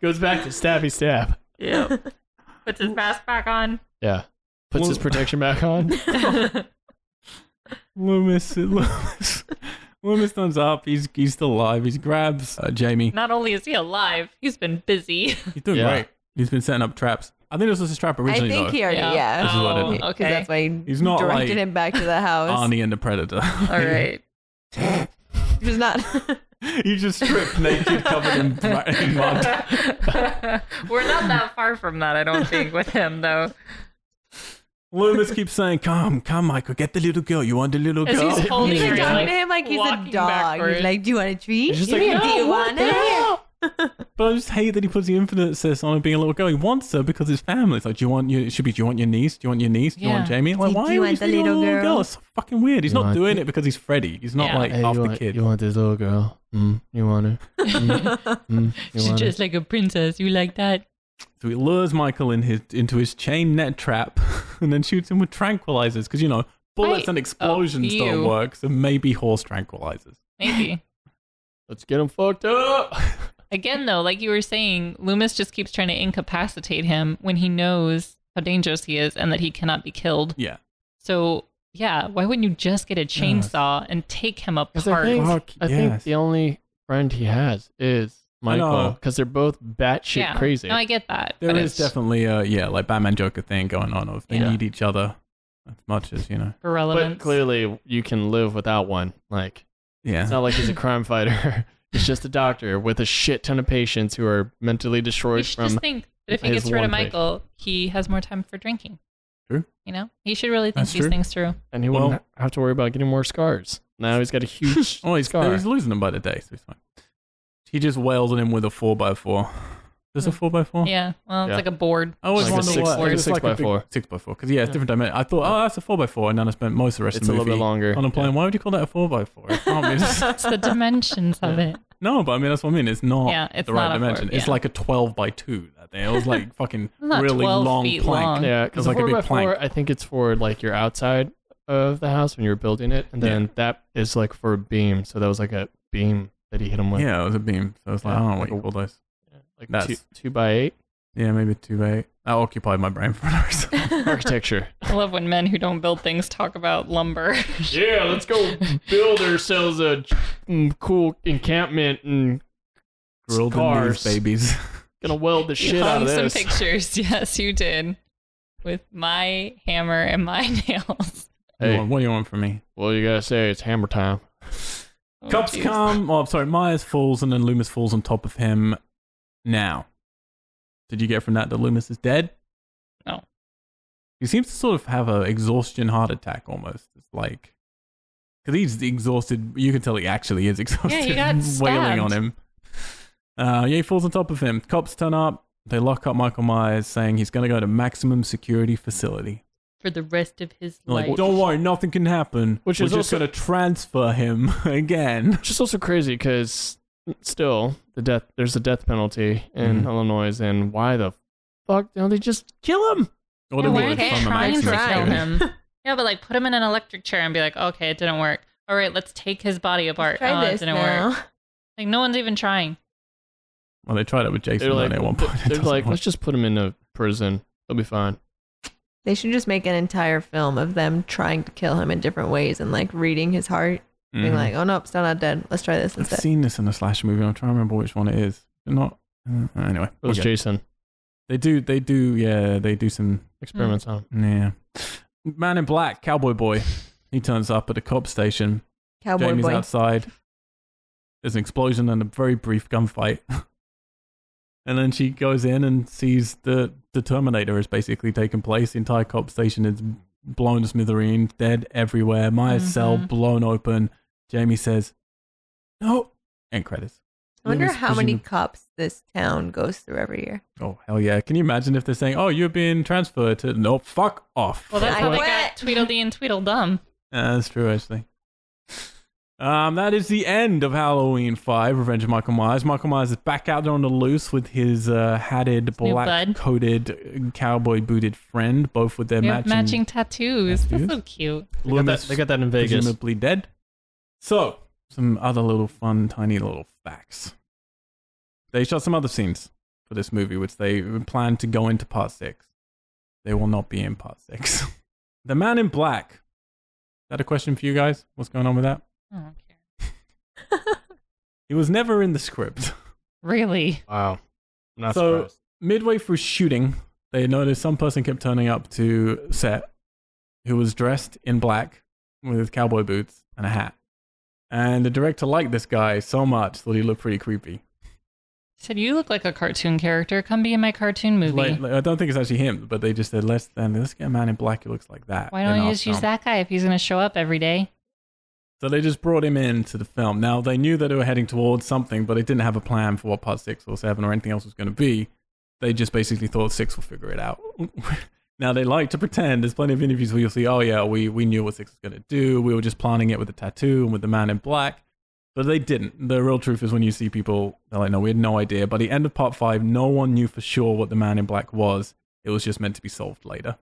S2: Goes back to stabby stab.
S3: yeah. Puts his mask back on.
S2: Yeah. Puts his
S1: Well-
S2: protection
S1: (laughs)
S2: back on.
S1: Loomis, (laughs) Loomis, Loomis turns up. He's he's still alive. He grabs uh,
S3: (laughs)
S1: Jamie.
S3: Not only is he alive, he's been busy.
S1: He's doing
S2: Yeah.
S1: great. He's been setting up traps. I think this was his trap
S4: I
S1: originally.
S4: think
S1: though.
S4: he
S3: (laughs)
S4: already
S3: Yeah.
S4: yeah.
S1: This is what I did.
S3: Oh,
S4: Because
S3: okay.
S4: that's why he
S1: He's not
S4: directed
S1: like
S4: him back to
S1: (laughs)
S4: the house.
S1: Arnie and the Predator. (laughs)
S4: All right, he was not.
S1: (laughs) you just stripped naked, covered in, bra- in mud.
S3: (laughs) We're not that far from that, I don't think, with
S1: (laughs)
S3: him though.
S1: Loomis keeps saying, "Come, come, Michael, get the little girl. You want the little
S3: As
S1: girl?"
S3: he's holding
S4: (laughs) He's
S3: her,
S4: like
S3: he's
S4: talking
S3: like,
S4: to him like he's a
S3: walking
S4: dog.
S3: backwards. Oh,
S4: He's like, "Do you want a treat?
S2: He's just
S4: Yeah,
S2: like, "No,
S4: do you
S2: what
S4: want
S2: the
S4: it?"
S1: But I just hate that he puts the infinite sis on her being a little girl. He wants her because his family. It's like, do you want your? It should be, do you want your niece? Do you want your niece? Do you want
S3: Yeah.
S1: Jamie? Like,
S4: Do
S1: why
S4: you
S1: are you
S4: want the
S1: thinking
S4: little
S1: little
S4: girl?
S1: girl? It's fucking weird. He's
S2: You
S1: not
S2: want
S1: doing
S2: it?
S1: it because he's Freddy. He's not
S3: Yeah.
S1: like after kid.
S2: want this little girl? Mm, you
S3: (laughs)
S2: want her? Mm,
S3: She's just like a princess. You like that?
S1: So he lures Michael in his into his chain net trap (laughs) and then shoots him with tranquilizers because you know bullets
S3: I-
S1: and explosions
S3: oh,
S1: don't
S3: ew.
S1: work. So maybe horse tranquilizers.
S3: Maybe.
S2: Let's get him fucked up. (laughs)
S3: Again, though, like you were saying, Loomis just keeps trying to incapacitate him when he knows how dangerous he is and that he cannot be killed.
S1: Yeah.
S3: So, yeah, why wouldn't you just get a chainsaw and take him apart?
S2: I think,
S1: Fuck,
S2: I think
S1: yes.
S2: the only friend he has is
S1: I know.
S2: Michael because they're both batshit
S3: Yeah.
S2: crazy.
S3: No, I get that.
S1: There
S3: but
S1: is
S3: it's
S1: definitely a yeah, like Batman Joker thing going on of they
S3: Yeah.
S1: need each other as much as you know.
S2: but
S3: irrelevant.
S2: clearly, you can live without one. Like it's
S1: Yeah,
S2: not like he's a crime fighter. (laughs) He's just a doctor with a shit ton of patients who are mentally
S3: You
S2: destroyed
S3: should
S2: from.
S3: just think that if he
S2: his
S3: gets rid of
S2: one page.
S3: Michael, he has more time for drinking.
S1: True.
S3: You know, he should really think
S1: That's
S3: these
S1: true.
S3: things through.
S2: and he
S1: Well-
S2: wouldn't have to worry about getting more scars. Now he's
S1: (laughs)
S2: got a huge
S1: oh, he's
S2: scar.
S1: he's losing them by the day, so he's fine. He just wails on him with a four x four. There's a four x four.
S3: Yeah. Well, it's
S2: Yeah.
S3: like a board.
S1: Oh. I always
S2: Hmm. Like a
S1: wonder
S2: six-
S1: why
S2: like a
S1: it's
S2: six by
S1: big-
S2: four.
S1: Six by four, because yeah, it's
S2: Yeah.
S1: different dimension. I thought, oh, that's a four by four, and then I spent most of the rest
S2: it's a
S1: of the
S2: little
S1: movie
S2: bit longer.
S1: on a plane. Why would you call that a four by four? It can't be-
S3: (laughs)
S1: (laughs)
S2: (laughs)
S3: It's the dimensions of it.
S1: No, but I mean that's what I mean. It's not
S3: Yeah, it's
S1: the right
S3: not a four,
S1: dimension. It's
S3: yeah.
S1: like a twelve by two that day. It was
S2: (laughs)
S1: like fucking
S3: Not
S1: really
S3: 12
S1: long
S3: feet
S1: plank.
S3: long.
S2: Yeah,
S1: It's
S2: because
S1: like
S2: like
S1: a
S2: four
S1: big
S2: by
S1: plank.
S2: four, I think it's for like your outside of the house when you're building it, and then that is like for a beam. So that was like a beam that he hit him with.
S1: Yeah, it was a beam. So I was like,
S2: Yeah,
S1: I don't know
S2: like
S1: what you
S2: a-
S1: call those.
S2: Yeah, like two,
S1: That's-
S2: two by
S3: (laughs)
S2: eight
S1: Yeah, maybe two by eight. That occupied my brain for hours.
S2: architecture.
S3: I love when men who don't build things talk about
S1: (laughs)
S3: lumber.
S2: yeah, let's go build ourselves a mm, cool encampment and
S1: (laughs) Grilled and
S2: Scars.
S1: these (laughs) babies.
S2: gonna weld the shit out of
S3: Hung
S2: this.
S3: some pictures. (laughs) Yes, you did. With my hammer and my (laughs) nails.
S1: You
S2: Hey,
S1: want- What do you want from me?
S2: well, you gotta say it's hammer time.
S3: Oh,
S1: Cops
S3: jeez.
S1: come. Oh, I'm sorry. Myers falls and then Loomis falls on top of him. Now, did you get from that that Loomis is dead?
S3: No.
S1: He seems to sort of have a exhaustion heart attack almost. It's like because he's exhausted. You can tell he actually is exhausted.
S3: got
S1: (laughs) wailing on
S3: stabbed.
S1: him. Uh, yeah, he falls on top of him. Cops turn up. They lock up Michael Myers, saying he's going to go to maximum security facility.
S3: For the rest of his
S1: They're Like,
S3: life.
S1: don't worry, nothing can happen.
S2: Which
S1: We're
S2: is
S1: just
S2: also-
S1: going to transfer him (laughs) again.
S2: Which is also crazy because still the death there's a death penalty in
S1: Mhm.
S2: Illinois, and why the fuck don't they just kill him?
S1: Or
S3: Yeah,
S1: they
S3: why
S1: would
S3: are they
S1: from a
S3: trying to
S1: maximum
S3: (laughs) kill
S1: security.
S3: him?
S1: (laughs)
S3: yeah, but like put him in an electric chair and be like, okay, it didn't work. All right, let's take his body apart.
S4: Try
S3: oh, it
S4: this
S3: didn't
S4: now.
S3: work. Like no one's even trying.
S1: Well, they tried it with Jason
S2: They're
S1: weren't
S2: like,
S1: they, at one point. It
S2: they're
S1: doesn't
S2: like,
S1: work.
S2: (laughs) let's just put him in a prison. He'll be fine.
S4: They should just make an entire film of them trying to kill him in different ways and like reading his heart, being
S1: Mhm.
S4: like, "Oh no, still not dead. Let's try this
S1: Mm. I've
S4: instead."
S1: seen this in a slasher movie. I'm trying to remember which one it is. They're not. Uh, anyway,
S2: It was
S1: okay.
S2: Jason.
S3: Hmm.
S1: they do. They do. Yeah, they do some.
S2: Experiments on. him.
S1: Yeah, man in black, cowboy boy. He turns up at a cop station.
S4: Cowboy
S1: Jamie's
S4: boy.
S1: outside. There's an explosion and a very brief gunfight. (laughs) and then she goes in and sees the the Terminator has basically taken place. The entire cop station is blown to smithereens, dead everywhere. Maya's cell
S4: Mm-hmm.
S3: Mhm.
S1: blown open. Jamie says, "No." End credits.
S4: I wonder
S1: Loomis
S4: how many
S1: presume-
S4: cops this town goes through every year.
S1: Oh hell yeah! Can you imagine if they're saying, "Oh, you're being transferred to"? No, fuck off.
S3: Well, that's
S4: I
S3: how they
S4: quit.
S3: got Tweedledee and
S1: (laughs)
S3: Tweedledum.
S1: Yeah, that's true, actually. Um, that is the end of Halloween Five: Revenge of Michael Myers. Michael Myers is back out there on the loose with his uh, hatted,
S3: new bud.
S1: black-coated, cowboy-booted friend, both with their
S3: They have
S1: matching,
S3: matching tattoos.
S1: tattoos.
S3: That's so cute.
S2: They got, that,
S1: Loomis
S2: they got that in Vegas.
S1: presumably dead. So, some other little fun, tiny little facts. They shot some other scenes for this movie, which they planned to go into part six. They will not be in part six. (laughs) the Man in Black. Is that a question for you guys? What's going on with that?
S3: I don't care.
S1: He was never in the script.
S3: Really?
S2: Wow. I'm not
S1: So-
S2: surprised.
S1: Midway through shooting, they noticed some person kept turning up to set who was dressed in black with cowboy boots and a hat. And the director liked this guy so much that he looked pretty creepy.
S3: Said you look like a cartoon character. Come be in my cartoon movie.
S1: Like, like, I don't think it's actually him, but they just said, let's, then, let's get a man in black who looks like that.
S3: Why
S1: in
S3: don't you
S1: our
S3: just use
S1: film."
S3: that guy if he's going to show up every day?
S1: So they just brought him into the film. Now, they knew that they were heading towards something, but they didn't have a plan for what part six or seven or anything else was going to be. They just basically thought six will figure it out. (laughs) now, they like to pretend there's plenty of interviews where you'll see, oh, yeah, we, we knew what six was going to do. We were just planning it with the tattoo and with the man in black. But they didn't. The real truth is when you see people, they're like, no, we had no idea. By the end of part five, no one knew for sure what the man in black was. It was just meant to be solved later.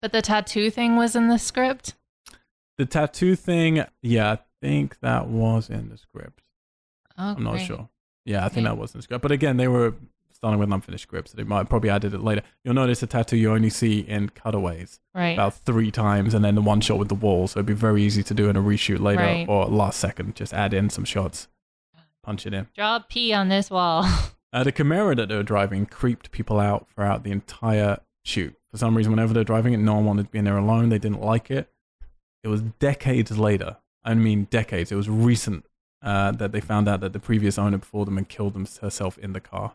S3: But the tattoo thing was in the script.
S1: The tattoo thing, yeah, I think that was in the script.
S3: Oh,
S1: I'm not
S3: great.
S1: sure. Yeah, I think
S3: Okay.
S1: that was in the script. But again, they were starting with an unfinished script, so they might probably added it later. You'll notice a tattoo you only see in cutaways
S3: Right.
S1: about three times, and then the one shot with the wall. So it'd be very easy to do in a reshoot later
S3: Right.
S1: or last second. Just add in some shots, punch it in.
S3: Draw a P on this wall. (laughs)
S1: Uh, the Camaro that they were driving creeped people out throughout the entire shoot. For some reason, whenever they're driving it, no one wanted to be in there alone. They didn't like it. It was decades later. I mean, decades. It was recent uh, that they found out that the previous owner before them had killed them herself in the car,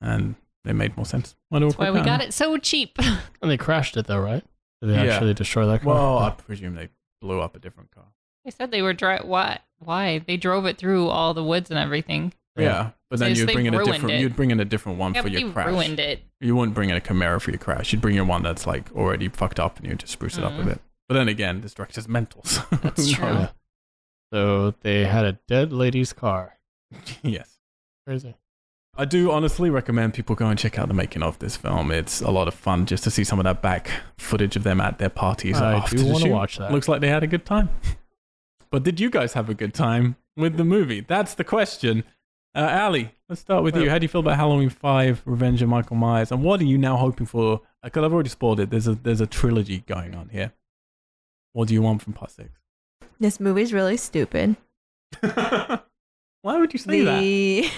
S1: and it made more sense.
S3: That's why we got it so cheap. (laughs)
S2: And they crashed it though, right? Did they
S1: Yeah.
S2: actually destroy that car?
S1: Well, I presume they blew up a different car.
S3: They said they were dry. Why? Why they drove it through all the woods and everything?
S1: Yeah, but
S3: So
S1: then
S3: just
S1: you'd
S3: they
S1: bring in a
S3: ruined
S1: different.
S3: it.
S1: You'd bring in a different one
S3: Yeah,
S1: for
S3: but they
S1: your crash.
S3: ruined it.
S1: you wouldn't bring in a Camaro for your crash. You'd bring in one that's like already fucked up, and you just spruce it up a
S2: Mm.
S3: Mhm.
S1: bit. But then again, this director's mental. so- (laughs)
S3: That's true.
S2: Oh, Yeah. So they had a dead lady's car.
S1: yes,
S2: Crazy.
S1: I do honestly recommend people go and check out the making of this film. It's a lot of fun just to see some of that back footage of them at their parties.
S2: I
S1: after
S2: do
S1: the
S2: want to
S1: shoot.
S2: watch that.
S1: Looks like they had a good time. (laughs) But did you guys have a good time with the movie? That's the question. Uh, Ali, let's start with you. How do you feel about Halloween Five: Revenge of Michael Myers? And what are you now hoping for? Because I've already spoiled it. There's a there's a trilogy going on here. What do you want from Part Six?
S3: (laughs)
S4: This movie's really stupid.
S1: Why would you say that?
S4: the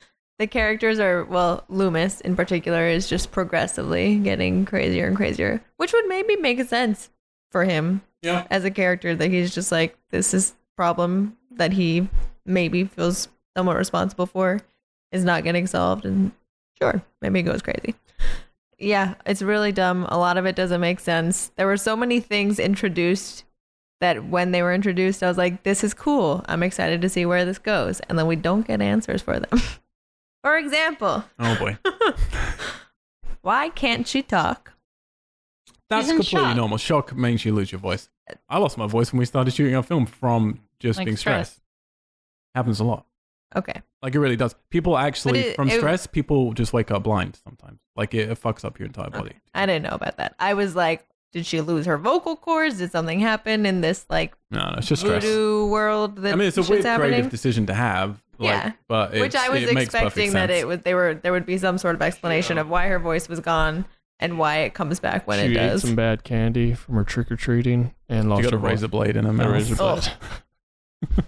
S4: (laughs) the characters are well loomis in particular is just progressively getting crazier and crazier which would maybe make sense for him
S1: Yeah.
S4: as a character that he's just like this is problem that he maybe feels somewhat responsible for is not getting solved and sure maybe he goes crazy yeah it's really dumb a lot of it doesn't make sense there were so many things introduced that when they were introduced, I was like, this is cool. I'm excited to see where this goes. And then we don't get answers for them. (laughs) for example,
S1: Oh boy,
S3: (laughs)
S4: why can't she talk?
S1: that's
S3: He's in
S1: completely
S3: shock.
S1: normal. Shock makes you lose your voice. I lost my voice when we started shooting our film from just
S3: Like
S1: being
S3: stress.
S1: stressed. Happens a lot.
S4: Okay.
S1: Like it really does. People actually
S4: it-
S1: from
S4: it-
S1: stress, people just wake up blind sometimes. Like it, it fucks up your entire body.
S4: I didn't know about that. I was like, did she lose her vocal cords? Did something happen in this like
S1: No, no, it's just stress.
S4: voodoo world that
S1: I mean, it's a
S4: shit's
S1: weird
S4: happening?
S1: creative decision to have. Like,
S4: Yeah.
S1: but it's,
S4: Which I was
S1: it makes perfect
S4: expecting that
S1: sense.
S4: it was they were there would be some sort of explanation of why her voice was gone and why it comes back when
S2: she
S4: it
S2: ate
S4: does.
S2: some bad candy from her trick or treating and
S1: You
S2: lost
S1: got a
S2: her
S1: razor blade in a
S2: voice.
S1: mouth.
S2: A razor
S4: (laughs) Oh.
S2: blade.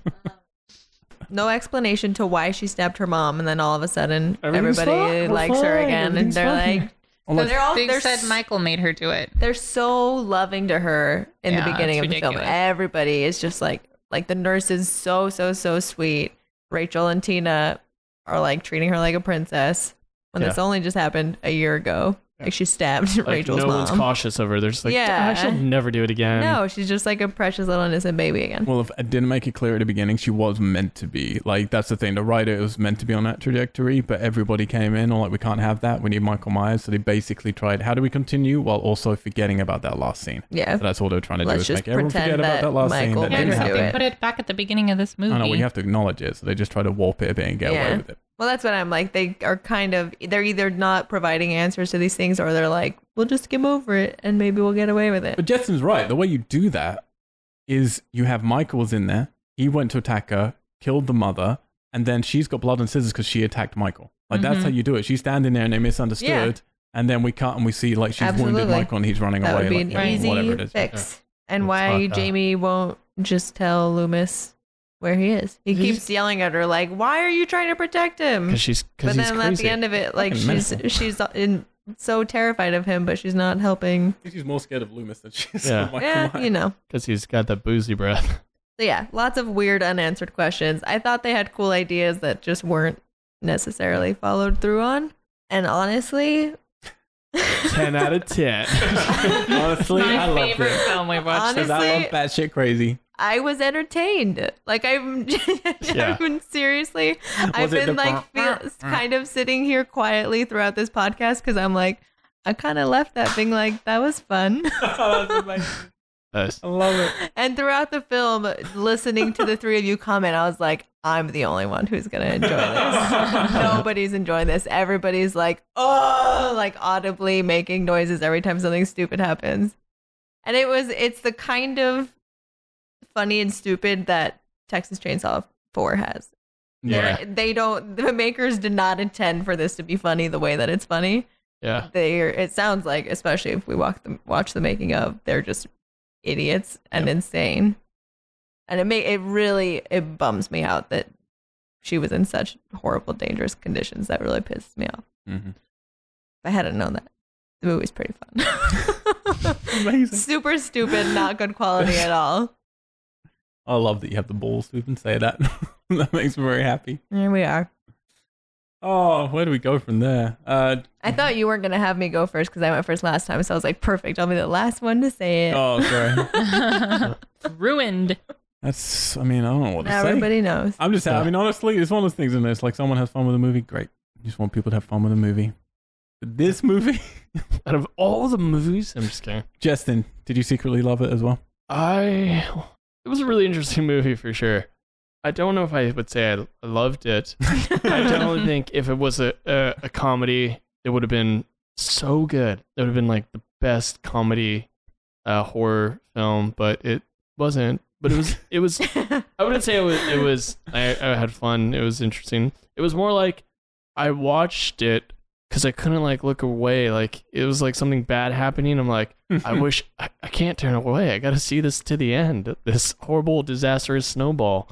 S4: no explanation to why she stabbed her mom, and then all of a sudden
S2: Everything's
S4: everybody
S2: fine, we're
S4: likes her
S2: fine,
S4: again, and
S2: everything's
S4: they're
S2: fine.
S4: like,
S1: I'm
S4: So
S1: like,
S4: they're all
S3: they
S4: they're
S3: said
S4: s-
S3: Michael made her do it.
S4: they're so loving to her in
S3: Yeah,
S4: the beginning of
S3: it's
S4: the film.
S3: ridiculous.
S4: Everybody is just like like the nurse is so so so sweet. Rachel and Tina are like treating her like a princess when this
S2: Yeah.
S4: only just happened a year ago. Like she stabbed (laughs)
S2: Like,
S4: Rachel's
S2: no one's
S4: mom.
S2: cautious of her. They're just like,
S4: Yeah.
S2: yeah. she'll never do it again.
S4: no, she's just like a precious little innocent baby again.
S1: well, if I didn't make it clear at the beginning, she was meant to be. Like, that's the thing. The writer was meant to be on that trajectory, but everybody came in, or like, we can't have that. We need Michael Myers. So they basically tried, how do we continue while also forgetting about that last scene?
S4: Yeah.
S1: So that's all they're trying to
S4: Let's
S1: do is
S4: just
S1: make everyone forget
S4: pretend
S1: about
S4: that
S1: that last
S4: Michael
S1: scene that
S4: made
S1: didn't
S4: her do
S1: happen.
S4: it.
S3: put it back at the beginning of this movie.
S1: I know, we have to acknowledge it. So they just try to warp it a bit and get away
S4: Yeah.
S1: with it.
S4: Well, that's what I'm like. They are kind of they're either not providing answers to these things or they're like, we'll just skim over it and maybe we'll get away with it.
S1: But Jetson's right. The way you do that is you have Michael's in there. He went to attack her, killed the mother, and then she's got blood and scissors because she attacked Michael. Like that's
S3: Mhm.
S1: how you do it. She's standing there and they misunderstood,
S4: Mm-hmm. Yeah.
S1: and then we cut and we see like she's wounded
S4: Absolutely.
S1: Michael and he's running
S4: that
S1: away.
S4: would
S1: like,
S4: be an
S1: you know,
S4: easy
S1: whatever it is.
S4: fix.
S2: Let's
S4: And why
S2: talk, uh,
S4: Jamie won't just tell Loomis where he is? He
S2: He's-
S4: keeps yelling at her like, "Why are you trying to protect him?"
S2: Because she's
S4: um, But
S2: because he's
S4: then
S2: crazy.
S4: at the end of it, like
S1: Fucking
S4: she's
S1: mental.
S4: she's in, so terrified of him, but she's not helping.
S1: I think she's more scared of Loomis than she's
S2: Yeah.
S1: of Michael
S4: yeah,
S1: Myers. (laughs)
S4: you know.
S2: Because he's got that boozy breath.
S4: So yeah, lots of weird unanswered questions. I thought they had cool ideas that just weren't necessarily followed through on. And honestly,
S2: Ten out of (laughs) ten.
S1: Honestly,
S3: My
S1: I love
S3: favorite
S1: it.
S3: film we
S1: (laughs)
S3: watched.
S1: Because I
S4: Honestly-
S1: love that shit crazy. (laughs)
S4: I was entertained. Like I'm, (laughs)
S2: Yeah.
S4: I've been seriously, I've
S1: it the Mm.
S4: been like
S1: bah-
S4: feel, kind of sitting here quietly throughout this podcast because I'm like, I kind of left that being like that was fun, (laughs)
S2: Nice.
S1: I love it. (laughs)
S4: and throughout the film, listening to the three of you comment, I was like, I'm the only one who's gonna
S1: (laughs)
S4: enjoy this. Nobody's enjoying this. Everybody's like, oh, like audibly making noises every time something stupid happens, and it was it's the kind of funny and stupid that Texas Chainsaw 4 has.
S2: Yeah.
S4: They're- They don't. The makers did not intend for this to be funny the way that it's funny.
S2: Yeah.
S4: They. are It sounds like, especially if we walk the, watch the making of, they're just idiots and insane. And it may. It really. It bums me out that she was in such horrible, dangerous conditions. That really pisses me off.
S1: Mm-hmm.
S5: Mhm.
S4: If I hadn't known that, the movie's pretty fun. (laughs)
S5: Amazing.
S4: Super stupid. Not good quality at all.
S5: I love that you have the balls to even say that. (laughs) that makes me very happy.
S4: Here we are.
S5: Oh, where do we go from there? Uh,
S4: I thought you weren't gonna have me go first because I went first last time, so I was like, perfect. I'll be the last one to say it. (laughs)
S5: oh, sorry.
S3: Ruined.
S5: That's. I mean, I don't know what to
S4: now
S5: say. (laughs)
S4: everybody knows.
S5: I'm just. I mean, honestly, it's one of those things in this. Like, someone has fun with a movie, great. You just want people to have fun with a movie. But this movie, (laughs)
S2: Out of all the movies, I'm just kidding.
S5: Justin, did you secretly love it as well?
S2: I it was a really interesting (laughs) movie for sure. I don't know if I would say I I loved it. I don't think if it was a, a, a comedy, it would have been so good. It would have been like the best comedy uh, horror film, but it wasn't. But it was it was I wouldn't say it was it was I, I had fun. It was interesting. It was more like I watched it because I couldn't like look away. Like it was like something bad happening. I'm like, I wish I, I can't turn away. I got to see this to the end. This horrible, disastrous snowball.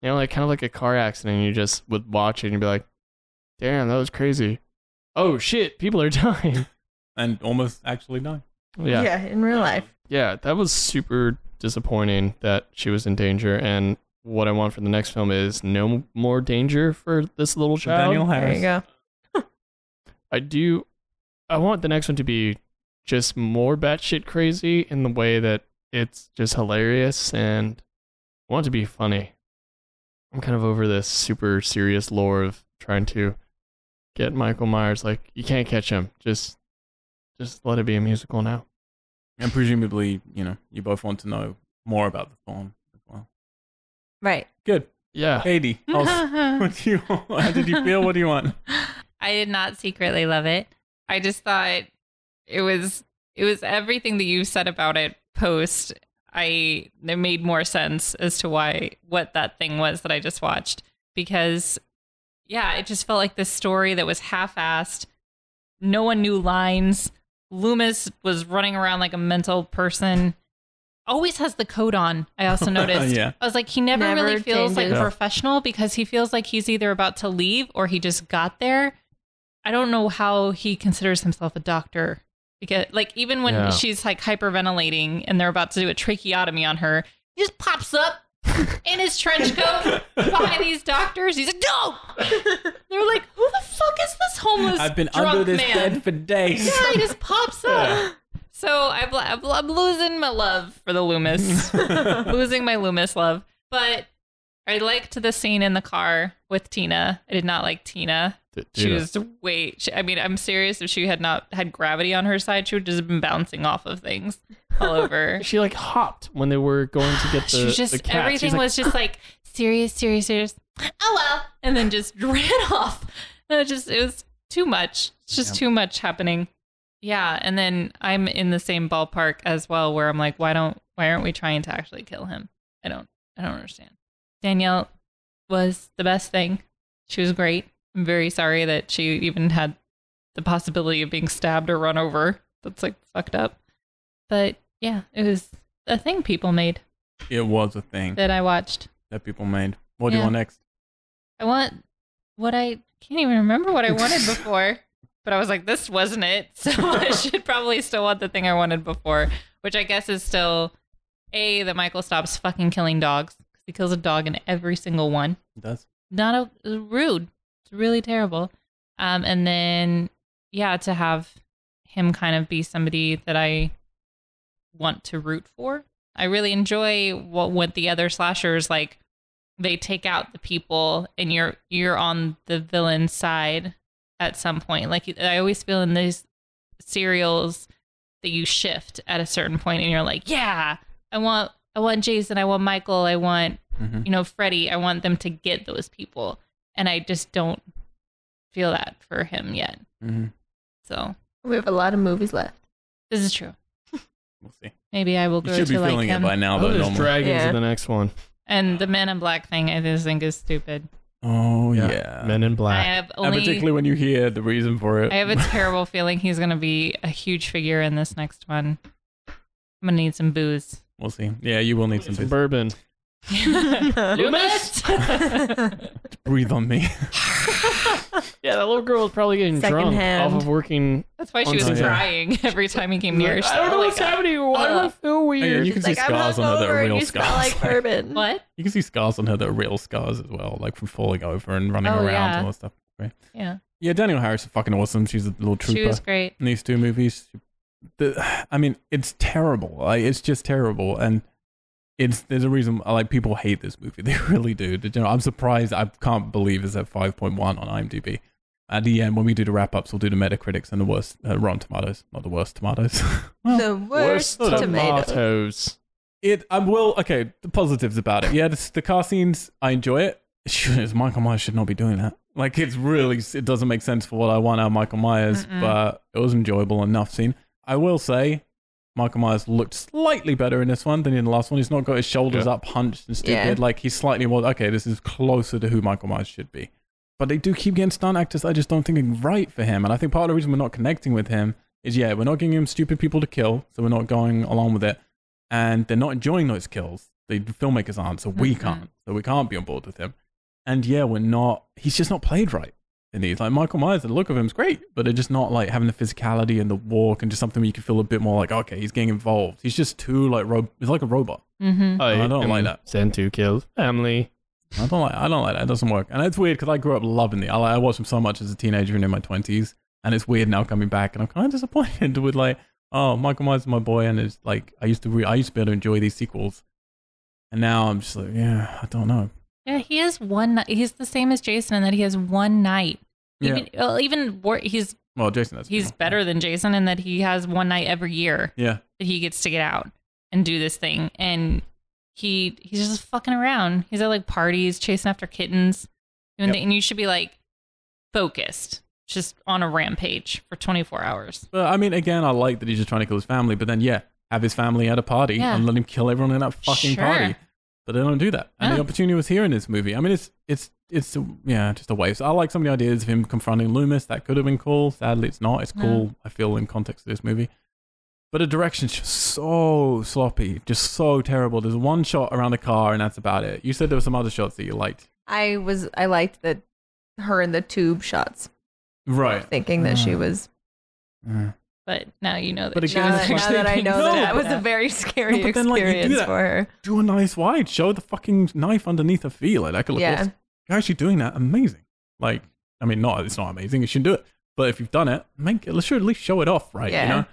S2: You know, like kind of like a car accident. You just would watch it and you'd be like, damn, that was crazy. Oh shit, people are (laughs) dying.
S5: (laughs) And almost actually no.
S2: yeah. yeah.
S4: in real life.
S2: that was super disappointing that she was in danger. And what I want for the next film is no more danger for this little child.
S5: Daniel
S4: There you
S5: Harris.
S4: go.
S2: I do. I want the next one to be just more batshit crazy in the way that it's just hilarious and I want it to be funny. I'm kind of over this super serious lore of trying to get Michael Myers. Like you can't catch him. Just, just let it be a musical now.
S5: And presumably, you know, you both want to know more about the film as well.
S4: Right.
S5: Good,
S2: Yeah.
S5: Katie.
S4: (laughs)
S5: I'll- (laughs)
S3: (laughs)
S5: what do you? How did you feel? What do you want?
S3: I did not secretly love it. I just thought it was it was everything that you said about it post. I it made more sense as to why what that thing was that I just watched because yeah, it just felt like this story that was half-assed. No one knew lines. Loomis was running around like a mental person. Always has the coat on. I also noticed.
S5: Yeah.
S3: I was like, he never,
S4: Never
S3: really feels like
S4: changes.
S5: Yeah.
S3: professional because he feels like he's either about to leave or he just got there. I don't know how he considers himself a doctor because, like, even when
S2: Yeah.
S3: she's like hyperventilating and they're about to do a tracheotomy on her, he just pops up in his trench coat behind these doctors. He's like,
S5: (laughs)
S3: no. They're like, who the fuck is this homeless?
S5: I've been
S3: drunk
S5: under this
S3: man?
S5: bed for
S4: (laughs)
S5: days.
S3: (laughs) Yeah, he just pops up. So I'm, I'm, I'm losing my love for the Loomis. losing my Loomis love. But I liked the scene in the car with Tina. I did not like Tina.
S2: D-
S3: She
S2: dude,
S3: was way. She, I mean, I'm serious. If she had not had gravity on her side, she would just have been bouncing off of things all
S2: (laughs)
S3: over.
S2: she like hopped when they were going to
S3: (sighs)
S2: get the.
S3: she was
S2: the
S3: just
S2: cat.
S3: everything
S2: She's like,
S3: was just
S2: (laughs)
S3: like serious, serious, serious. Oh well, and then just (laughs) ran off. And it just it was too much. It's just too much happening. Yeah, and then I'm in the same ballpark as well, where I'm like, why don't why aren't we trying to actually kill him? I don't I don't understand. Danielle was the best thing. She was great. I'm very sorry that she even had the possibility of being stabbed or run over. That's like fucked up. But yeah, it was a thing people made
S5: It was a thing
S3: that I watched.
S5: that people made. What do you
S3: Yeah.
S5: want next?
S3: I want what I can't even remember what I wanted before, but I was like, this wasn't it. (laughs) So I should probably still want the thing I wanted before, which I guess is still A, that Michael stops fucking killing dogs because he kills a dog in every single one.
S5: It does.
S3: Not a rude, it's really terrible. Um, and then, yeah, to have him kind of be somebody that I want to root for. I really enjoy what with the other slashers like they take out the people and you're you're on the villain's side at some point. Like I always feel in these serials that you shift at a certain point and you're like, yeah, I want I want Jason, I want Michael, I want
S1: Mm-hmm,
S5: Mhm.
S3: you know Freddy, I want them to get those people, and I just don't feel that for him yet.
S5: Mm-hmm.
S3: So
S4: We have a lot of movies left.
S1: (laughs)
S3: this is true.
S5: We'll see.
S3: Maybe I will
S5: You
S3: grow
S5: should be
S3: to like
S5: feeling it
S3: him.
S5: by now,
S2: Oh,
S5: though.
S2: there's
S5: normally.
S2: dragons
S4: Yeah.
S2: in the next one.
S3: and the Man in Black thing, I just think is stupid.
S1: Oh yeah.
S2: Yeah. Men in
S5: Uh,
S3: I
S2: Black.
S3: have
S1: and
S3: only.
S1: particularly when you hear the reason for it.
S3: I
S5: (laughs)
S3: have a terrible feeling he's gonna be a huge figure in this next one. I'm gonna need some booze.
S1: (laughs)
S3: (laughs)
S1: we'll see. Yeah, you will need some
S2: Some
S1: booze.
S2: bourbon.
S3: Loomis.
S1: breathe on me. (laughs)
S2: Yeah, that little girl was probably getting drunk
S4: Secondhand.
S2: off of working.
S3: That's why she
S1: Oh,
S3: was
S1: yeah.
S3: crying (laughs) every time he came near her. She's
S2: I don't
S3: like,
S2: know
S3: "Oh my
S2: what's
S3: God."
S2: happening. Why do I
S3: Ugh.
S2: feel weird?
S1: you can see
S4: like I'm
S1: scars on her that
S4: hungover
S1: are
S4: and
S1: real
S4: you smell
S1: scars.
S4: like (laughs) bourbon.
S3: What?
S1: You can see scars on her that are real scars as well, like from falling over and running
S3: Oh,
S1: around
S3: yeah.
S1: and all that stuff.
S3: Yeah,
S1: Yeah, Daniel Harris is fucking awesome. She's a little trooper
S3: she was great.
S1: in these two movies. The, I mean, it's terrible. Like, it's just terrible, and it's there's a reason. Like people hate this movie. (laughs) They really do. Did You know, I'm surprised. I can't believe it's at 5.1 on IMDb. At the end, when we do the wrap ups, we'll do the Metacritics and the worst uh, Rotten Tomatoes, not the worst tomatoes. (laughs)
S4: The
S1: Worst
S4: worst, tomato.
S2: tomatoes.
S1: it I will okay the positives about it yeah the, the car scenes I enjoy it it's Michael Myers should not be doing that like it's really it doesn't make sense for what I want out of Michael Myers
S3: Mm-mm.
S1: but it was enjoyable enough scene I will say Michael Myers looked slightly better in this one than in the last one he's not got his shoulders
S2: Yeah.
S1: up hunched and stupid
S4: Yeah.
S1: like he's slightly more okay this is closer to who Michael Myers should be but they do keep getting stunt actors I just don't think are right for him and I think part of the reason we're not connecting with him is yeah we're not giving him stupid people to kill so we're not going along with it and they're not enjoying those kills. The filmmakers aren't, so we
S3: Mhm.
S1: can't. So we can't be on board with him. And yeah, we're not. He's just not played right. And he's like Michael Myers. The look of him's great, but they're just not like having the physicality and the walk and just something where you can feel a bit more like okay, he's getting involved. He's just too like ro- he's like a robot.
S3: Mm-hmm.
S1: I don't
S2: am
S1: like that.
S2: Sent to kill family.
S1: I don't like. I don't like that. It doesn't work. And it's weird because I grew up loving the. I, like, I watched him so much as a teenager and in my twenties, and it's weird now coming back, and I'm kind of disappointed (laughs) with like, oh, Michael Myers is my boy, and it's like I used to. Re- I used to be able to enjoy these sequels, and now I'm just like, yeah, I don't know.
S3: Yeah, he has one. ni- He's the same as Jason in that he has one night. Even, well, even wor- he's
S1: Well, Jason, that's
S3: he's better than Jason in that he has one night every year
S1: Yeah.
S3: that he gets to get out and do this thing, and he he's just fucking around. He's at like parties, chasing after kittens, doing
S1: Yep.
S3: thi- and you should be like focused, just on a rampage for twenty four hours.
S1: But I mean, again, I like that he's just trying to kill his family, but then yeah, have his family at a party
S3: Yeah.
S1: and let him kill everyone in that fucking
S3: Sure.
S1: party. But they don't do that, and the
S3: No.
S1: opportunity was here in this movie. I mean, it's it's it's yeah, just a waste. I like some of the ideas of him confronting Loomis. That could have been cool. Sadly, it's not. It's
S3: No.
S1: cool. I feel in context of this movie. But the direction's just so sloppy, just so terrible. There's one shot around a car, and that's about it. You said there were some other shots that you liked,
S4: I was I liked the her in the tube shots,
S1: right?
S4: thinking that she
S1: Mm.
S4: was.
S3: But now you know that.
S1: But
S3: she's
S1: again,
S4: Now
S1: it's
S4: that,
S1: like-
S4: now that I
S3: actually
S4: know
S1: No,
S4: that that
S1: but-
S4: was a very scary
S1: No, but then, like, you do
S4: experience
S1: that-
S4: for her.
S1: Do a nice wide. Show the fucking knife underneath her feet. Like that could look
S4: Yeah.
S1: awesome. you're actually doing that amazing like i mean not it's not amazing you shouldn't do it but if you've done it make it let's show- at least show it off right
S4: Yeah.
S1: you know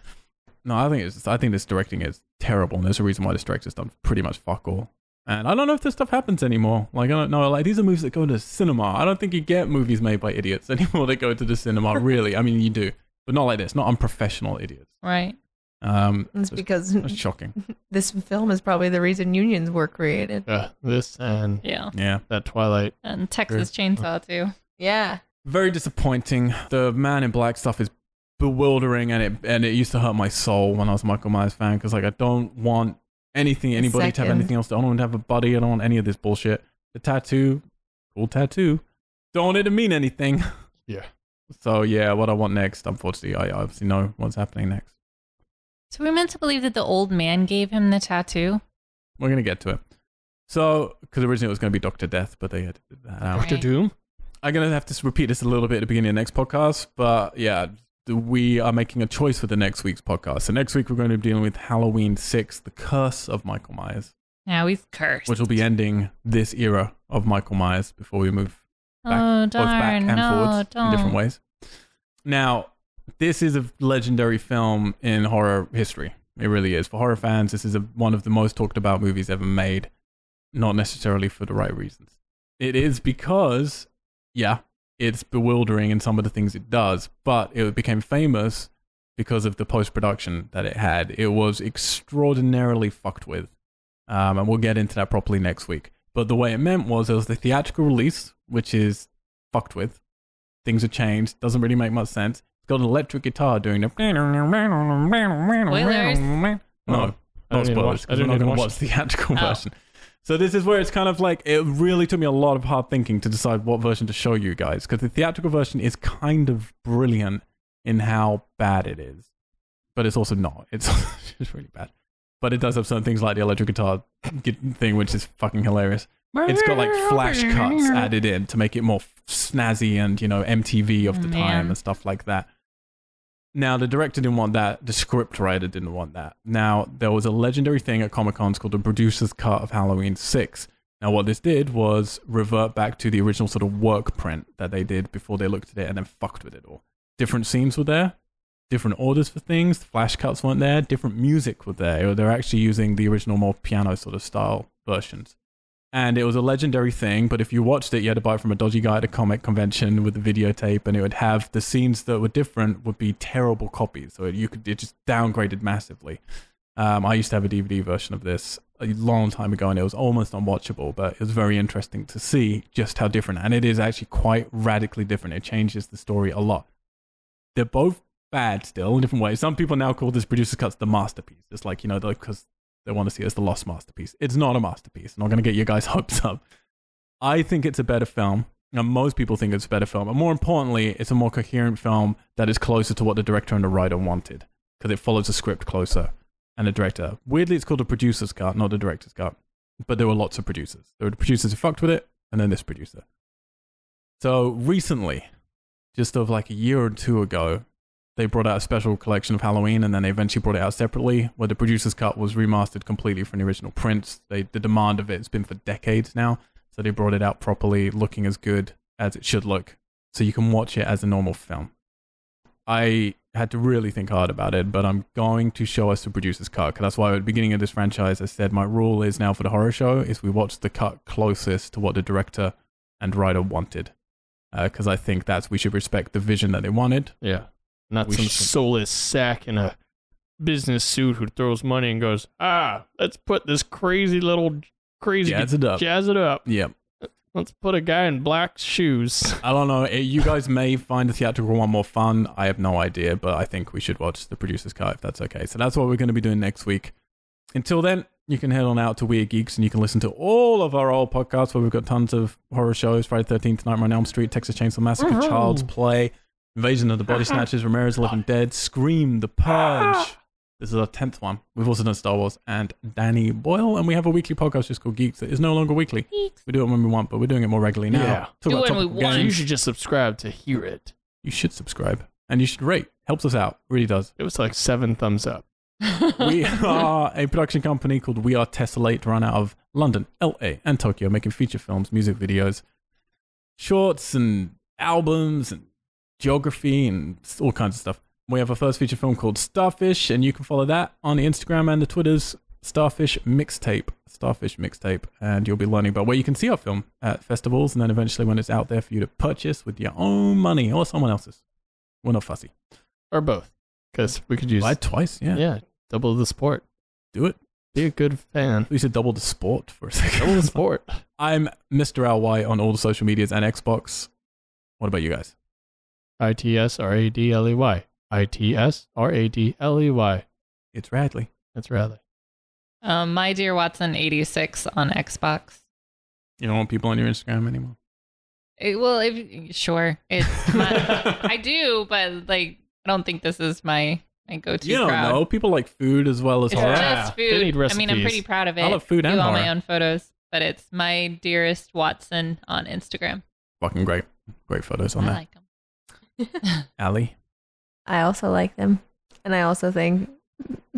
S1: no i think it's i think this directing is terrible and there's a reason why this director's done pretty much fuck all and i don't know if this stuff happens anymore like i don't know like these are movies that go to cinema i don't think you get movies made by idiots (laughs) anymore that go to the cinema really i mean you do but not like this not unprofessional idiots
S3: (laughs) right.
S1: um
S4: It's
S1: it's-
S4: because
S1: it's shocking
S4: this film is probably the reason unions were created.
S2: Uh, this and
S3: Yeah,
S1: yeah
S2: that Twilight.
S3: and Texas Chainsaw too.
S4: Yeah.
S1: very disappointing. The Man in Black stuff is bewildering, and it and it used to hurt my soul when I was a Michael Myers fan because like I don't want anything, anybody to have
S4: Second.
S1: anything else. I don't want to have a buddy. I don't want any of this bullshit. The tattoo, cool tattoo, don't want it to mean anything.
S2: Yeah.
S1: (laughs) So yeah, what I want next, unfortunately, I obviously know what's happening next.
S3: So we're meant to believe that the old man gave him the tattoo.
S1: We're gonna get to it. So, because originally it was gonna be Doctor Death, but they had that out.
S3: Right.
S2: Doctor Doom.
S1: I'm gonna have to repeat this a little bit at the beginning of the next podcast, but yeah, th- we are making a choice for the next week's podcast. So next week we're going to be dealing with Halloween Six: The Curse of Michael Myers,
S3: Now he's cursed.
S1: which will be ending this era of Michael Myers before we move back-
S3: oh
S1: both back
S3: darn!
S1: and
S3: No,
S1: forwards
S3: don't.
S1: in different ways. Now, this is a legendary film in horror history. It really is. For horror fans, this is a, one of the most talked about movies ever made, not necessarily for the right reasons. It is because, yeah, it's bewildering in some of the things it does, but it became famous because of the post production that it had. It was extraordinarily fucked with. Um, and we'll get into that properly next week. But the way it meant was there was the theatrical release, which is fucked with. Things have changed. Doesn't really make much sense. It's got an electric guitar doing the.
S3: Spoilers.
S1: No,
S2: I
S1: not
S2: didn't even
S1: spoilers. Because
S2: watch- I
S1: we're
S2: didn't
S1: not
S2: even
S1: going to
S2: watch
S1: watch the theatrical
S3: Oh.
S1: version. So this is where it's kind of like it really took me a lot of hard thinking to decide what version to show you guys because the theatrical version is kind of brilliant in how bad it is, but it's also not. It's (laughs) it's really bad, but it does have some things like the electric guitar git- thing, which is fucking hilarious. It's got like flash cuts added in to make it more snazzy and you know MTV of the time
S3: Man.
S1: and stuff like that. Now the director didn't want that. The script writer didn't want that. Now there was a legendary thing at Comic Cons called the producer's cut of Halloween Six. Now what this did was revert back to the original sort of work print that they did before they looked at it and then fucked with it all. Different scenes were there, different orders for things. Flash cuts weren't there. Different music were there. They're actually using the original more piano sort of style versions and it was a legendary thing. But if you watched it, you had to buy it from a dodgy guy at a comic convention with a videotape, and it would have the scenes that were different would be terrible copies. So you could it just downgraded massively. Um, I used to have a DVD version of this a long time ago, and it was almost unwatchable. But it was very interesting to see just how different, and it is actually quite radically different. It changes the story a lot. They're both bad still in different ways. Some people now call this producer's cuts the masterpiece. It's like you know because they want to see it as the lost masterpiece. It's not a masterpiece. I'm not going to get your guys' (laughs) hopes up. I think it's a better film, and most people think it's a better film. And more importantly, it's a more coherent film that is closer to what the director and the writer wanted because it follows the script closer and the director. Weirdly, it's called a producer's cut, not a director's cut. But there were lots of producers. There were the producers who fucked with it, and then this producer. So recently, just of like a year or two ago, they brought out a special collection of Halloween and then they eventually brought it out separately, where the producer's cut was remastered completely from the original prints. They, the demand of it has been for decades now, so they brought it out properly, looking as good as it should look, so you can watch it as a normal film. I had to really think hard about it, but I'm going to show us the producer's cut, 'cause that's why at the beginning of this franchise, I said my rule is now for the horror show is we watch the cut closest to what the director and writer wanted, because Uh, I think that's we should respect the vision that they wanted.
S2: Yeah. Not
S1: We
S2: some
S1: should-
S2: soulless sack in a business suit who throws money and goes, ah, let's put this crazy little crazy
S1: Yeah, it's a dub.
S2: jazz it up.
S1: Yeah,
S2: Let's put a guy in black shoes.
S1: I don't know. It- You guys may find the theatrical one more fun. I have no idea, but I think we should watch the producer's cut if that's okay. So that's what we're going to be doing next week. Until then, you can head on out to Weird Geeks and you can listen to all of our old podcasts where we've got tons of horror shows Friday 13th, Nightmare on Elm Street, Texas Chainsaw Massacre, Child's Play, Invasion of the Body Snatchers, Ramirez, Living Dead, Scream, The Purge. This is our 10th one. We've also done Star Wars and Danny Boyle, and we have a weekly podcast just called Geeks that is no longer weekly. We do it when we want, but we're doing it more regularly now.
S2: Yeah.
S1: Talk
S3: Do
S1: about
S3: it when we
S1: topical
S3: want.
S2: you
S1: games
S2: should just subscribe to hear it.
S1: you should subscribe and you should rate. Helps us out, really does.
S2: It was like seven thumbs up.
S1: We are a production company called We Are Tessellate, run out of London, LA, and Tokyo, making feature films, music videos, shorts, and albums, and geography, and s- all kinds of stuff. We have our first feature film called Starfish, and you can follow that on the Instagram and the Twitters. Starfish Mixtape, Starfish Mixtape, and you'll be learning about where you can see our film at festivals, and then eventually when it's out there for you to purchase with your own money or someone else's. We're not fussy.
S2: Or both. Because we could use
S1: Buy it twice, yeah.
S2: Yeah. Double the sport.
S1: Do it.
S2: Be a good fan.
S1: We should double the sport for a second.
S2: Double the sport.
S1: (laughs) I'm Mr. LY on all the social medias and Xbox. What about you guys?
S2: I T S R A D L E Y. I T S R A D L E Y.
S1: It's Radley.
S2: That's rather.
S3: um, my dear Watson, eighty-six on Xbox.
S1: You don't want people on your Instagram anymore.
S3: It, Eh, well, if, sure,
S1: (laughs)
S3: it's my, I do, but like I don't think this is my my go-to.
S1: you don't
S3: crowd.
S1: know. People like food as well as
S3: It's
S1: horror.
S2: Yeah.
S3: just
S2: They need
S3: food. I mean, I'm
S2: recipes.
S3: pretty proud of it.
S1: I love food
S3: do
S1: and
S3: all
S1: horror.
S3: my own photos, but it's my dearest Watson on Instagram.
S1: Fucking great. Great photos on
S3: I
S1: there.
S3: like them.
S1: Ali.
S4: I also like them. And I also think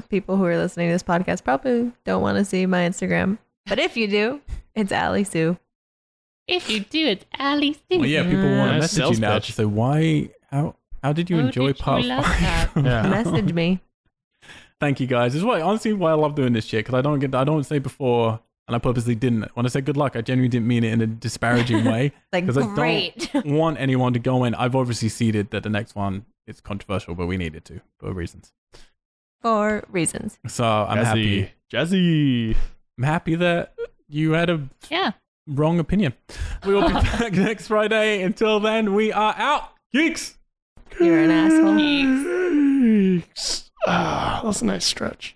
S4: people who are listening to this podcast probably don't want to see my Instagram. But if you do, it's Ally Sue.
S3: If you do, it's Ali Sue.
S1: Well, yeah, people want to
S2: Mm,
S1: message you
S2: sales
S1: now
S2: pitch.
S1: to say why how how did you
S3: How
S1: enjoy
S3: did you
S1: part (laughs)
S3: love
S1: five?
S3: that?
S2: Yeah.
S4: Message me.
S1: Thank you guys. It's why honestly why I love doing this shit because I don't get I don't say before and I purposely didn't. When I said good luck, I genuinely didn't mean it in a
S3: (laughs)
S1: disparaging way.
S4: Like,
S1: 'Cause I don't-
S4: great.
S1: want anyone to go in. I've obviously seeded that the next one is controversial, but we needed to for reasons.
S4: For reasons.
S1: So I'm happy.
S2: Jazzy.
S1: I'm happy that you had a
S3: Yeah.
S1: wrong opinion. We will be back next Friday. Until then, we are out. Geeks.
S4: You're an asshole.
S2: Yeeks. Ah, that's a nice stretch.